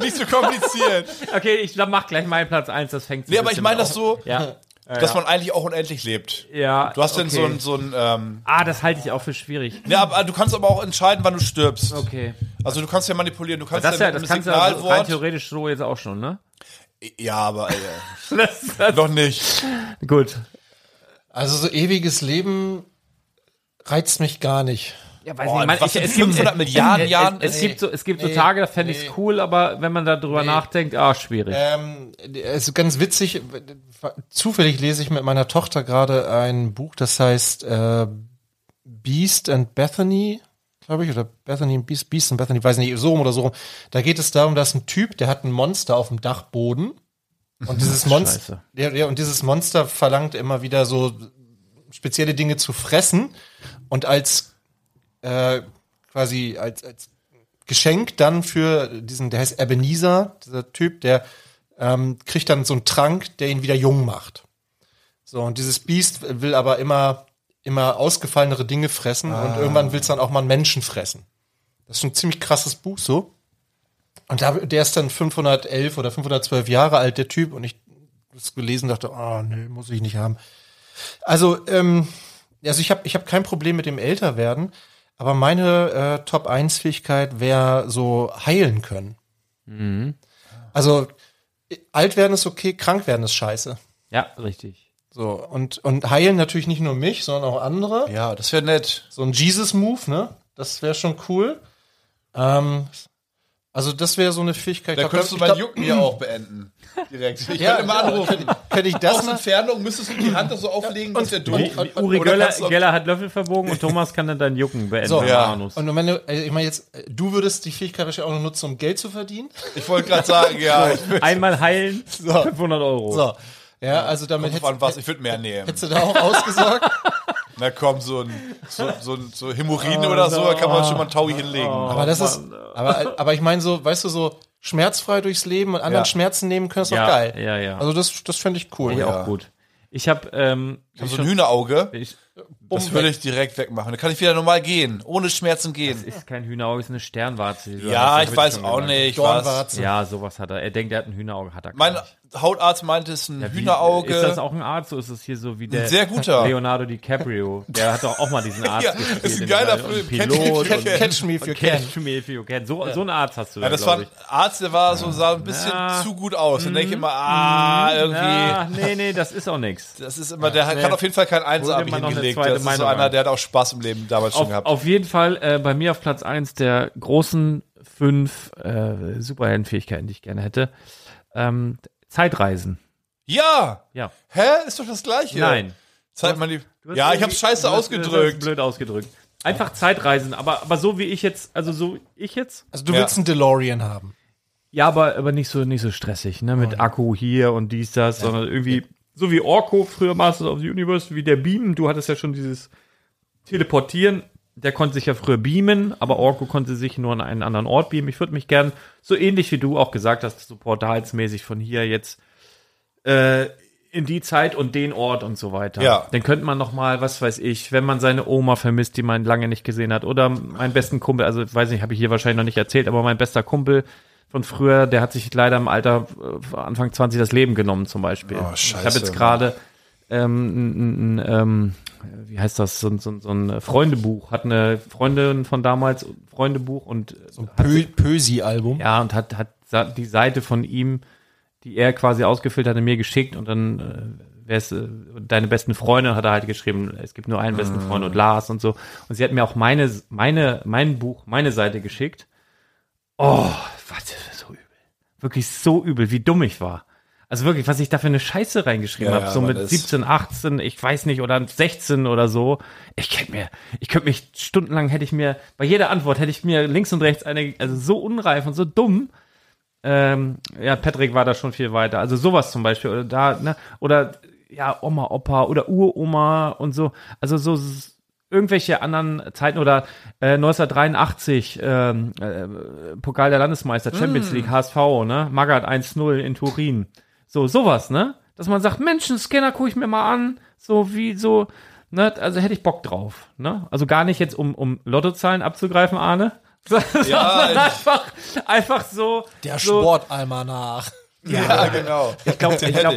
S2: nicht so kompliziert.
S1: Okay, ich mach gleich meinen Platz 1, das fängt
S2: Nee, aber ich meine das so,
S1: Ja.
S2: dass man eigentlich auch unendlich lebt.
S1: Ja,
S2: Du hast
S1: okay.
S2: denn so ein, so ein ähm,
S1: Ah, das halte ich auch für schwierig.
S2: ja, aber du kannst aber auch entscheiden, wann du stirbst.
S1: Okay.
S2: Also du kannst ja manipulieren, du kannst
S1: Das, ja,
S2: mit
S1: das
S2: einem
S1: kannst du also rein
S2: Signalwort.
S1: theoretisch so jetzt auch schon, ne?
S2: ja, aber äh,
S1: Das, das,
S2: noch nicht.
S1: gut.
S3: Also so ewiges Leben reizt mich gar nicht.
S1: Ja, weiß
S2: Boah,
S1: nicht, man,
S2: was
S1: ich,
S2: in
S1: es gibt
S2: 500 Milliarden
S1: es,
S2: Jahren
S1: Es, es,
S2: ist-
S1: gibt so, es gibt so
S3: Nee,
S1: Tage, da fände ich
S3: nee.
S1: es cool, aber wenn man da drüber nachdenkt, ah, schwierig.
S2: Äh.
S3: Ähm, also ganz witzig, zufällig lese ich mit meiner Tochter gerade ein Buch, das heißt äh, Beast and Bethany, glaube ich, oder Bethany and Beast, Beast and Bethany, weiß nicht, so rum oder so rum. Da geht es darum, dass ein Typ, der hat ein Monster auf dem Dachboden und dieses
S1: Scheiße.
S3: Monster, ja, ja, und dieses Monster verlangt immer wieder so spezielle Dinge zu fressen und als äh, quasi als, als Geschenk dann für diesen, der heißt Ebenezer, dieser Typ, der ähm, kriegt dann so einen Trank, der ihn wieder jung macht. So, und dieses Biest will aber immer, immer ausgefallenere Dinge fressen und irgendwann will es dann auch mal einen Menschen fressen. Das ist ein ziemlich krasses Buch so. Und da, der ist dann 511 oder 512 Jahre alt, der Typ, und ich das gelesen dachte, ah, nee, muss ich nicht haben. Also, ähm, also ich habe ich hab kein Problem mit dem Älterwerden, aber meine äh, Top-1-Fähigkeit wäre so heilen können. Also äh, alt werden ist okay, krank werden ist scheiße.
S1: Ja, richtig.
S3: So, und, und heilen natürlich nicht nur mich, sondern auch andere.
S2: Ja, das wäre nett.
S3: So ein Jesus-Move, ne? Das wäre schon cool. Ähm, also das wäre so eine Fähigkeit.
S2: Da
S3: Ich glaub,
S2: könntest du
S3: ich
S2: mein
S3: glaub-
S2: Jucken hier auch beenden. Direkt. Ich
S3: Ja,
S2: kann immer
S3: ja,
S2: anrufen.
S3: Könnte ich das
S2: Aus
S3: machen?
S2: Entfernung müsstest du die Hand da so auflegen, dass der durch.
S1: Uri
S2: Oder
S1: Geller,
S2: kannst du auch-
S1: Geller hat Löffel verbogen und Thomas kann dann dein Jucken beenden.
S3: So,
S1: am
S2: ja.
S1: Anus.
S3: Und wenn du, also ich meine jetzt, äh, du würdest die Fähigkeit wahrscheinlich auch noch nutzen, um Geld zu verdienen.
S2: Ich wollte gerade sagen, ja. Ich
S1: Einmal heilen, 500 Euro.
S3: So. Ja, also damit
S2: Kommt
S3: hättest,
S2: drauf an, was. Ich würde mehr nehmen.
S3: hättest du da auch ausgesorgt.
S2: Na komm, so ein, so, so ein so Hämorrhoiden oder so, da kann man schon mal ein Taui hinlegen.
S3: Aber das ist,
S2: äh.
S3: aber, aber ich meine so, weißt du, so schmerzfrei durchs Leben und anderen
S2: Ja. Oh,
S3: Schmerzen nehmen können, ist doch
S1: Ja,
S3: geil.
S1: ja, ja.
S3: Also das, das fände ich cool.
S1: Ja, auch gut. Ich habe ähm,
S2: Ich hab so ein Hühnerauge.
S1: ich,
S2: Das würde ich direkt wegmachen. Dann kann ich wieder normal gehen, ohne Schmerzen gehen.
S1: ist kein Hühnerauge, ist eine Sternwarze.
S2: Ja,
S1: Das
S2: ich
S1: hab
S2: weiß
S1: schon
S2: auch
S1: gesagt.
S2: nicht. Was.
S3: Dornwarzen.
S1: Ja, sowas hat er. Er denkt, er hat ein Hühnerauge, hat er. gar
S2: Mein
S1: nicht.
S2: Hautarzt meinte, es ist ein
S1: Ja, wie-
S2: Hühnerauge.
S1: Ist das auch ein Arzt? So ist es hier so wie der
S2: sehr guter.
S1: Leonardo DiCaprio. Der hat doch auch mal diesen Arzt.
S2: Ja,
S1: gespielt
S2: ist ein
S1: in
S2: geiler
S1: dem-
S2: Film.
S1: und
S2: Catch Me
S1: Pilot.
S2: If You
S1: und-
S2: Can.
S3: Catch me if you can.
S1: Catch me if you can. So, so einen Arzt hast du
S2: ja,
S1: da,
S2: das war
S1: glaub
S2: ein Arzt, der war so, sah ein bisschen
S1: Ja.
S2: zu gut aus. Dann denke ich immer, ah,
S1: ich.
S2: irgendwie.
S1: Ja, nee, nee, das ist auch nichts.
S2: Das ist immer, der hat auf jeden Fall kein Einser
S1: Wurde
S2: habe ich
S1: immer noch eine
S2: hingelegt.
S1: zweite
S2: Das ist so
S1: Meinung
S2: einer,
S1: an.
S2: der hat auch Spaß im Leben damals schon
S1: Auf,
S2: gehabt.
S1: auf jeden Fall äh, bei mir auf Platz 1 der großen fünf äh, Superheldenfähigkeiten, die ich gerne hätte. Ähm, Zeitreisen.
S2: Ja!
S1: Ja.
S2: Hä? Ist doch das gleiche.
S1: Nein.
S2: Zeig mal die.
S1: Du hast
S2: Ja, ich
S1: irgendwie-
S2: hab's scheiße
S1: du hast- du hast
S2: ausgedrückt.
S1: Blöd ausgedrückt. Einfach Zeitreisen, aber, aber so wie ich jetzt, also so ich jetzt.
S3: Also du
S2: Ja.
S3: willst einen DeLorean haben.
S1: Ja, aber, aber nicht so nicht so stressig, ne? Mit Akku hier und dies, das, sondern irgendwie, so wie Orko früher Masters of the Universe, wie der Beam, du hattest ja schon dieses Teleportieren, der konnte sich ja früher beamen, aber Orko konnte sich nur an einen anderen Ort beamen. Ich würde mich gern, so ähnlich wie du auch gesagt hast, so portalsmäßig von hier jetzt äh, in die Zeit und den Ort und so weiter.
S2: Ja.
S1: Dann könnte man noch mal, was weiß ich, wenn man seine Oma vermisst, die man lange nicht gesehen hat, oder meinen besten Kumpel, also weiß nicht, habe ich hier wahrscheinlich noch nicht erzählt, aber mein bester Kumpel von früher, der hat sich leider im Alter äh, Anfang 20 das Leben genommen zum Beispiel.
S2: Oh, scheiße.
S1: ich habe jetzt gerade ähm, ein, ein, ein, ähm, wie heißt das, so, ein- so, ein- so ein äh, Freundebuch, hat eine Freundin von damals, Freundebuch und hat
S3: Pö Pösi-Album.
S1: ja, und hat, hat sa- die Seite von ihm, die er quasi ausgefüllt hatte, mir geschickt und dann äh, wär's, äh, deine besten Freunde hat er halt geschrieben, es gibt nur einen besten Freund und Lars und so. Und sie hat mir auch meine, meine, mein Buch, meine Seite geschickt. Oh, was so übel. Wirklich so übel, wie dumm ich war. Also wirklich, was ich da für eine Scheiße reingeschrieben
S2: Ja,
S1: habe,
S2: ja,
S1: so
S2: man
S1: mit
S2: ist-
S1: 17, 18, ich weiß nicht, oder 16 oder so. Ich hätte mir, ich könnte mich stundenlang, hätte ich mir, bei jeder Antwort hätte ich mir links und rechts eine, also so unreif und so dumm. Ähm, ja, Patrick war da schon viel weiter. Also sowas zum Beispiel oder da, ne? Oder ja, Oma, Opa oder Uroma und so. Also so s- irgendwelche anderen Zeiten oder äh, 1983 ähm, äh, Pokal der Landesmeister, Champions League, HSV, ne? Magath 1-0 in Turin. So, sowas, ne? Dass man sagt, Mensch, einen Scanner gucke ich mir mal an, so wie so, ne? Also hätte ich Bock drauf, ne? Also gar nicht jetzt, um, um Lottozahlen abzugreifen, Arne. sondern einfach, einfach so.
S3: Der
S1: so,
S3: Sportalmanach.
S2: Ja, genau.
S1: Ich glaube, ich, glaub,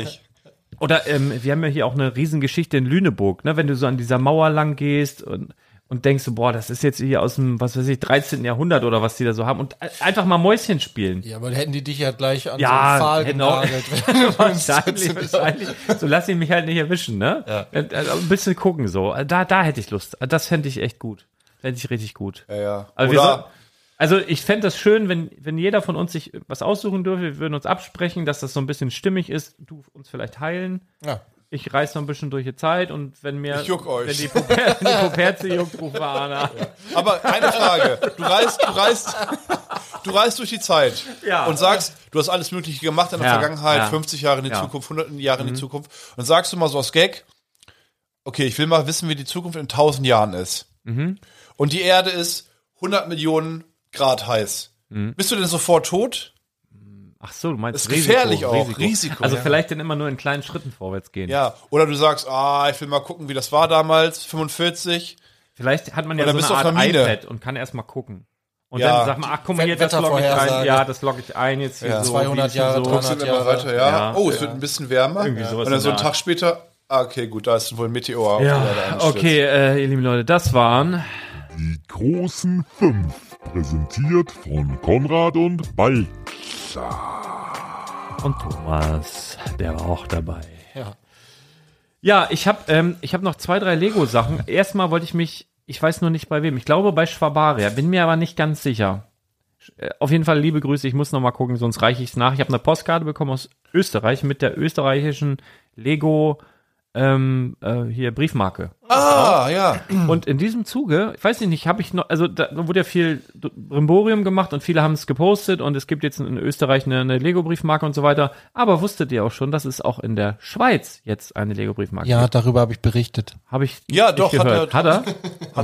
S1: Oder ähm, wir haben ja hier auch eine Riesengeschichte in Lüneburg, ne? Wenn du so an dieser Mauer lang gehst und, und denkst, so, boah, das ist jetzt hier aus dem, was weiß ich, 13. Jahrhundert oder was die da so haben und e- einfach mal Mäuschen spielen.
S3: Ja, aber hätten die dich ja genau. Ah, gleich an
S1: Ja,
S3: so einen Pfahl
S1: hätten auch-
S3: genagelt. wenn du uns
S1: wahrscheinlich,
S3: jetzt-
S1: wahrscheinlich. So lass ich mich halt nicht erwischen, ne? Äh, Also ein bisschen gucken so. Äh, Da, da hätte ich Lust. Das fände ich echt gut. Fände ich richtig gut.
S2: Ja, ja.
S1: Also, wir sollten-
S2: Oder,
S1: also ich fände das schön, wenn, wenn jeder von uns sich was aussuchen dürfte. Wir würden uns absprechen, dass das so ein bisschen stimmig ist. Du uns vielleicht heilen.
S3: Ja.
S1: Ich reiß noch ein bisschen durch die Zeit und wenn mir
S2: Ich juck euch.
S1: wenn die Puper- wenn die Puperze juckt, rufen wir Anna.
S2: aber eine Frage. Du reist, du reist, du reist durch die Zeit
S1: Ja.
S2: und sagst, du hast alles Mögliche gemacht in der
S1: Ja,
S2: Vergangenheit,
S1: ja.
S2: 50 Jahre in die
S1: Ja. Mhm.
S2: Zukunft, 100 Jahre in die Zukunft. Und sagst du mal so aus Gag, okay, ich will mal wissen, wie die Zukunft in 1000 Jahren ist.
S1: Mhm.
S2: Und die Erde ist 100 Millionen Grad heiß.
S1: Mhm.
S2: Bist du denn sofort tot?
S1: Ach so, du meinst
S2: Ist gefährlich auch.
S1: Risiko.
S2: Risiko,
S1: Also
S2: ja.
S1: vielleicht dann immer nur in kleinen Schritten vorwärts gehen.
S2: Ja. Oder du sagst, ah, ich will mal gucken, wie das war damals, 45.
S1: Vielleicht hat man ja
S2: Oder
S1: so
S2: bist
S1: eine
S2: du auf
S1: Art
S2: einer Mine?
S1: iPad und kann erstmal gucken. Und
S2: Ja.
S1: dann sagt man, ach guck mal, hier, das logge ich ein.
S3: Wettervorhersage.
S1: Ja, das logge ich ein jetzt hier
S2: Ja.
S1: so.
S3: 200
S1: wie ich
S3: Jahre
S1: so.
S3: dran.
S2: Guckst du
S3: 100
S2: immer
S3: Jahre.
S2: weiter, ja.
S1: Ja.
S2: oh, es wird ein bisschen wärmer.
S1: Irgendwie sowas
S2: Und dann
S1: in
S2: so einen
S1: der
S2: Tag
S1: Art.
S2: später, ah, okay, gut, da ist wohl ein Meteor. der da
S1: Ja,
S2: einstürzt.
S1: okay, äh, ihr lieben Leute, das waren
S5: Die großen fünf. Präsentiert von Konrad und Ball.
S1: und Thomas, der war auch dabei.
S3: Ja.
S1: Ja, ich habe ähm, ich hab noch zwei, drei Lego-Sachen. Erstmal wollte ich mich, ich weiß nur nicht bei wem, ich glaube bei Schwabaria, bin mir aber nicht ganz sicher. Äh, Auf jeden Fall liebe Grüße, ich muss noch mal gucken, sonst reiche ich es nach. Ich habe eine Postkarte bekommen aus Österreich mit der österreichischen Lego ähm, äh, hier Briefmarke.
S2: Ah, ja.
S1: Und in diesem Zuge, ich weiß nicht, habe ich noch, also da wurde ja viel Brimborium gemacht und viele haben es gepostet und es gibt jetzt in Österreich eine, eine Lego-Briefmarke und so weiter. Aber wusstet ihr auch schon, dass es auch in der Schweiz jetzt eine Lego-Briefmarke
S3: ja,
S1: gibt?
S3: darüber habe ich berichtet.
S1: Habe ich
S2: Ja,
S1: nicht
S2: doch, hat
S1: gehört.
S2: er-
S1: Hat er? Hat
S2: er,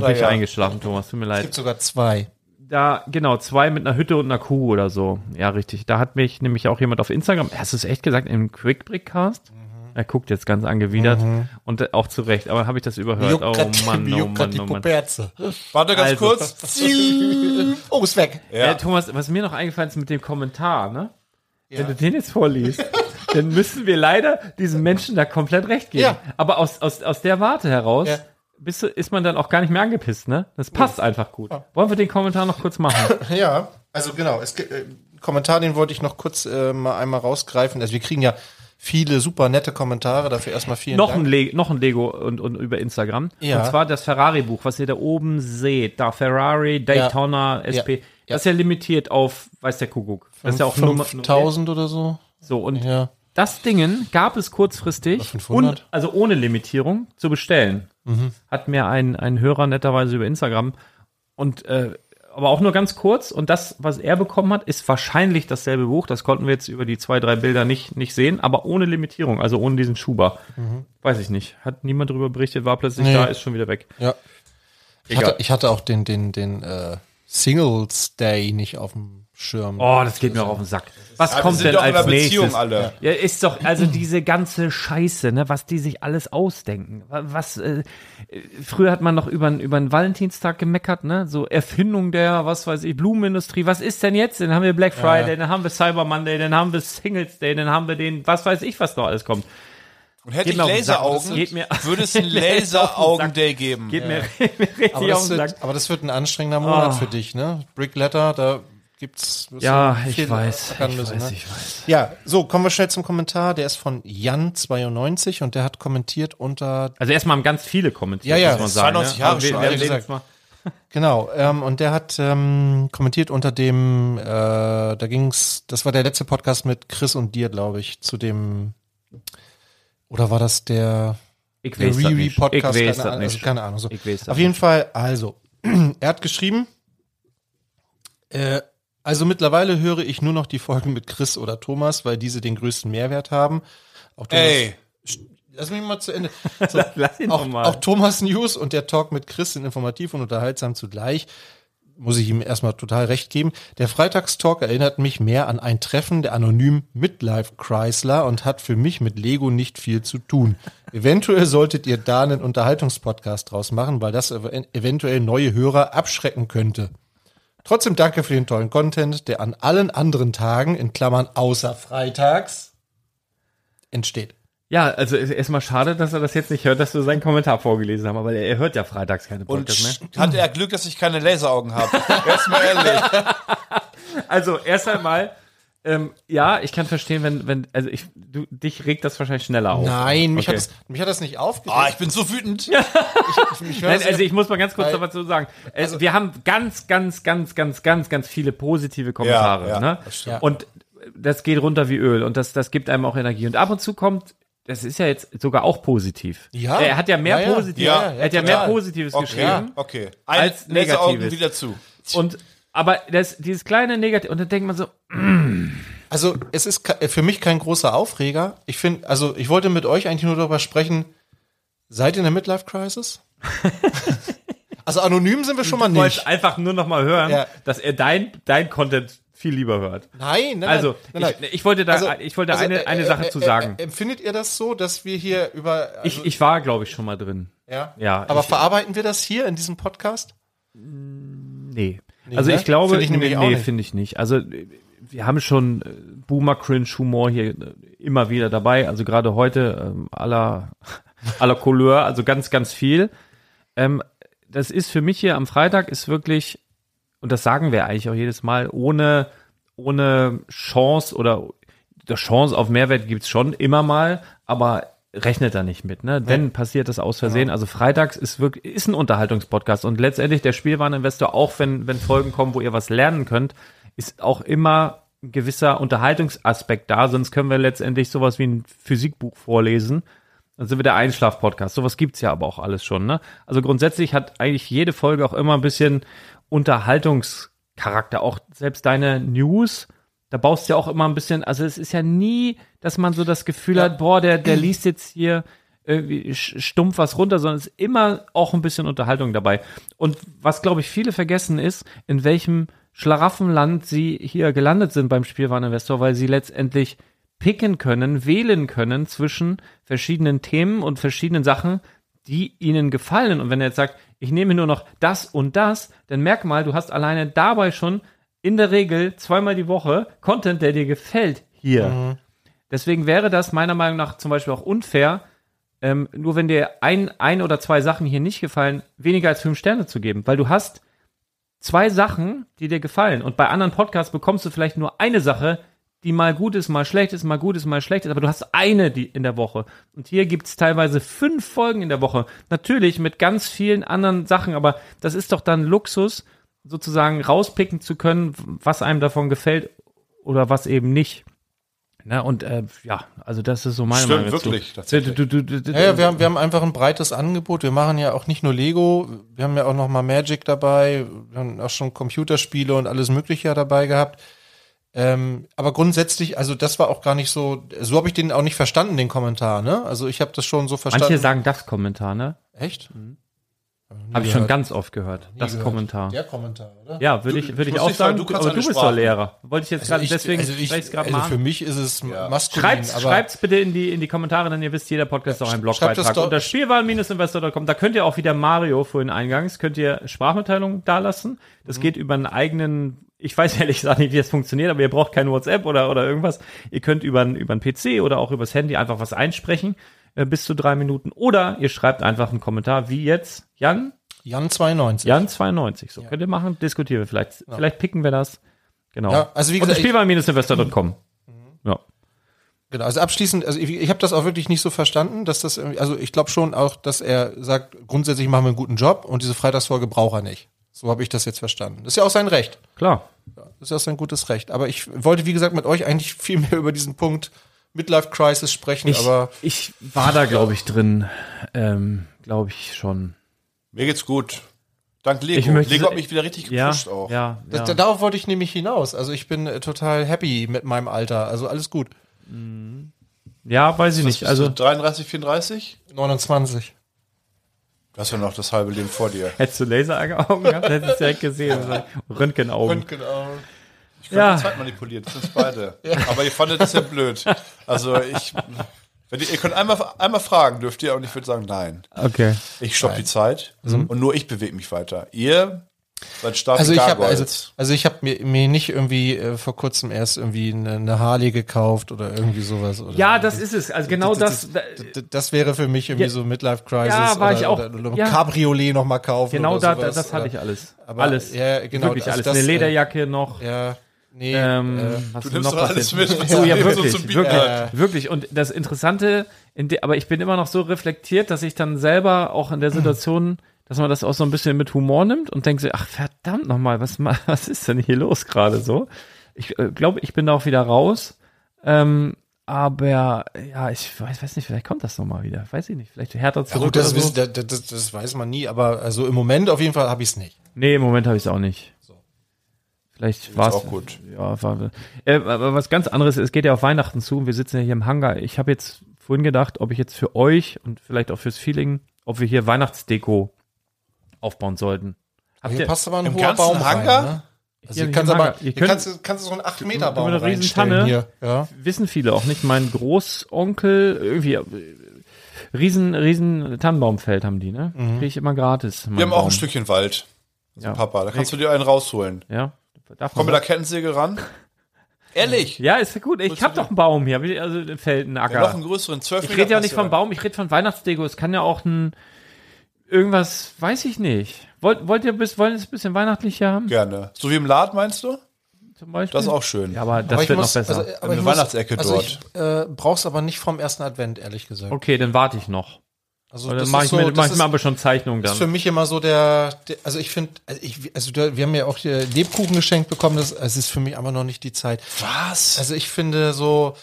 S1: er? Bin ich
S2: ja.
S1: eingeschlafen, Thomas, tut mir
S3: Es
S1: leid
S3: gibt sogar zwei.
S1: da, genau, zwei mit einer Hütte und einer Kuh oder so. Ja, richtig. Da hat mich nämlich auch jemand auf Instagram, hast du es echt gesagt, im Quick Brickcast?
S2: Mhm.
S1: Er guckt jetzt ganz angewidert und äh, auch zu Recht, aber habe ich das überhört?
S3: Juckt
S1: Oh
S3: grad die-
S1: Mann, oh
S3: juckt grad
S1: Mann,
S3: die
S1: oh Mann.
S3: Puperze.
S2: Warte ganz
S1: Also.
S2: kurz.
S3: Oh, ist weg.
S1: Ja. Thomas, was mir noch eingefallen ist mit dem Kommentar, ne? Wenn du den jetzt vorliest, dann müssen wir leider diesem Menschen da komplett recht geben.
S3: Ja.
S1: Aber aus, aus, aus der Warte heraus
S3: Ja.
S1: bist du, ist man dann auch gar nicht mehr angepisst, ne? Das passt einfach gut. Wollen wir den Kommentar noch kurz machen?
S3: Ja, also genau. Es gibt, äh, Kommentar, den wollte ich noch kurz äh, mal einmal rausgreifen. Also wir kriegen ja viele super nette Kommentare. Dafür erstmal vielen
S1: noch, ein
S3: Dank.
S1: Le noch ein Lego und, und über Instagram.
S3: Ja.
S1: Und zwar das Ferrari-Buch, was ihr da oben seht. Da Ferrari, Daytona,
S3: Ja.
S1: SP.
S3: Ja.
S1: Das ist ja limitiert auf, weiß der Kuckuck. Das ist ja auch Nummer-
S3: 5000 oder so.
S1: So, und
S3: Ja.
S1: das Dingen gab es kurzfristig,
S3: 500?
S1: un- also ohne Limitierung, zu bestellen.
S3: Mhm.
S1: Hat mir ein, ein Hörer netterweise über Instagram. Und äh, aber auch nur ganz kurz. Und das, was er bekommen hat, ist wahrscheinlich dasselbe Buch. Das konnten wir jetzt über die zwei, drei Bilder nicht, nicht sehen, aber ohne Limitierung, also ohne diesen Schuber. Weiß ich nicht. Hat niemand darüber berichtet, war plötzlich
S3: Mhm. Nee.
S1: da, ist schon wieder weg.
S3: Ja. Ich
S1: Egal.
S3: hatte, ich hatte auch den, den, den äh, Singles Day nicht auf dem Schirm.
S1: Oh, das geht mir auch auf den Sack. Was
S2: Ja, wir
S1: kommt
S2: sind
S1: denn
S2: doch in einer
S1: als
S2: Beziehung
S1: nächstes?
S2: alle.
S1: Ja, ist doch, also diese ganze Scheiße, ne, was die sich alles ausdenken. Wa- Was, äh, äh, früher hat man noch über, über den Valentinstag gemeckert, ne? So Erfindung der, was weiß ich, Blumenindustrie. Was ist denn jetzt? Dann haben wir Black Friday, dann haben wir Cyber Monday, dann haben wir Singles Day, dann haben wir den, was weiß ich, was noch alles kommt.
S2: Und hätte
S1: Geht
S2: ich
S1: mir auf den Sack.
S2: Laseraugen,
S1: Genau, Geht mir-
S2: würde es einen Laseraugen-Day geben.
S1: Geht mir, mir richtig
S3: aber,
S1: auf
S3: das
S1: den Sack.
S3: wird, aber das wird ein anstrengender Monat
S1: Ah.
S3: für dich, ne? Brickletter, da gibt's. wirst
S1: Ja,
S3: du viel
S1: ich weiß,
S3: ackern
S1: ich
S3: müssen,
S1: weiß,
S3: ne?
S1: ich weiß.
S3: Ja, so, kommen wir schnell zum Kommentar. Der ist von Jan92 und der hat kommentiert unter,
S1: Also erstmal haben ganz viele kommentiert,
S3: Ja, ja,
S1: muss man
S3: das
S1: sagen.
S2: 92
S1: ne?
S2: Jahre
S1: Aber wir,
S2: schon,
S1: wir
S2: ehrlich
S1: reden jetzt
S3: also gesagt.
S1: mal.
S3: genau, ähm, und der hat ähm, kommentiert unter dem, äh, da ging's, das war der letzte Podcast mit Chris und dir, glaube ich, zu dem, oder war das der,
S1: Ich
S3: der
S1: weiß das nicht. Ich
S3: Riri-Podcast?
S1: weiß
S3: Keine,
S1: das
S3: Ahnung, also
S1: nicht.
S3: keine Ahnung. So.
S1: Ich weiß das
S3: Auf jeden Fall, also, er hat geschrieben, äh, also mittlerweile höre ich nur noch die Folgen mit Chris oder Thomas, weil diese den größten Mehrwert haben. Auch Thomas,
S2: Ey.
S3: Lass mich mal zu Ende. So,
S1: Lass ihn
S3: auch,
S1: doch mal.
S3: auch Thomas News und der Talk mit Chris sind informativ und unterhaltsam zugleich. Muss ich ihm erstmal total recht geben. Der Freitagstalk erinnert mich mehr an ein Treffen der anonymen Midlife Chrysler und hat für mich mit Lego nicht viel zu tun. Eventuell solltet ihr da einen Unterhaltungspodcast draus machen, weil das ev eventuell neue Hörer abschrecken könnte. Trotzdem danke für den tollen Content, der an allen anderen Tagen, in Klammern außer Freitags, entsteht.
S1: Ja, also ist erstmal schade, dass er das jetzt nicht hört, dass wir seinen Kommentar vorgelesen haben, aber er, er hört ja freitags keine
S2: Und
S1: Podcasts mehr.
S2: hat er Glück, dass ich keine Laseraugen habe. Jetzt mal ehrlich.
S1: Also erst einmal, ähm, ja, ich kann verstehen, wenn, wenn, also ich, du, dich regt das wahrscheinlich schneller auf.
S3: Nein, mich,
S1: Okay.
S3: hat das, mich hat das nicht
S2: Oh, Ah,
S3: aufgeregt.
S2: ich bin so wütend.
S3: mich
S1: Nein, also ich muss mal ganz kurz
S3: Weil-
S1: dazu sagen. Äh, wir haben ganz, ganz, ganz, ganz, ganz, ganz viele positive Kommentare.
S2: Ja, ja,
S1: ne?
S2: das
S3: stimmt.
S1: Und das geht runter wie Öl und das, das gibt einem auch Energie. Und ab und zu kommt, das ist ja jetzt sogar auch positiv.
S3: Ja.
S1: Er hat ja mehr
S3: Ja, ja.
S1: Positives,
S2: Ja,
S1: er hat ja
S2: total.
S1: mehr Positives
S2: Okay,
S1: geschrieben.
S2: okay.
S1: Als
S2: Laseraugen
S1: Negatives.
S2: wieder zu.
S1: Und aber das, dieses kleine Negativ, und dann denkt man so,
S3: Also es ist ke- für mich kein großer Aufreger. Ich finde, also ich wollte mit euch eigentlich nur darüber sprechen, seid ihr in der Midlife Crisis? also anonym sind wir schon mal
S1: ich wollte
S3: nicht.
S1: einfach nur noch mal hören,
S3: Ja.
S1: dass er dein, dein Content viel lieber hört.
S3: Nein, nein,
S1: Also,
S3: nein, nein.
S1: ich, ich wollte da,
S3: Also,
S1: ich wollte
S3: also,
S1: eine,
S3: äh,
S1: eine
S3: äh,
S1: Sache
S3: äh,
S1: zu
S3: äh,
S1: sagen.
S3: Empfindet ihr das so, dass wir hier über also,
S1: ich, ich war, glaube ich, schon mal drin.
S3: ja,
S1: ja,
S3: aber
S1: ich-
S3: verarbeiten wir das hier in diesem Podcast?
S1: Nee. also
S3: ne?
S1: ich glaube,
S3: Finde ich nämlich
S1: nee,
S3: auch
S1: nee
S3: nicht.
S1: finde ich nicht. Also äh, wir haben schon äh, Boomer Cringe Humor hier äh, immer wieder dabei, also gerade heute ähm, aller aller Couleur, also ganz ganz viel. Ähm, das ist für mich hier am Freitag ist wirklich und das sagen wir eigentlich auch jedes Mal ohne ohne Chance oder der Chance auf Mehrwert gibt's schon immer mal, aber rechnet da nicht mit, ne? Wenn passiert das aus Versehen. Also freitags ist wirklich, ist ein Unterhaltungspodcast und letztendlich der Spielwareninvestor, auch wenn, wenn Folgen kommen, wo ihr was lernen könnt, ist auch immer ein gewisser Unterhaltungsaspekt da, sonst können wir letztendlich sowas wie ein Physikbuch vorlesen. Dann sind wir der Einschlaf-Podcast. Sowas gibt's ja aber auch alles schon, ne? Also grundsätzlich hat eigentlich jede Folge auch immer ein bisschen Unterhaltungscharakter. Auch selbst deine News, da baust du ja auch immer ein bisschen, also es ist ja nie, dass man so das Gefühl hat, boah, der, der liest jetzt hier irgendwie sch- stumpf was runter, sondern es ist immer auch ein bisschen Unterhaltung dabei. Und was, glaube ich, viele vergessen ist, in welchem Schlaraffenland sie hier gelandet sind beim Spielwareninvestor, weil sie letztendlich picken können, wählen können zwischen verschiedenen Themen und verschiedenen Sachen, die ihnen gefallen. Und wenn er jetzt sagt, ich nehme nur noch das und das, dann merk mal, du hast alleine dabei schon in der Regel zweimal die Woche Content, der dir gefällt hier. Deswegen wäre das meiner Meinung nach zum Beispiel auch unfair, ähm, nur wenn dir ein, ein oder zwei Sachen hier nicht gefallen, weniger als fünf Sterne zu geben, weil du hast zwei Sachen, die dir gefallen. Und bei anderen Podcasts bekommst du vielleicht nur eine Sache, die mal gut ist, mal schlecht ist, mal gut ist, mal schlecht ist, aber du hast eine die in der Woche. Und hier gibt's teilweise fünf Folgen in der Woche. Natürlich mit ganz vielen anderen Sachen, aber das ist doch dann Luxus, sozusagen rauspicken zu können, was einem davon gefällt oder was eben nicht. Ne, und äh, ja, also das ist so meine
S2: Stimmt,
S1: Meinung. dazu.
S2: wirklich,
S1: Du,
S2: tatsächlich.
S1: du, du, du, du,
S3: Ja, ja, wir haben, wir haben einfach ein breites Angebot. Wir machen ja auch nicht nur Lego, wir haben ja auch noch mal Magic dabei, wir haben auch schon Computerspiele und alles Mögliche ja dabei gehabt. Ähm, aber grundsätzlich, also das war auch gar nicht so, so habe ich den auch nicht verstanden, den Kommentar, ne? Also ich habe das schon so verstanden.
S1: Manche sagen das Kommentar, ne?
S3: Echt?
S1: Habe ich schon ganz oft gehört. Das
S3: gehört.
S1: Kommentar.
S3: Der Kommentar, oder?
S1: Ja, würde
S2: Du-
S1: ich, würde
S2: ich
S1: ich
S2: muss
S1: auch
S2: nicht sagen,
S1: sagen,
S2: du kannst
S1: aber
S2: alle
S1: du bist doch
S2: Sprachen.
S1: Lehrer. Wollte ich jetzt
S3: Also
S1: gerade,
S3: ich,
S1: deswegen
S3: also ich,
S1: spreche ich gerade
S3: also
S1: mal
S3: für
S1: an.
S3: mich ist es
S2: Ja.
S3: maskulin,
S1: Schreibt's,
S3: aber
S1: schreibt's bitte in die, in die Kommentare, denn ihr wisst, jeder Podcast ist auch ein
S3: schreibt das
S1: Blogbeitrag.
S3: doch-
S1: Unter spielwahl-investor.com, da könnt ihr auch wieder Mario vorhin eingangs, könnt ihr Sprachmitteilungen dalassen. Das
S3: Mhm.
S1: geht über einen eigenen, ich weiß ehrlich gesagt nicht, wie das funktioniert, aber ihr braucht kein WhatsApp oder, oder irgendwas. Ihr könnt über einen, über einen PC oder auch übers Handy einfach was einsprechen, äh, bis zu drei Minuten. Oder ihr schreibt einfach einen Kommentar, wie jetzt, Jan,
S3: Jan 92.
S1: Jan 92. So, könnt ihr machen, diskutieren wir vielleicht. Vielleicht picken wir das. Genau.
S3: Ja, also wie gesagt, ich- Mhm.
S1: Spielwahl-investor.com. Ja.
S3: Genau, also abschließend, also ich, ich habe das auch wirklich nicht so verstanden, dass das, irgendwie- also ich glaube schon auch, dass er sagt, grundsätzlich machen wir einen guten Job und diese Freitagsfolge braucht er nicht. So habe ich das jetzt verstanden. Das ist ja auch sein Recht.
S1: Klar.
S3: Das ist ja auch sein gutes Recht. Aber ich wollte, wie gesagt, mit euch eigentlich viel mehr über diesen Punkt Midlife Crisis sprechen,
S1: Ich,
S3: aber
S1: ich war da, glaube ich, drin. Ähm, glaube ich schon.
S2: Mir geht's gut. Dank Lego.
S1: Ich möchte-
S2: Lego hat mich wieder richtig
S1: Ja,
S2: gepusht auch.
S1: ja,
S3: das,
S1: ja.
S3: darauf wollte ich nämlich hinaus. Also ich bin äh, total happy mit meinem Alter. Also alles gut.
S1: ja, weiß ich nicht.
S2: Also
S1: Also
S2: 33, 34?
S3: 29.
S2: Du hast ja noch das halbe Leben vor dir.
S1: hättest du Laseraugen gehabt, hättest du direkt gesehen. Röntgenaugen.
S3: genau.
S2: Ich könnte
S1: Ja.
S2: die Zeit manipuliert, das sind beide. Aber ihr fandet das ja blöd. Also ich. Wenn ihr, ihr könnt einmal, einmal fragen, dürft ihr, und ich würde sagen, nein.
S1: Okay.
S2: Ich stopp die Zeit und nur ich bewege mich weiter. Ihr Seit Start
S3: Also ich habe
S2: Gargoyles.
S3: also, also ich habe mir, mir nicht irgendwie äh, vor kurzem erst irgendwie eine, eine Harley gekauft oder irgendwie sowas. Oder
S1: Ja, das ist es. Also genau das.
S3: das, das wäre für mich irgendwie
S1: Ja.
S3: so Midlife Crisis
S1: Ja, war
S3: oder,
S1: ich auch.
S3: oder, oder ein
S1: Ja.
S3: Cabriolet noch mal kaufen.
S1: Genau da,
S3: oder sowas.
S1: das hatte
S3: oder,
S1: ich alles.
S3: aber,
S1: alles.
S3: ja, genau,
S1: Wirklich
S3: also
S1: alles.
S3: das,
S1: Eine
S3: äh,
S1: Lederjacke noch.
S3: Ja, nee.
S1: Ähm,
S3: äh,
S1: was
S2: du
S1: denn
S2: nimmst
S1: noch
S2: doch alles
S1: passiert?
S2: mit, was
S1: Oh ja,
S2: andere so
S1: wirklich,
S2: zum Bieten
S1: wirklich,
S3: hat.
S1: wirklich. Und das Interessante, in der- aber ich bin immer noch so reflektiert, dass ich dann selber auch in der Situation, dass man das auch so ein bisschen mit Humor nimmt und denkt so, ach verdammt nochmal, was, ma- was ist denn hier los gerade so? Ich äh, glaube, ich bin da auch wieder raus. Ähm, aber ja, ich weiß, weiß nicht, vielleicht kommt das nochmal wieder. Weiß ich nicht. Vielleicht härter
S3: ja,
S1: zurück.
S3: gut, das,
S1: oder so.
S3: wissen- das, das, das weiß man nie, aber also im Moment auf jeden Fall habe ich es nicht.
S1: Nee, im Moment habe ich es auch nicht. Vielleicht war es
S2: auch gut.
S1: Ja, war, äh, aber was ganz anderes, es geht ja auf Weihnachten zu und wir sitzen ja hier im Hangar. Ich habe jetzt vorhin gedacht, ob ich jetzt für euch und vielleicht auch fürs Feeling, ob wir hier Weihnachtsdeko aufbauen sollten. Habt
S3: Hier
S1: ihr,
S3: passt aber ein
S2: im
S3: hoher
S2: ganzen
S3: Baum rein.
S2: Hangar?
S3: Ne? Also
S1: Hier
S3: hier
S1: im
S3: kannst,
S1: Hangar.
S3: aber,
S1: Ihr
S3: hier
S1: könnt-
S3: kannst, du- kannst du so einen 8 Meter Baum
S1: eine riesen
S3: reinstellen
S1: Tanne.
S3: hier. Ja.
S1: wissen viele auch nicht, mein Großonkel, irgendwie äh, riesen, riesen Tannenbaumfeld haben die, ne? Kriege ich immer gratis.
S2: Wir haben auch ein Stückchen Wald,
S1: ja.
S2: Papa. Da kannst du dir einen rausholen.
S1: Ja. Darf
S2: Komm
S1: man
S2: mit der Kettensäge ran. Ehrlich?
S1: ja, ist ja gut. Ich habe doch einen Baum hier, also einen Feld, einen Acker.
S2: Ja, noch einen größeren 12
S1: Ich rede ja auch nicht vom Baum, ich rede von Weihnachtsdeko. Es kann ja auch ein irgendwas, weiß ich nicht. Wollt, wollt ihr bis, wollen es ein bisschen weihnachtlicher haben?
S2: Gerne. So wie im Laden meinst du?
S1: Zum Beispiel?
S2: Das ist auch schön.
S1: Ja, aber das
S3: Aber ich
S1: wird
S3: muss-
S1: noch besser.
S3: also, äh, aber
S2: Eine
S3: ich muss-
S2: Weihnachtsecke
S3: also Ich äh, brauch's aber nicht vom ersten Advent, ehrlich gesagt.
S1: okay, dann warte ich noch.
S3: Also
S1: Oder
S3: das
S1: mache
S3: ist
S1: ich, mir,
S3: das
S1: mach ich
S3: ist-
S1: mir aber schon Zeichnungen
S3: ist für
S1: dann.
S3: mich immer so der, der also ich finde, also ich, also da- wir haben ja auch hier Lebkuchen geschenkt bekommen, das, also es ist für mich aber noch nicht die Zeit.
S2: Was?
S3: Also ich finde so,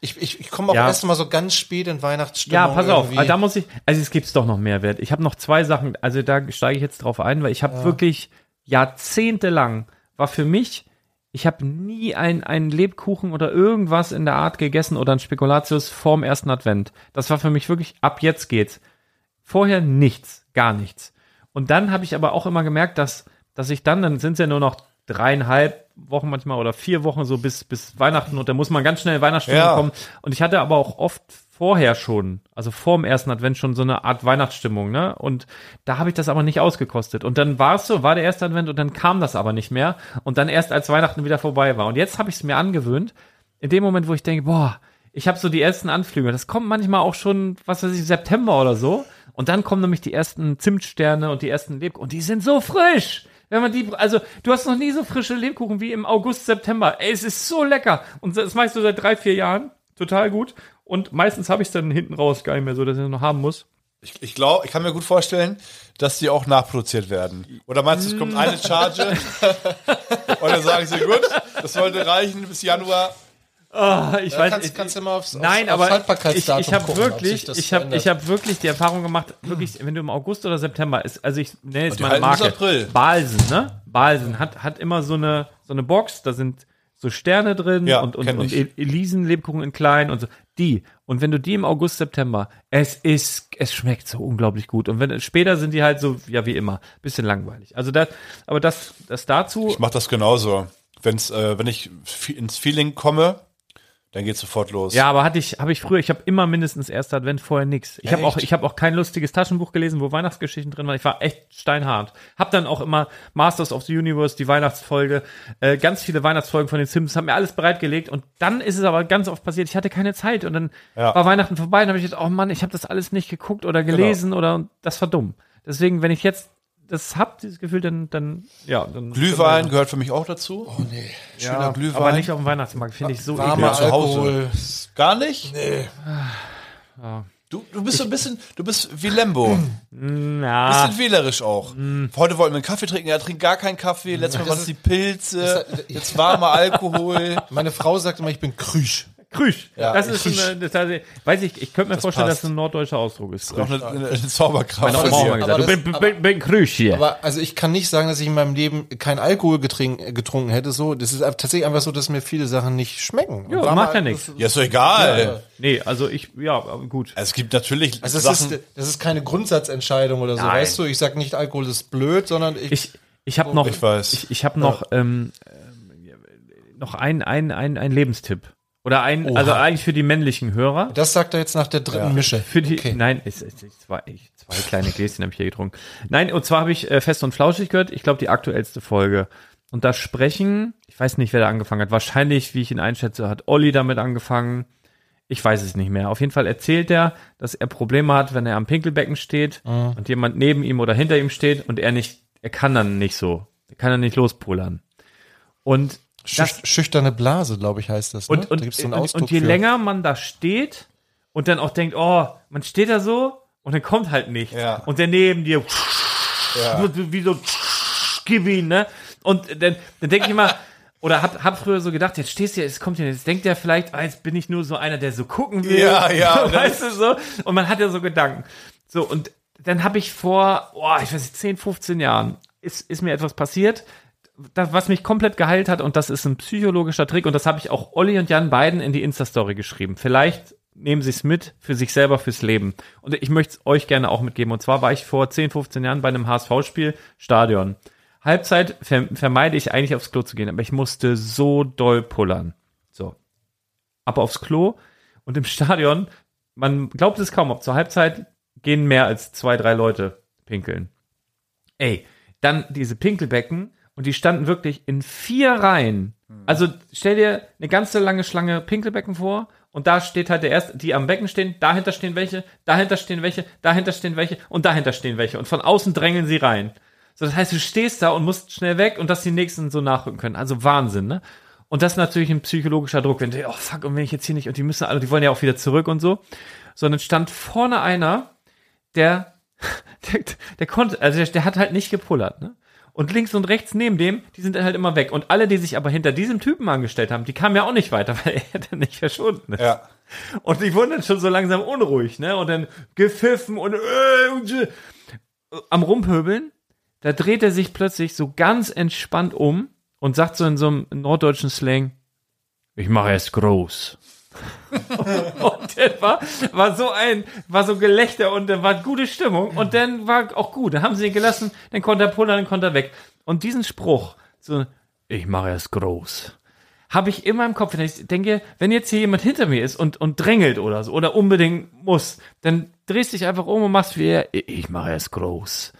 S3: ich, ich, ich komme auch
S1: Ja.
S3: erst mal so ganz spät in Weihnachtsstimmung.
S1: Ja, pass auf,
S3: irgendwie.
S1: da muss ich, also es gibt's doch noch Mehrwert. Ich habe noch zwei Sachen, also da steige ich jetzt drauf ein, weil ich habe wirklich jahrzehntelang, war für mich, ich habe nie ein- einen Lebkuchen oder irgendwas in der Art gegessen oder ein Spekulatius vorm ersten Advent. Das war für mich wirklich, ab jetzt geht's. Vorher nichts, gar nichts. Und dann habe ich aber auch immer gemerkt, dass, dass ich dann, dann sind es ja nur noch dreieinhalb Wochen manchmal oder vier Wochen so bis, bis Weihnachten und da muss man ganz schnell in Weihnachtsstimmung
S2: Ja.
S1: kommen. Und ich hatte aber auch oft vorher schon, also vor dem ersten Advent schon so eine Art Weihnachtsstimmung, ne? Und da habe ich das aber nicht ausgekostet. Und dann war es so, war der erste Advent und dann kam das aber nicht mehr. Und dann erst als Weihnachten wieder vorbei war. Und jetzt habe ich es mir angewöhnt, in dem Moment, wo ich denke, boah, ich habe so die ersten Anflüge. Das kommt manchmal auch schon, was weiß ich, September oder so. Und dann kommen nämlich die ersten Zimtsterne und die ersten Lebkuchen. Und die sind so frisch. Wenn man die, also du hast noch nie so frische Lebkuchen wie im August, September. Ey, es ist so lecker. Und das machst du seit drei, vier Jahren. Total gut. Und meistens habe ich es dann hinten raus gar nicht mehr so, dass ich es noch haben muss.
S2: Ich, ich glaube, ich kann mir gut vorstellen, dass die auch nachproduziert werden. Oder meinst du, es kommt eine Charge und dann sagen sie, gut, das sollte reichen bis Januar.
S1: Ah, ich weiß,
S3: Äh, kannst,
S1: ich-
S3: kannst du mal aufs, aufs,
S1: Nein,
S3: aufs
S1: aber ich,
S3: Haltbarkeitsdatum
S1: ich habe
S3: gucken, ob sich
S1: wirklich,
S3: das
S1: ich habe,
S3: verändert.
S1: ich habe wirklich die Erfahrung gemacht, wirklich, wenn du im August oder September ist, also ich nenne jetzt
S2: die
S1: mal eine
S2: halten bis
S1: Marke,
S2: April.
S1: Balsen, ne? Balsen hat hat immer so eine so eine Box, da sind so Sterne drin
S2: Ja,
S1: und und,
S2: kenn
S1: und
S2: ich.
S1: E- Elisen Lebkuchen in klein und so die und wenn du die im August September, es ist es schmeckt so unglaublich gut und wenn später sind die halt so ja wie immer bisschen langweilig. Also das, aber das das dazu
S2: Ich mache das genauso. Wenn's, äh, wenn ich fi- ins Feeling komme, dann geht's sofort los.
S1: Ja, aber hatte ich, habe ich früher, ich habe immer mindestens erster Advent vorher nix. Ich habe auch, ich habe auch kein lustiges Taschenbuch gelesen, wo Weihnachtsgeschichten drin waren. Ich war echt steinhart. Hab dann auch immer Masters of the Universe, die Weihnachtsfolge, äh, ganz viele Weihnachtsfolgen von den Simpsons, haben mir alles bereitgelegt und dann ist es aber ganz oft passiert, ich hatte keine Zeit und dann
S2: Ja. Genau.
S1: war Weihnachten vorbei und habe ich gedacht, oh Mann, ich habe das alles nicht geguckt oder gelesen oder und das war dumm. Deswegen, wenn ich jetzt das hab, dieses Gefühl, dann, dann, ja, dann
S2: Glühwein gehört für mich auch dazu. Oh nee. Schöner
S1: ja,
S2: Glühwein.
S1: aber nicht auf dem Weihnachtsmarkt, finde ich so
S3: Warmer
S2: Ja, zu Hause.
S3: Alkohol.
S2: Gar nicht? Nee. Du, du bist so ein bisschen, du bist wie Lembo.
S1: Na.
S2: Bisschen wählerisch auch. Heute wollten wir einen Kaffee trinken, er trinkt gar keinen Kaffee. Letztes Mal waren es die Pilze,
S3: das ist-
S2: jetzt warmer Alkohol.
S3: Meine Frau sagt immer, ich bin krüsch.
S1: Krüsch.
S2: Ja,
S1: das ist
S2: Krüsch.
S1: eine, das heißt, weiß ich, ich könnte mir vorstellen,
S2: passt.
S1: dass es ein norddeutscher Ausdruck ist.
S2: Noch
S1: Krüsch.
S2: eine, eine, eine
S1: Meine
S2: Zauberkraft.
S1: Oma
S2: von
S1: hat
S2: dir.
S1: immer gesagt,
S3: aber
S1: du
S3: das-
S1: bin, bin, bin, bin Krüsch hier.
S3: Aber also ich kann nicht sagen, dass ich in meinem Leben kein Alkohol getrink, getrunken hätte. So, das ist tatsächlich einfach so, dass mir viele Sachen nicht schmecken. Und
S1: ja,
S3: warmer
S1: macht ja
S3: Alkohol-
S1: nichts.
S2: Ja, ist doch egal.
S1: Nee, also ich, ja, aber gut.
S2: Es gibt natürlich
S3: Also das
S2: Sachen.
S3: ist, das ist keine Grundsatzentscheidung oder so,
S1: Nein.
S3: weißt du? Ich sag nicht, Alkohol ist blöd, sondern ich,
S1: Ich, ich habe noch,
S2: Oh, Ich weiß.
S1: ich, ich habe noch, ähm, ähm, noch einen, einen, einen, einen Lebenstipp. Oder ein,
S3: Oha.
S1: also eigentlich für die männlichen Hörer.
S3: Das sagt er jetzt nach der dritten Mische.
S1: Für die,
S3: okay.
S1: Nein, es, es, es war ich, zwei kleine Gläschen habe ich hier getrunken. Nein, und zwar habe ich äh, Fest und Flauschig gehört, ich glaube die aktuellste Folge. Und da sprechen, ich weiß nicht, wer da angefangen hat, wahrscheinlich, wie ich ihn einschätze, hat Olli damit angefangen. Ich weiß es nicht mehr. Auf jeden Fall erzählt er, dass er Probleme hat, wenn er am Pinkelbecken steht und jemand neben ihm oder hinter ihm steht und er nicht, er kann dann nicht so, er kann dann nicht lospullern. Und das-
S3: Schüch schüchterne Blase, glaube ich, heißt das. Ne?
S1: und, und,
S3: da gibt's so einen
S1: und,
S3: Ausdruck
S1: und je
S3: für.
S1: länger man da steht und dann auch denkt, oh, man steht da so und dann kommt halt nichts.
S2: Ja.
S1: Und der neben dir, so- so wie so, gib ihn, ne? Und dann, dann denke ich immer, oder hab, hab früher so gedacht, jetzt stehst du hier, es kommt hier, jetzt denkt der vielleicht, ah, jetzt bin ich nur so einer, der so gucken will.
S2: Ja, ja,
S1: weißt du so? Und man hat ja so Gedanken. So, und dann habe ich vor, oh, ich weiß nicht, 10, 15 Jahren, ist, ist mir etwas passiert, das, was mich komplett geheilt hat, und das ist ein psychologischer Trick, und das habe ich auch Olli und Jan beiden in die Insta-Story geschrieben. Vielleicht nehmen sie es mit für sich selber, fürs Leben. Und ich möchte es euch gerne auch mitgeben. Und zwar war ich vor 10, 15 Jahren bei einem HSV-Spiel, Stadion. Halbzeit ver vermeide ich eigentlich aufs Klo zu gehen, aber ich musste so doll pullern. So. Aber aufs Klo und im Stadion, man glaubt es kaum, ob zur Halbzeit gehen mehr als zwei, drei Leute pinkeln. Ey, dann diese Pinkelbecken und die standen wirklich in vier Reihen. Also stell dir eine ganze lange Schlange Pinkelbecken vor und da steht halt der erste, die am Becken stehen, dahinter stehen welche, dahinter stehen welche, dahinter stehen welche und dahinter stehen welche und von außen drängeln sie rein. So, das heißt, du stehst da und musst schnell weg und dass die nächsten so nachrücken können. Also Wahnsinn, ne? Und das ist natürlich ein psychologischer Druck, wenn du, oh fuck, und wenn ich jetzt hier nicht, und die müssen alle, die wollen ja auch wieder zurück und so. Sondern stand vorne einer, der, der, der konnte, also der, der hat halt nicht gepullert, ne? Und links und rechts neben dem, die sind halt immer weg. Und alle, die sich aber hinter diesem Typen angestellt haben, die kamen ja auch nicht weiter, weil er dann nicht verschwunden ist.
S2: Ja.
S1: Und ich wurde dann schon so langsam unruhig, ne? Und dann gepfiffen und, äh, und äh, am Rumpöbeln. Da dreht er sich plötzlich so ganz entspannt um und sagt so in so einem norddeutschen Slang, ich mache es groß. und dann war, war so ein, war so Gelächter und dann war gute Stimmung und dann war auch gut. Dann haben sie ihn gelassen, dann konnte er pullern, dann konnte er weg. Und diesen Spruch, so, ich mache es groß habe ich immer im Kopf, wenn ich denke, wenn jetzt hier jemand hinter mir ist und, und drängelt oder so oder unbedingt muss, dann drehst dich einfach um und machst wie er, "I- ich mache es groß.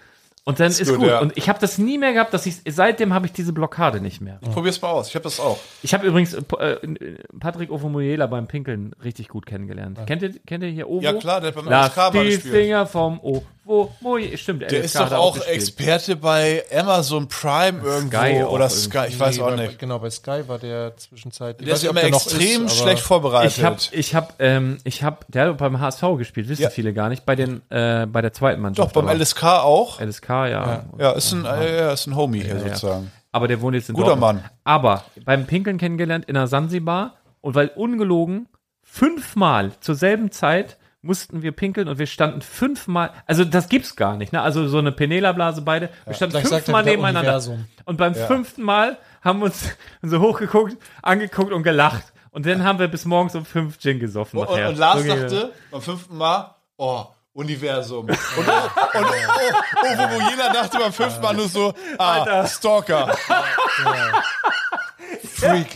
S1: Und dann ist,
S2: gut,
S1: gut.
S2: ja.
S1: Und ich habe das nie mehr gehabt, dass ich seitdem habe ich diese Blockade nicht mehr.
S2: Probier's mal aus. Ich habe das auch.
S1: Ich habe übrigens äh, äh, Patrick Ovomoyela beim Pinkeln richtig gut kennengelernt. Kennt ihr kennt ihr hier Ovo?
S2: Ja, klar, der hat beim
S1: Lass
S2: LSK mal
S1: die
S2: gespielt.
S1: Finger vom Ovomoyela. Stimmt,
S2: Der
S1: LSK
S2: ist
S1: hat
S2: doch
S1: er
S2: auch
S1: gespielt.
S2: Experte bei Amazon Prime irgendwo
S1: Sky auch
S2: oder
S1: irgendwie.
S2: Sky, ich weiß
S3: Nee,
S2: auch
S3: bei,
S2: nicht.
S3: Genau, bei Sky war der zwischenzeitlich.
S2: Der
S3: weiß
S2: ist
S3: nicht, ob
S2: immer
S3: noch
S2: extrem
S3: ist, aber-
S2: schlecht vorbereitet.
S1: Ich habe, ich habe, ähm, ich habe, der hat beim HSV gespielt, wissen
S2: Ja.
S1: viele gar nicht, bei den, äh, bei der zweiten
S2: Doch,
S1: Mannschaft.
S2: beim
S1: aber-
S2: LSK auch.
S1: LSK, ja.
S2: Ja, ist ein, äh, ja, ist ein Homie hier sozusagen.
S1: Aber der wohnt jetzt in
S2: Guter
S1: Dortmund.
S2: Mann.
S1: Aber beim Pinkeln kennengelernt in der Sansibar und weil ungelogen fünfmal zur selben Zeit mussten wir pinkeln und wir standen fünfmal, also das gibt's gar nicht, ne? Also so eine Penela-Blase beide, wir standen
S3: Gleich sagt er
S1: fünfmal
S3: wieder
S1: nebeneinander.
S3: Universum.
S1: Und beim fünften Mal haben wir uns so hochgeguckt, angeguckt und gelacht. Und dann haben wir bis morgens um fünf Gin gesoffen.
S2: Und,
S1: nachher.
S2: und Lars
S1: So ging das.
S2: dachte beim fünften Mal, oh, Universum. Und, und, und oh, oh, wo jeder dachte beim fünften Mal nur so, ah, Stalker.
S3: Freak.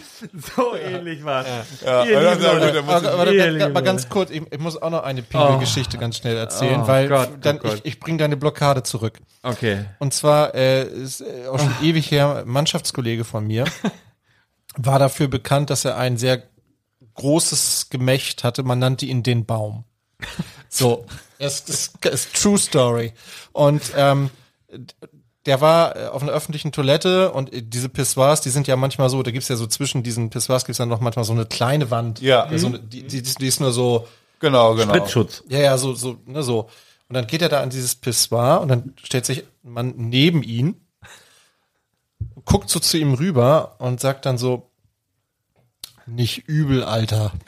S1: so ähnlich war es.
S2: Ja,
S1: Ihr
S2: ja,
S1: Lieben,
S2: ja,
S1: Leute.
S2: ja,
S3: Aber, aber
S1: Ihr
S3: aber,
S1: Lieben,
S3: aber ganz
S1: Leute.
S3: kurz, ich, ich muss auch noch eine Pinkelgeschichte ganz schnell erzählen,
S1: Oh
S3: weil
S1: Gott,
S3: dann
S1: oh Gott.
S3: ich, ich bringe deine Blockade zurück.
S1: Okay.
S3: Und zwar äh, ist äh, auch schon ewig her, ein Mannschaftskollege von mir war dafür bekannt, dass er ein sehr großes Gemächt hatte. Man nannte ihn den Baum. So, es ist, ist True Story. Und ähm, der war äh, auf einer öffentlichen Toilette und äh, diese Pissoirs, die sind ja manchmal so, da gibt's ja so zwischen diesen Pissoirs gibt's dann noch manchmal so eine kleine Wand. Also
S2: Ja.
S3: So eine, die, die, die ist nur so,
S2: Genau, genau.
S1: Blitzschutz.
S3: ja, ja, so, so, ne, so. Und dann geht er da an dieses Pissoir und dann stellt sich ein Mann neben ihn, guckt so zu ihm rüber und sagt dann so, nicht übel, Alter.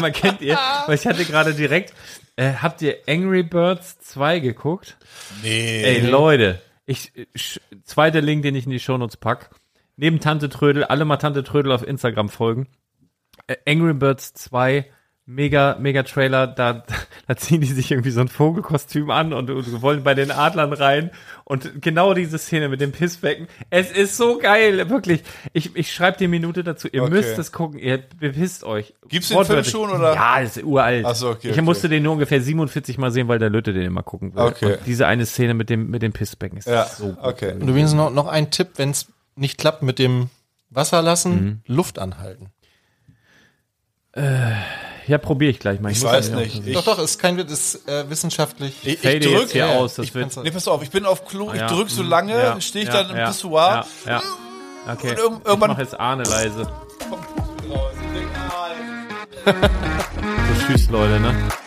S1: Man kennt ihr, weil ich hatte gerade direkt, äh, habt ihr Angry Birds 2 geguckt?
S2: Nee.
S1: Ey, Leute, ich, sch, zweiter Link, den ich in die Shownotes pack. Neben Tante Trödel, alle mal Tante Trödel auf Instagram folgen. Äh, Angry Birds 2, mega, mega Trailer, da, da ziehen die sich irgendwie so ein Vogelkostüm an und, und wollen bei den Adlern rein. Und genau diese Szene mit dem Pissbecken, es ist so geil, wirklich. Ich, ich schreibe die Minute dazu, ihr
S2: Okay.
S1: müsst es gucken, ihr bepisst euch.
S2: Gibt's den Film
S1: Wortwörtlich.
S2: schon, oder?
S1: Ja, ist uralt.
S2: Ach so, okay,
S1: ich
S2: okay.
S1: musste den nur ungefähr 47 Mal sehen, weil der Lötte den immer gucken will.
S2: Okay.
S1: Und diese eine Szene mit dem, mit dem Pissbecken ist
S2: Ja,
S1: so gut.
S2: okay.
S3: Und übrigens noch, noch ein Tipp, wenn es nicht klappt mit dem Wasser lassen, Luft anhalten.
S1: Ja, probiere ich gleich mal.
S2: Ich
S1: muss
S2: weiß
S1: eigentlich auch-
S2: nicht. Ich,
S3: doch, doch, ist kein Witz, ist äh, wissenschaftlich.
S2: ich, ich
S1: Fade jetzt
S2: drück.
S1: hier
S3: ja,
S1: aus, das
S3: ich
S1: wird
S3: kann's-
S2: Nee, pass auf, ich bin auf Klo, ich
S1: Ja,
S2: drück so
S1: mm,
S2: lange,
S1: ja,
S2: stehe ich
S1: ja,
S2: dann im
S1: ja,
S2: Pissoir.
S1: Ja, ja. Okay.
S2: Und irgend- irgendwann-
S1: ich mach jetzt Ahne leise.
S2: Genau, kommt Pusten raus. Ich denk, nein.
S1: So, tschüss, Leute, ne?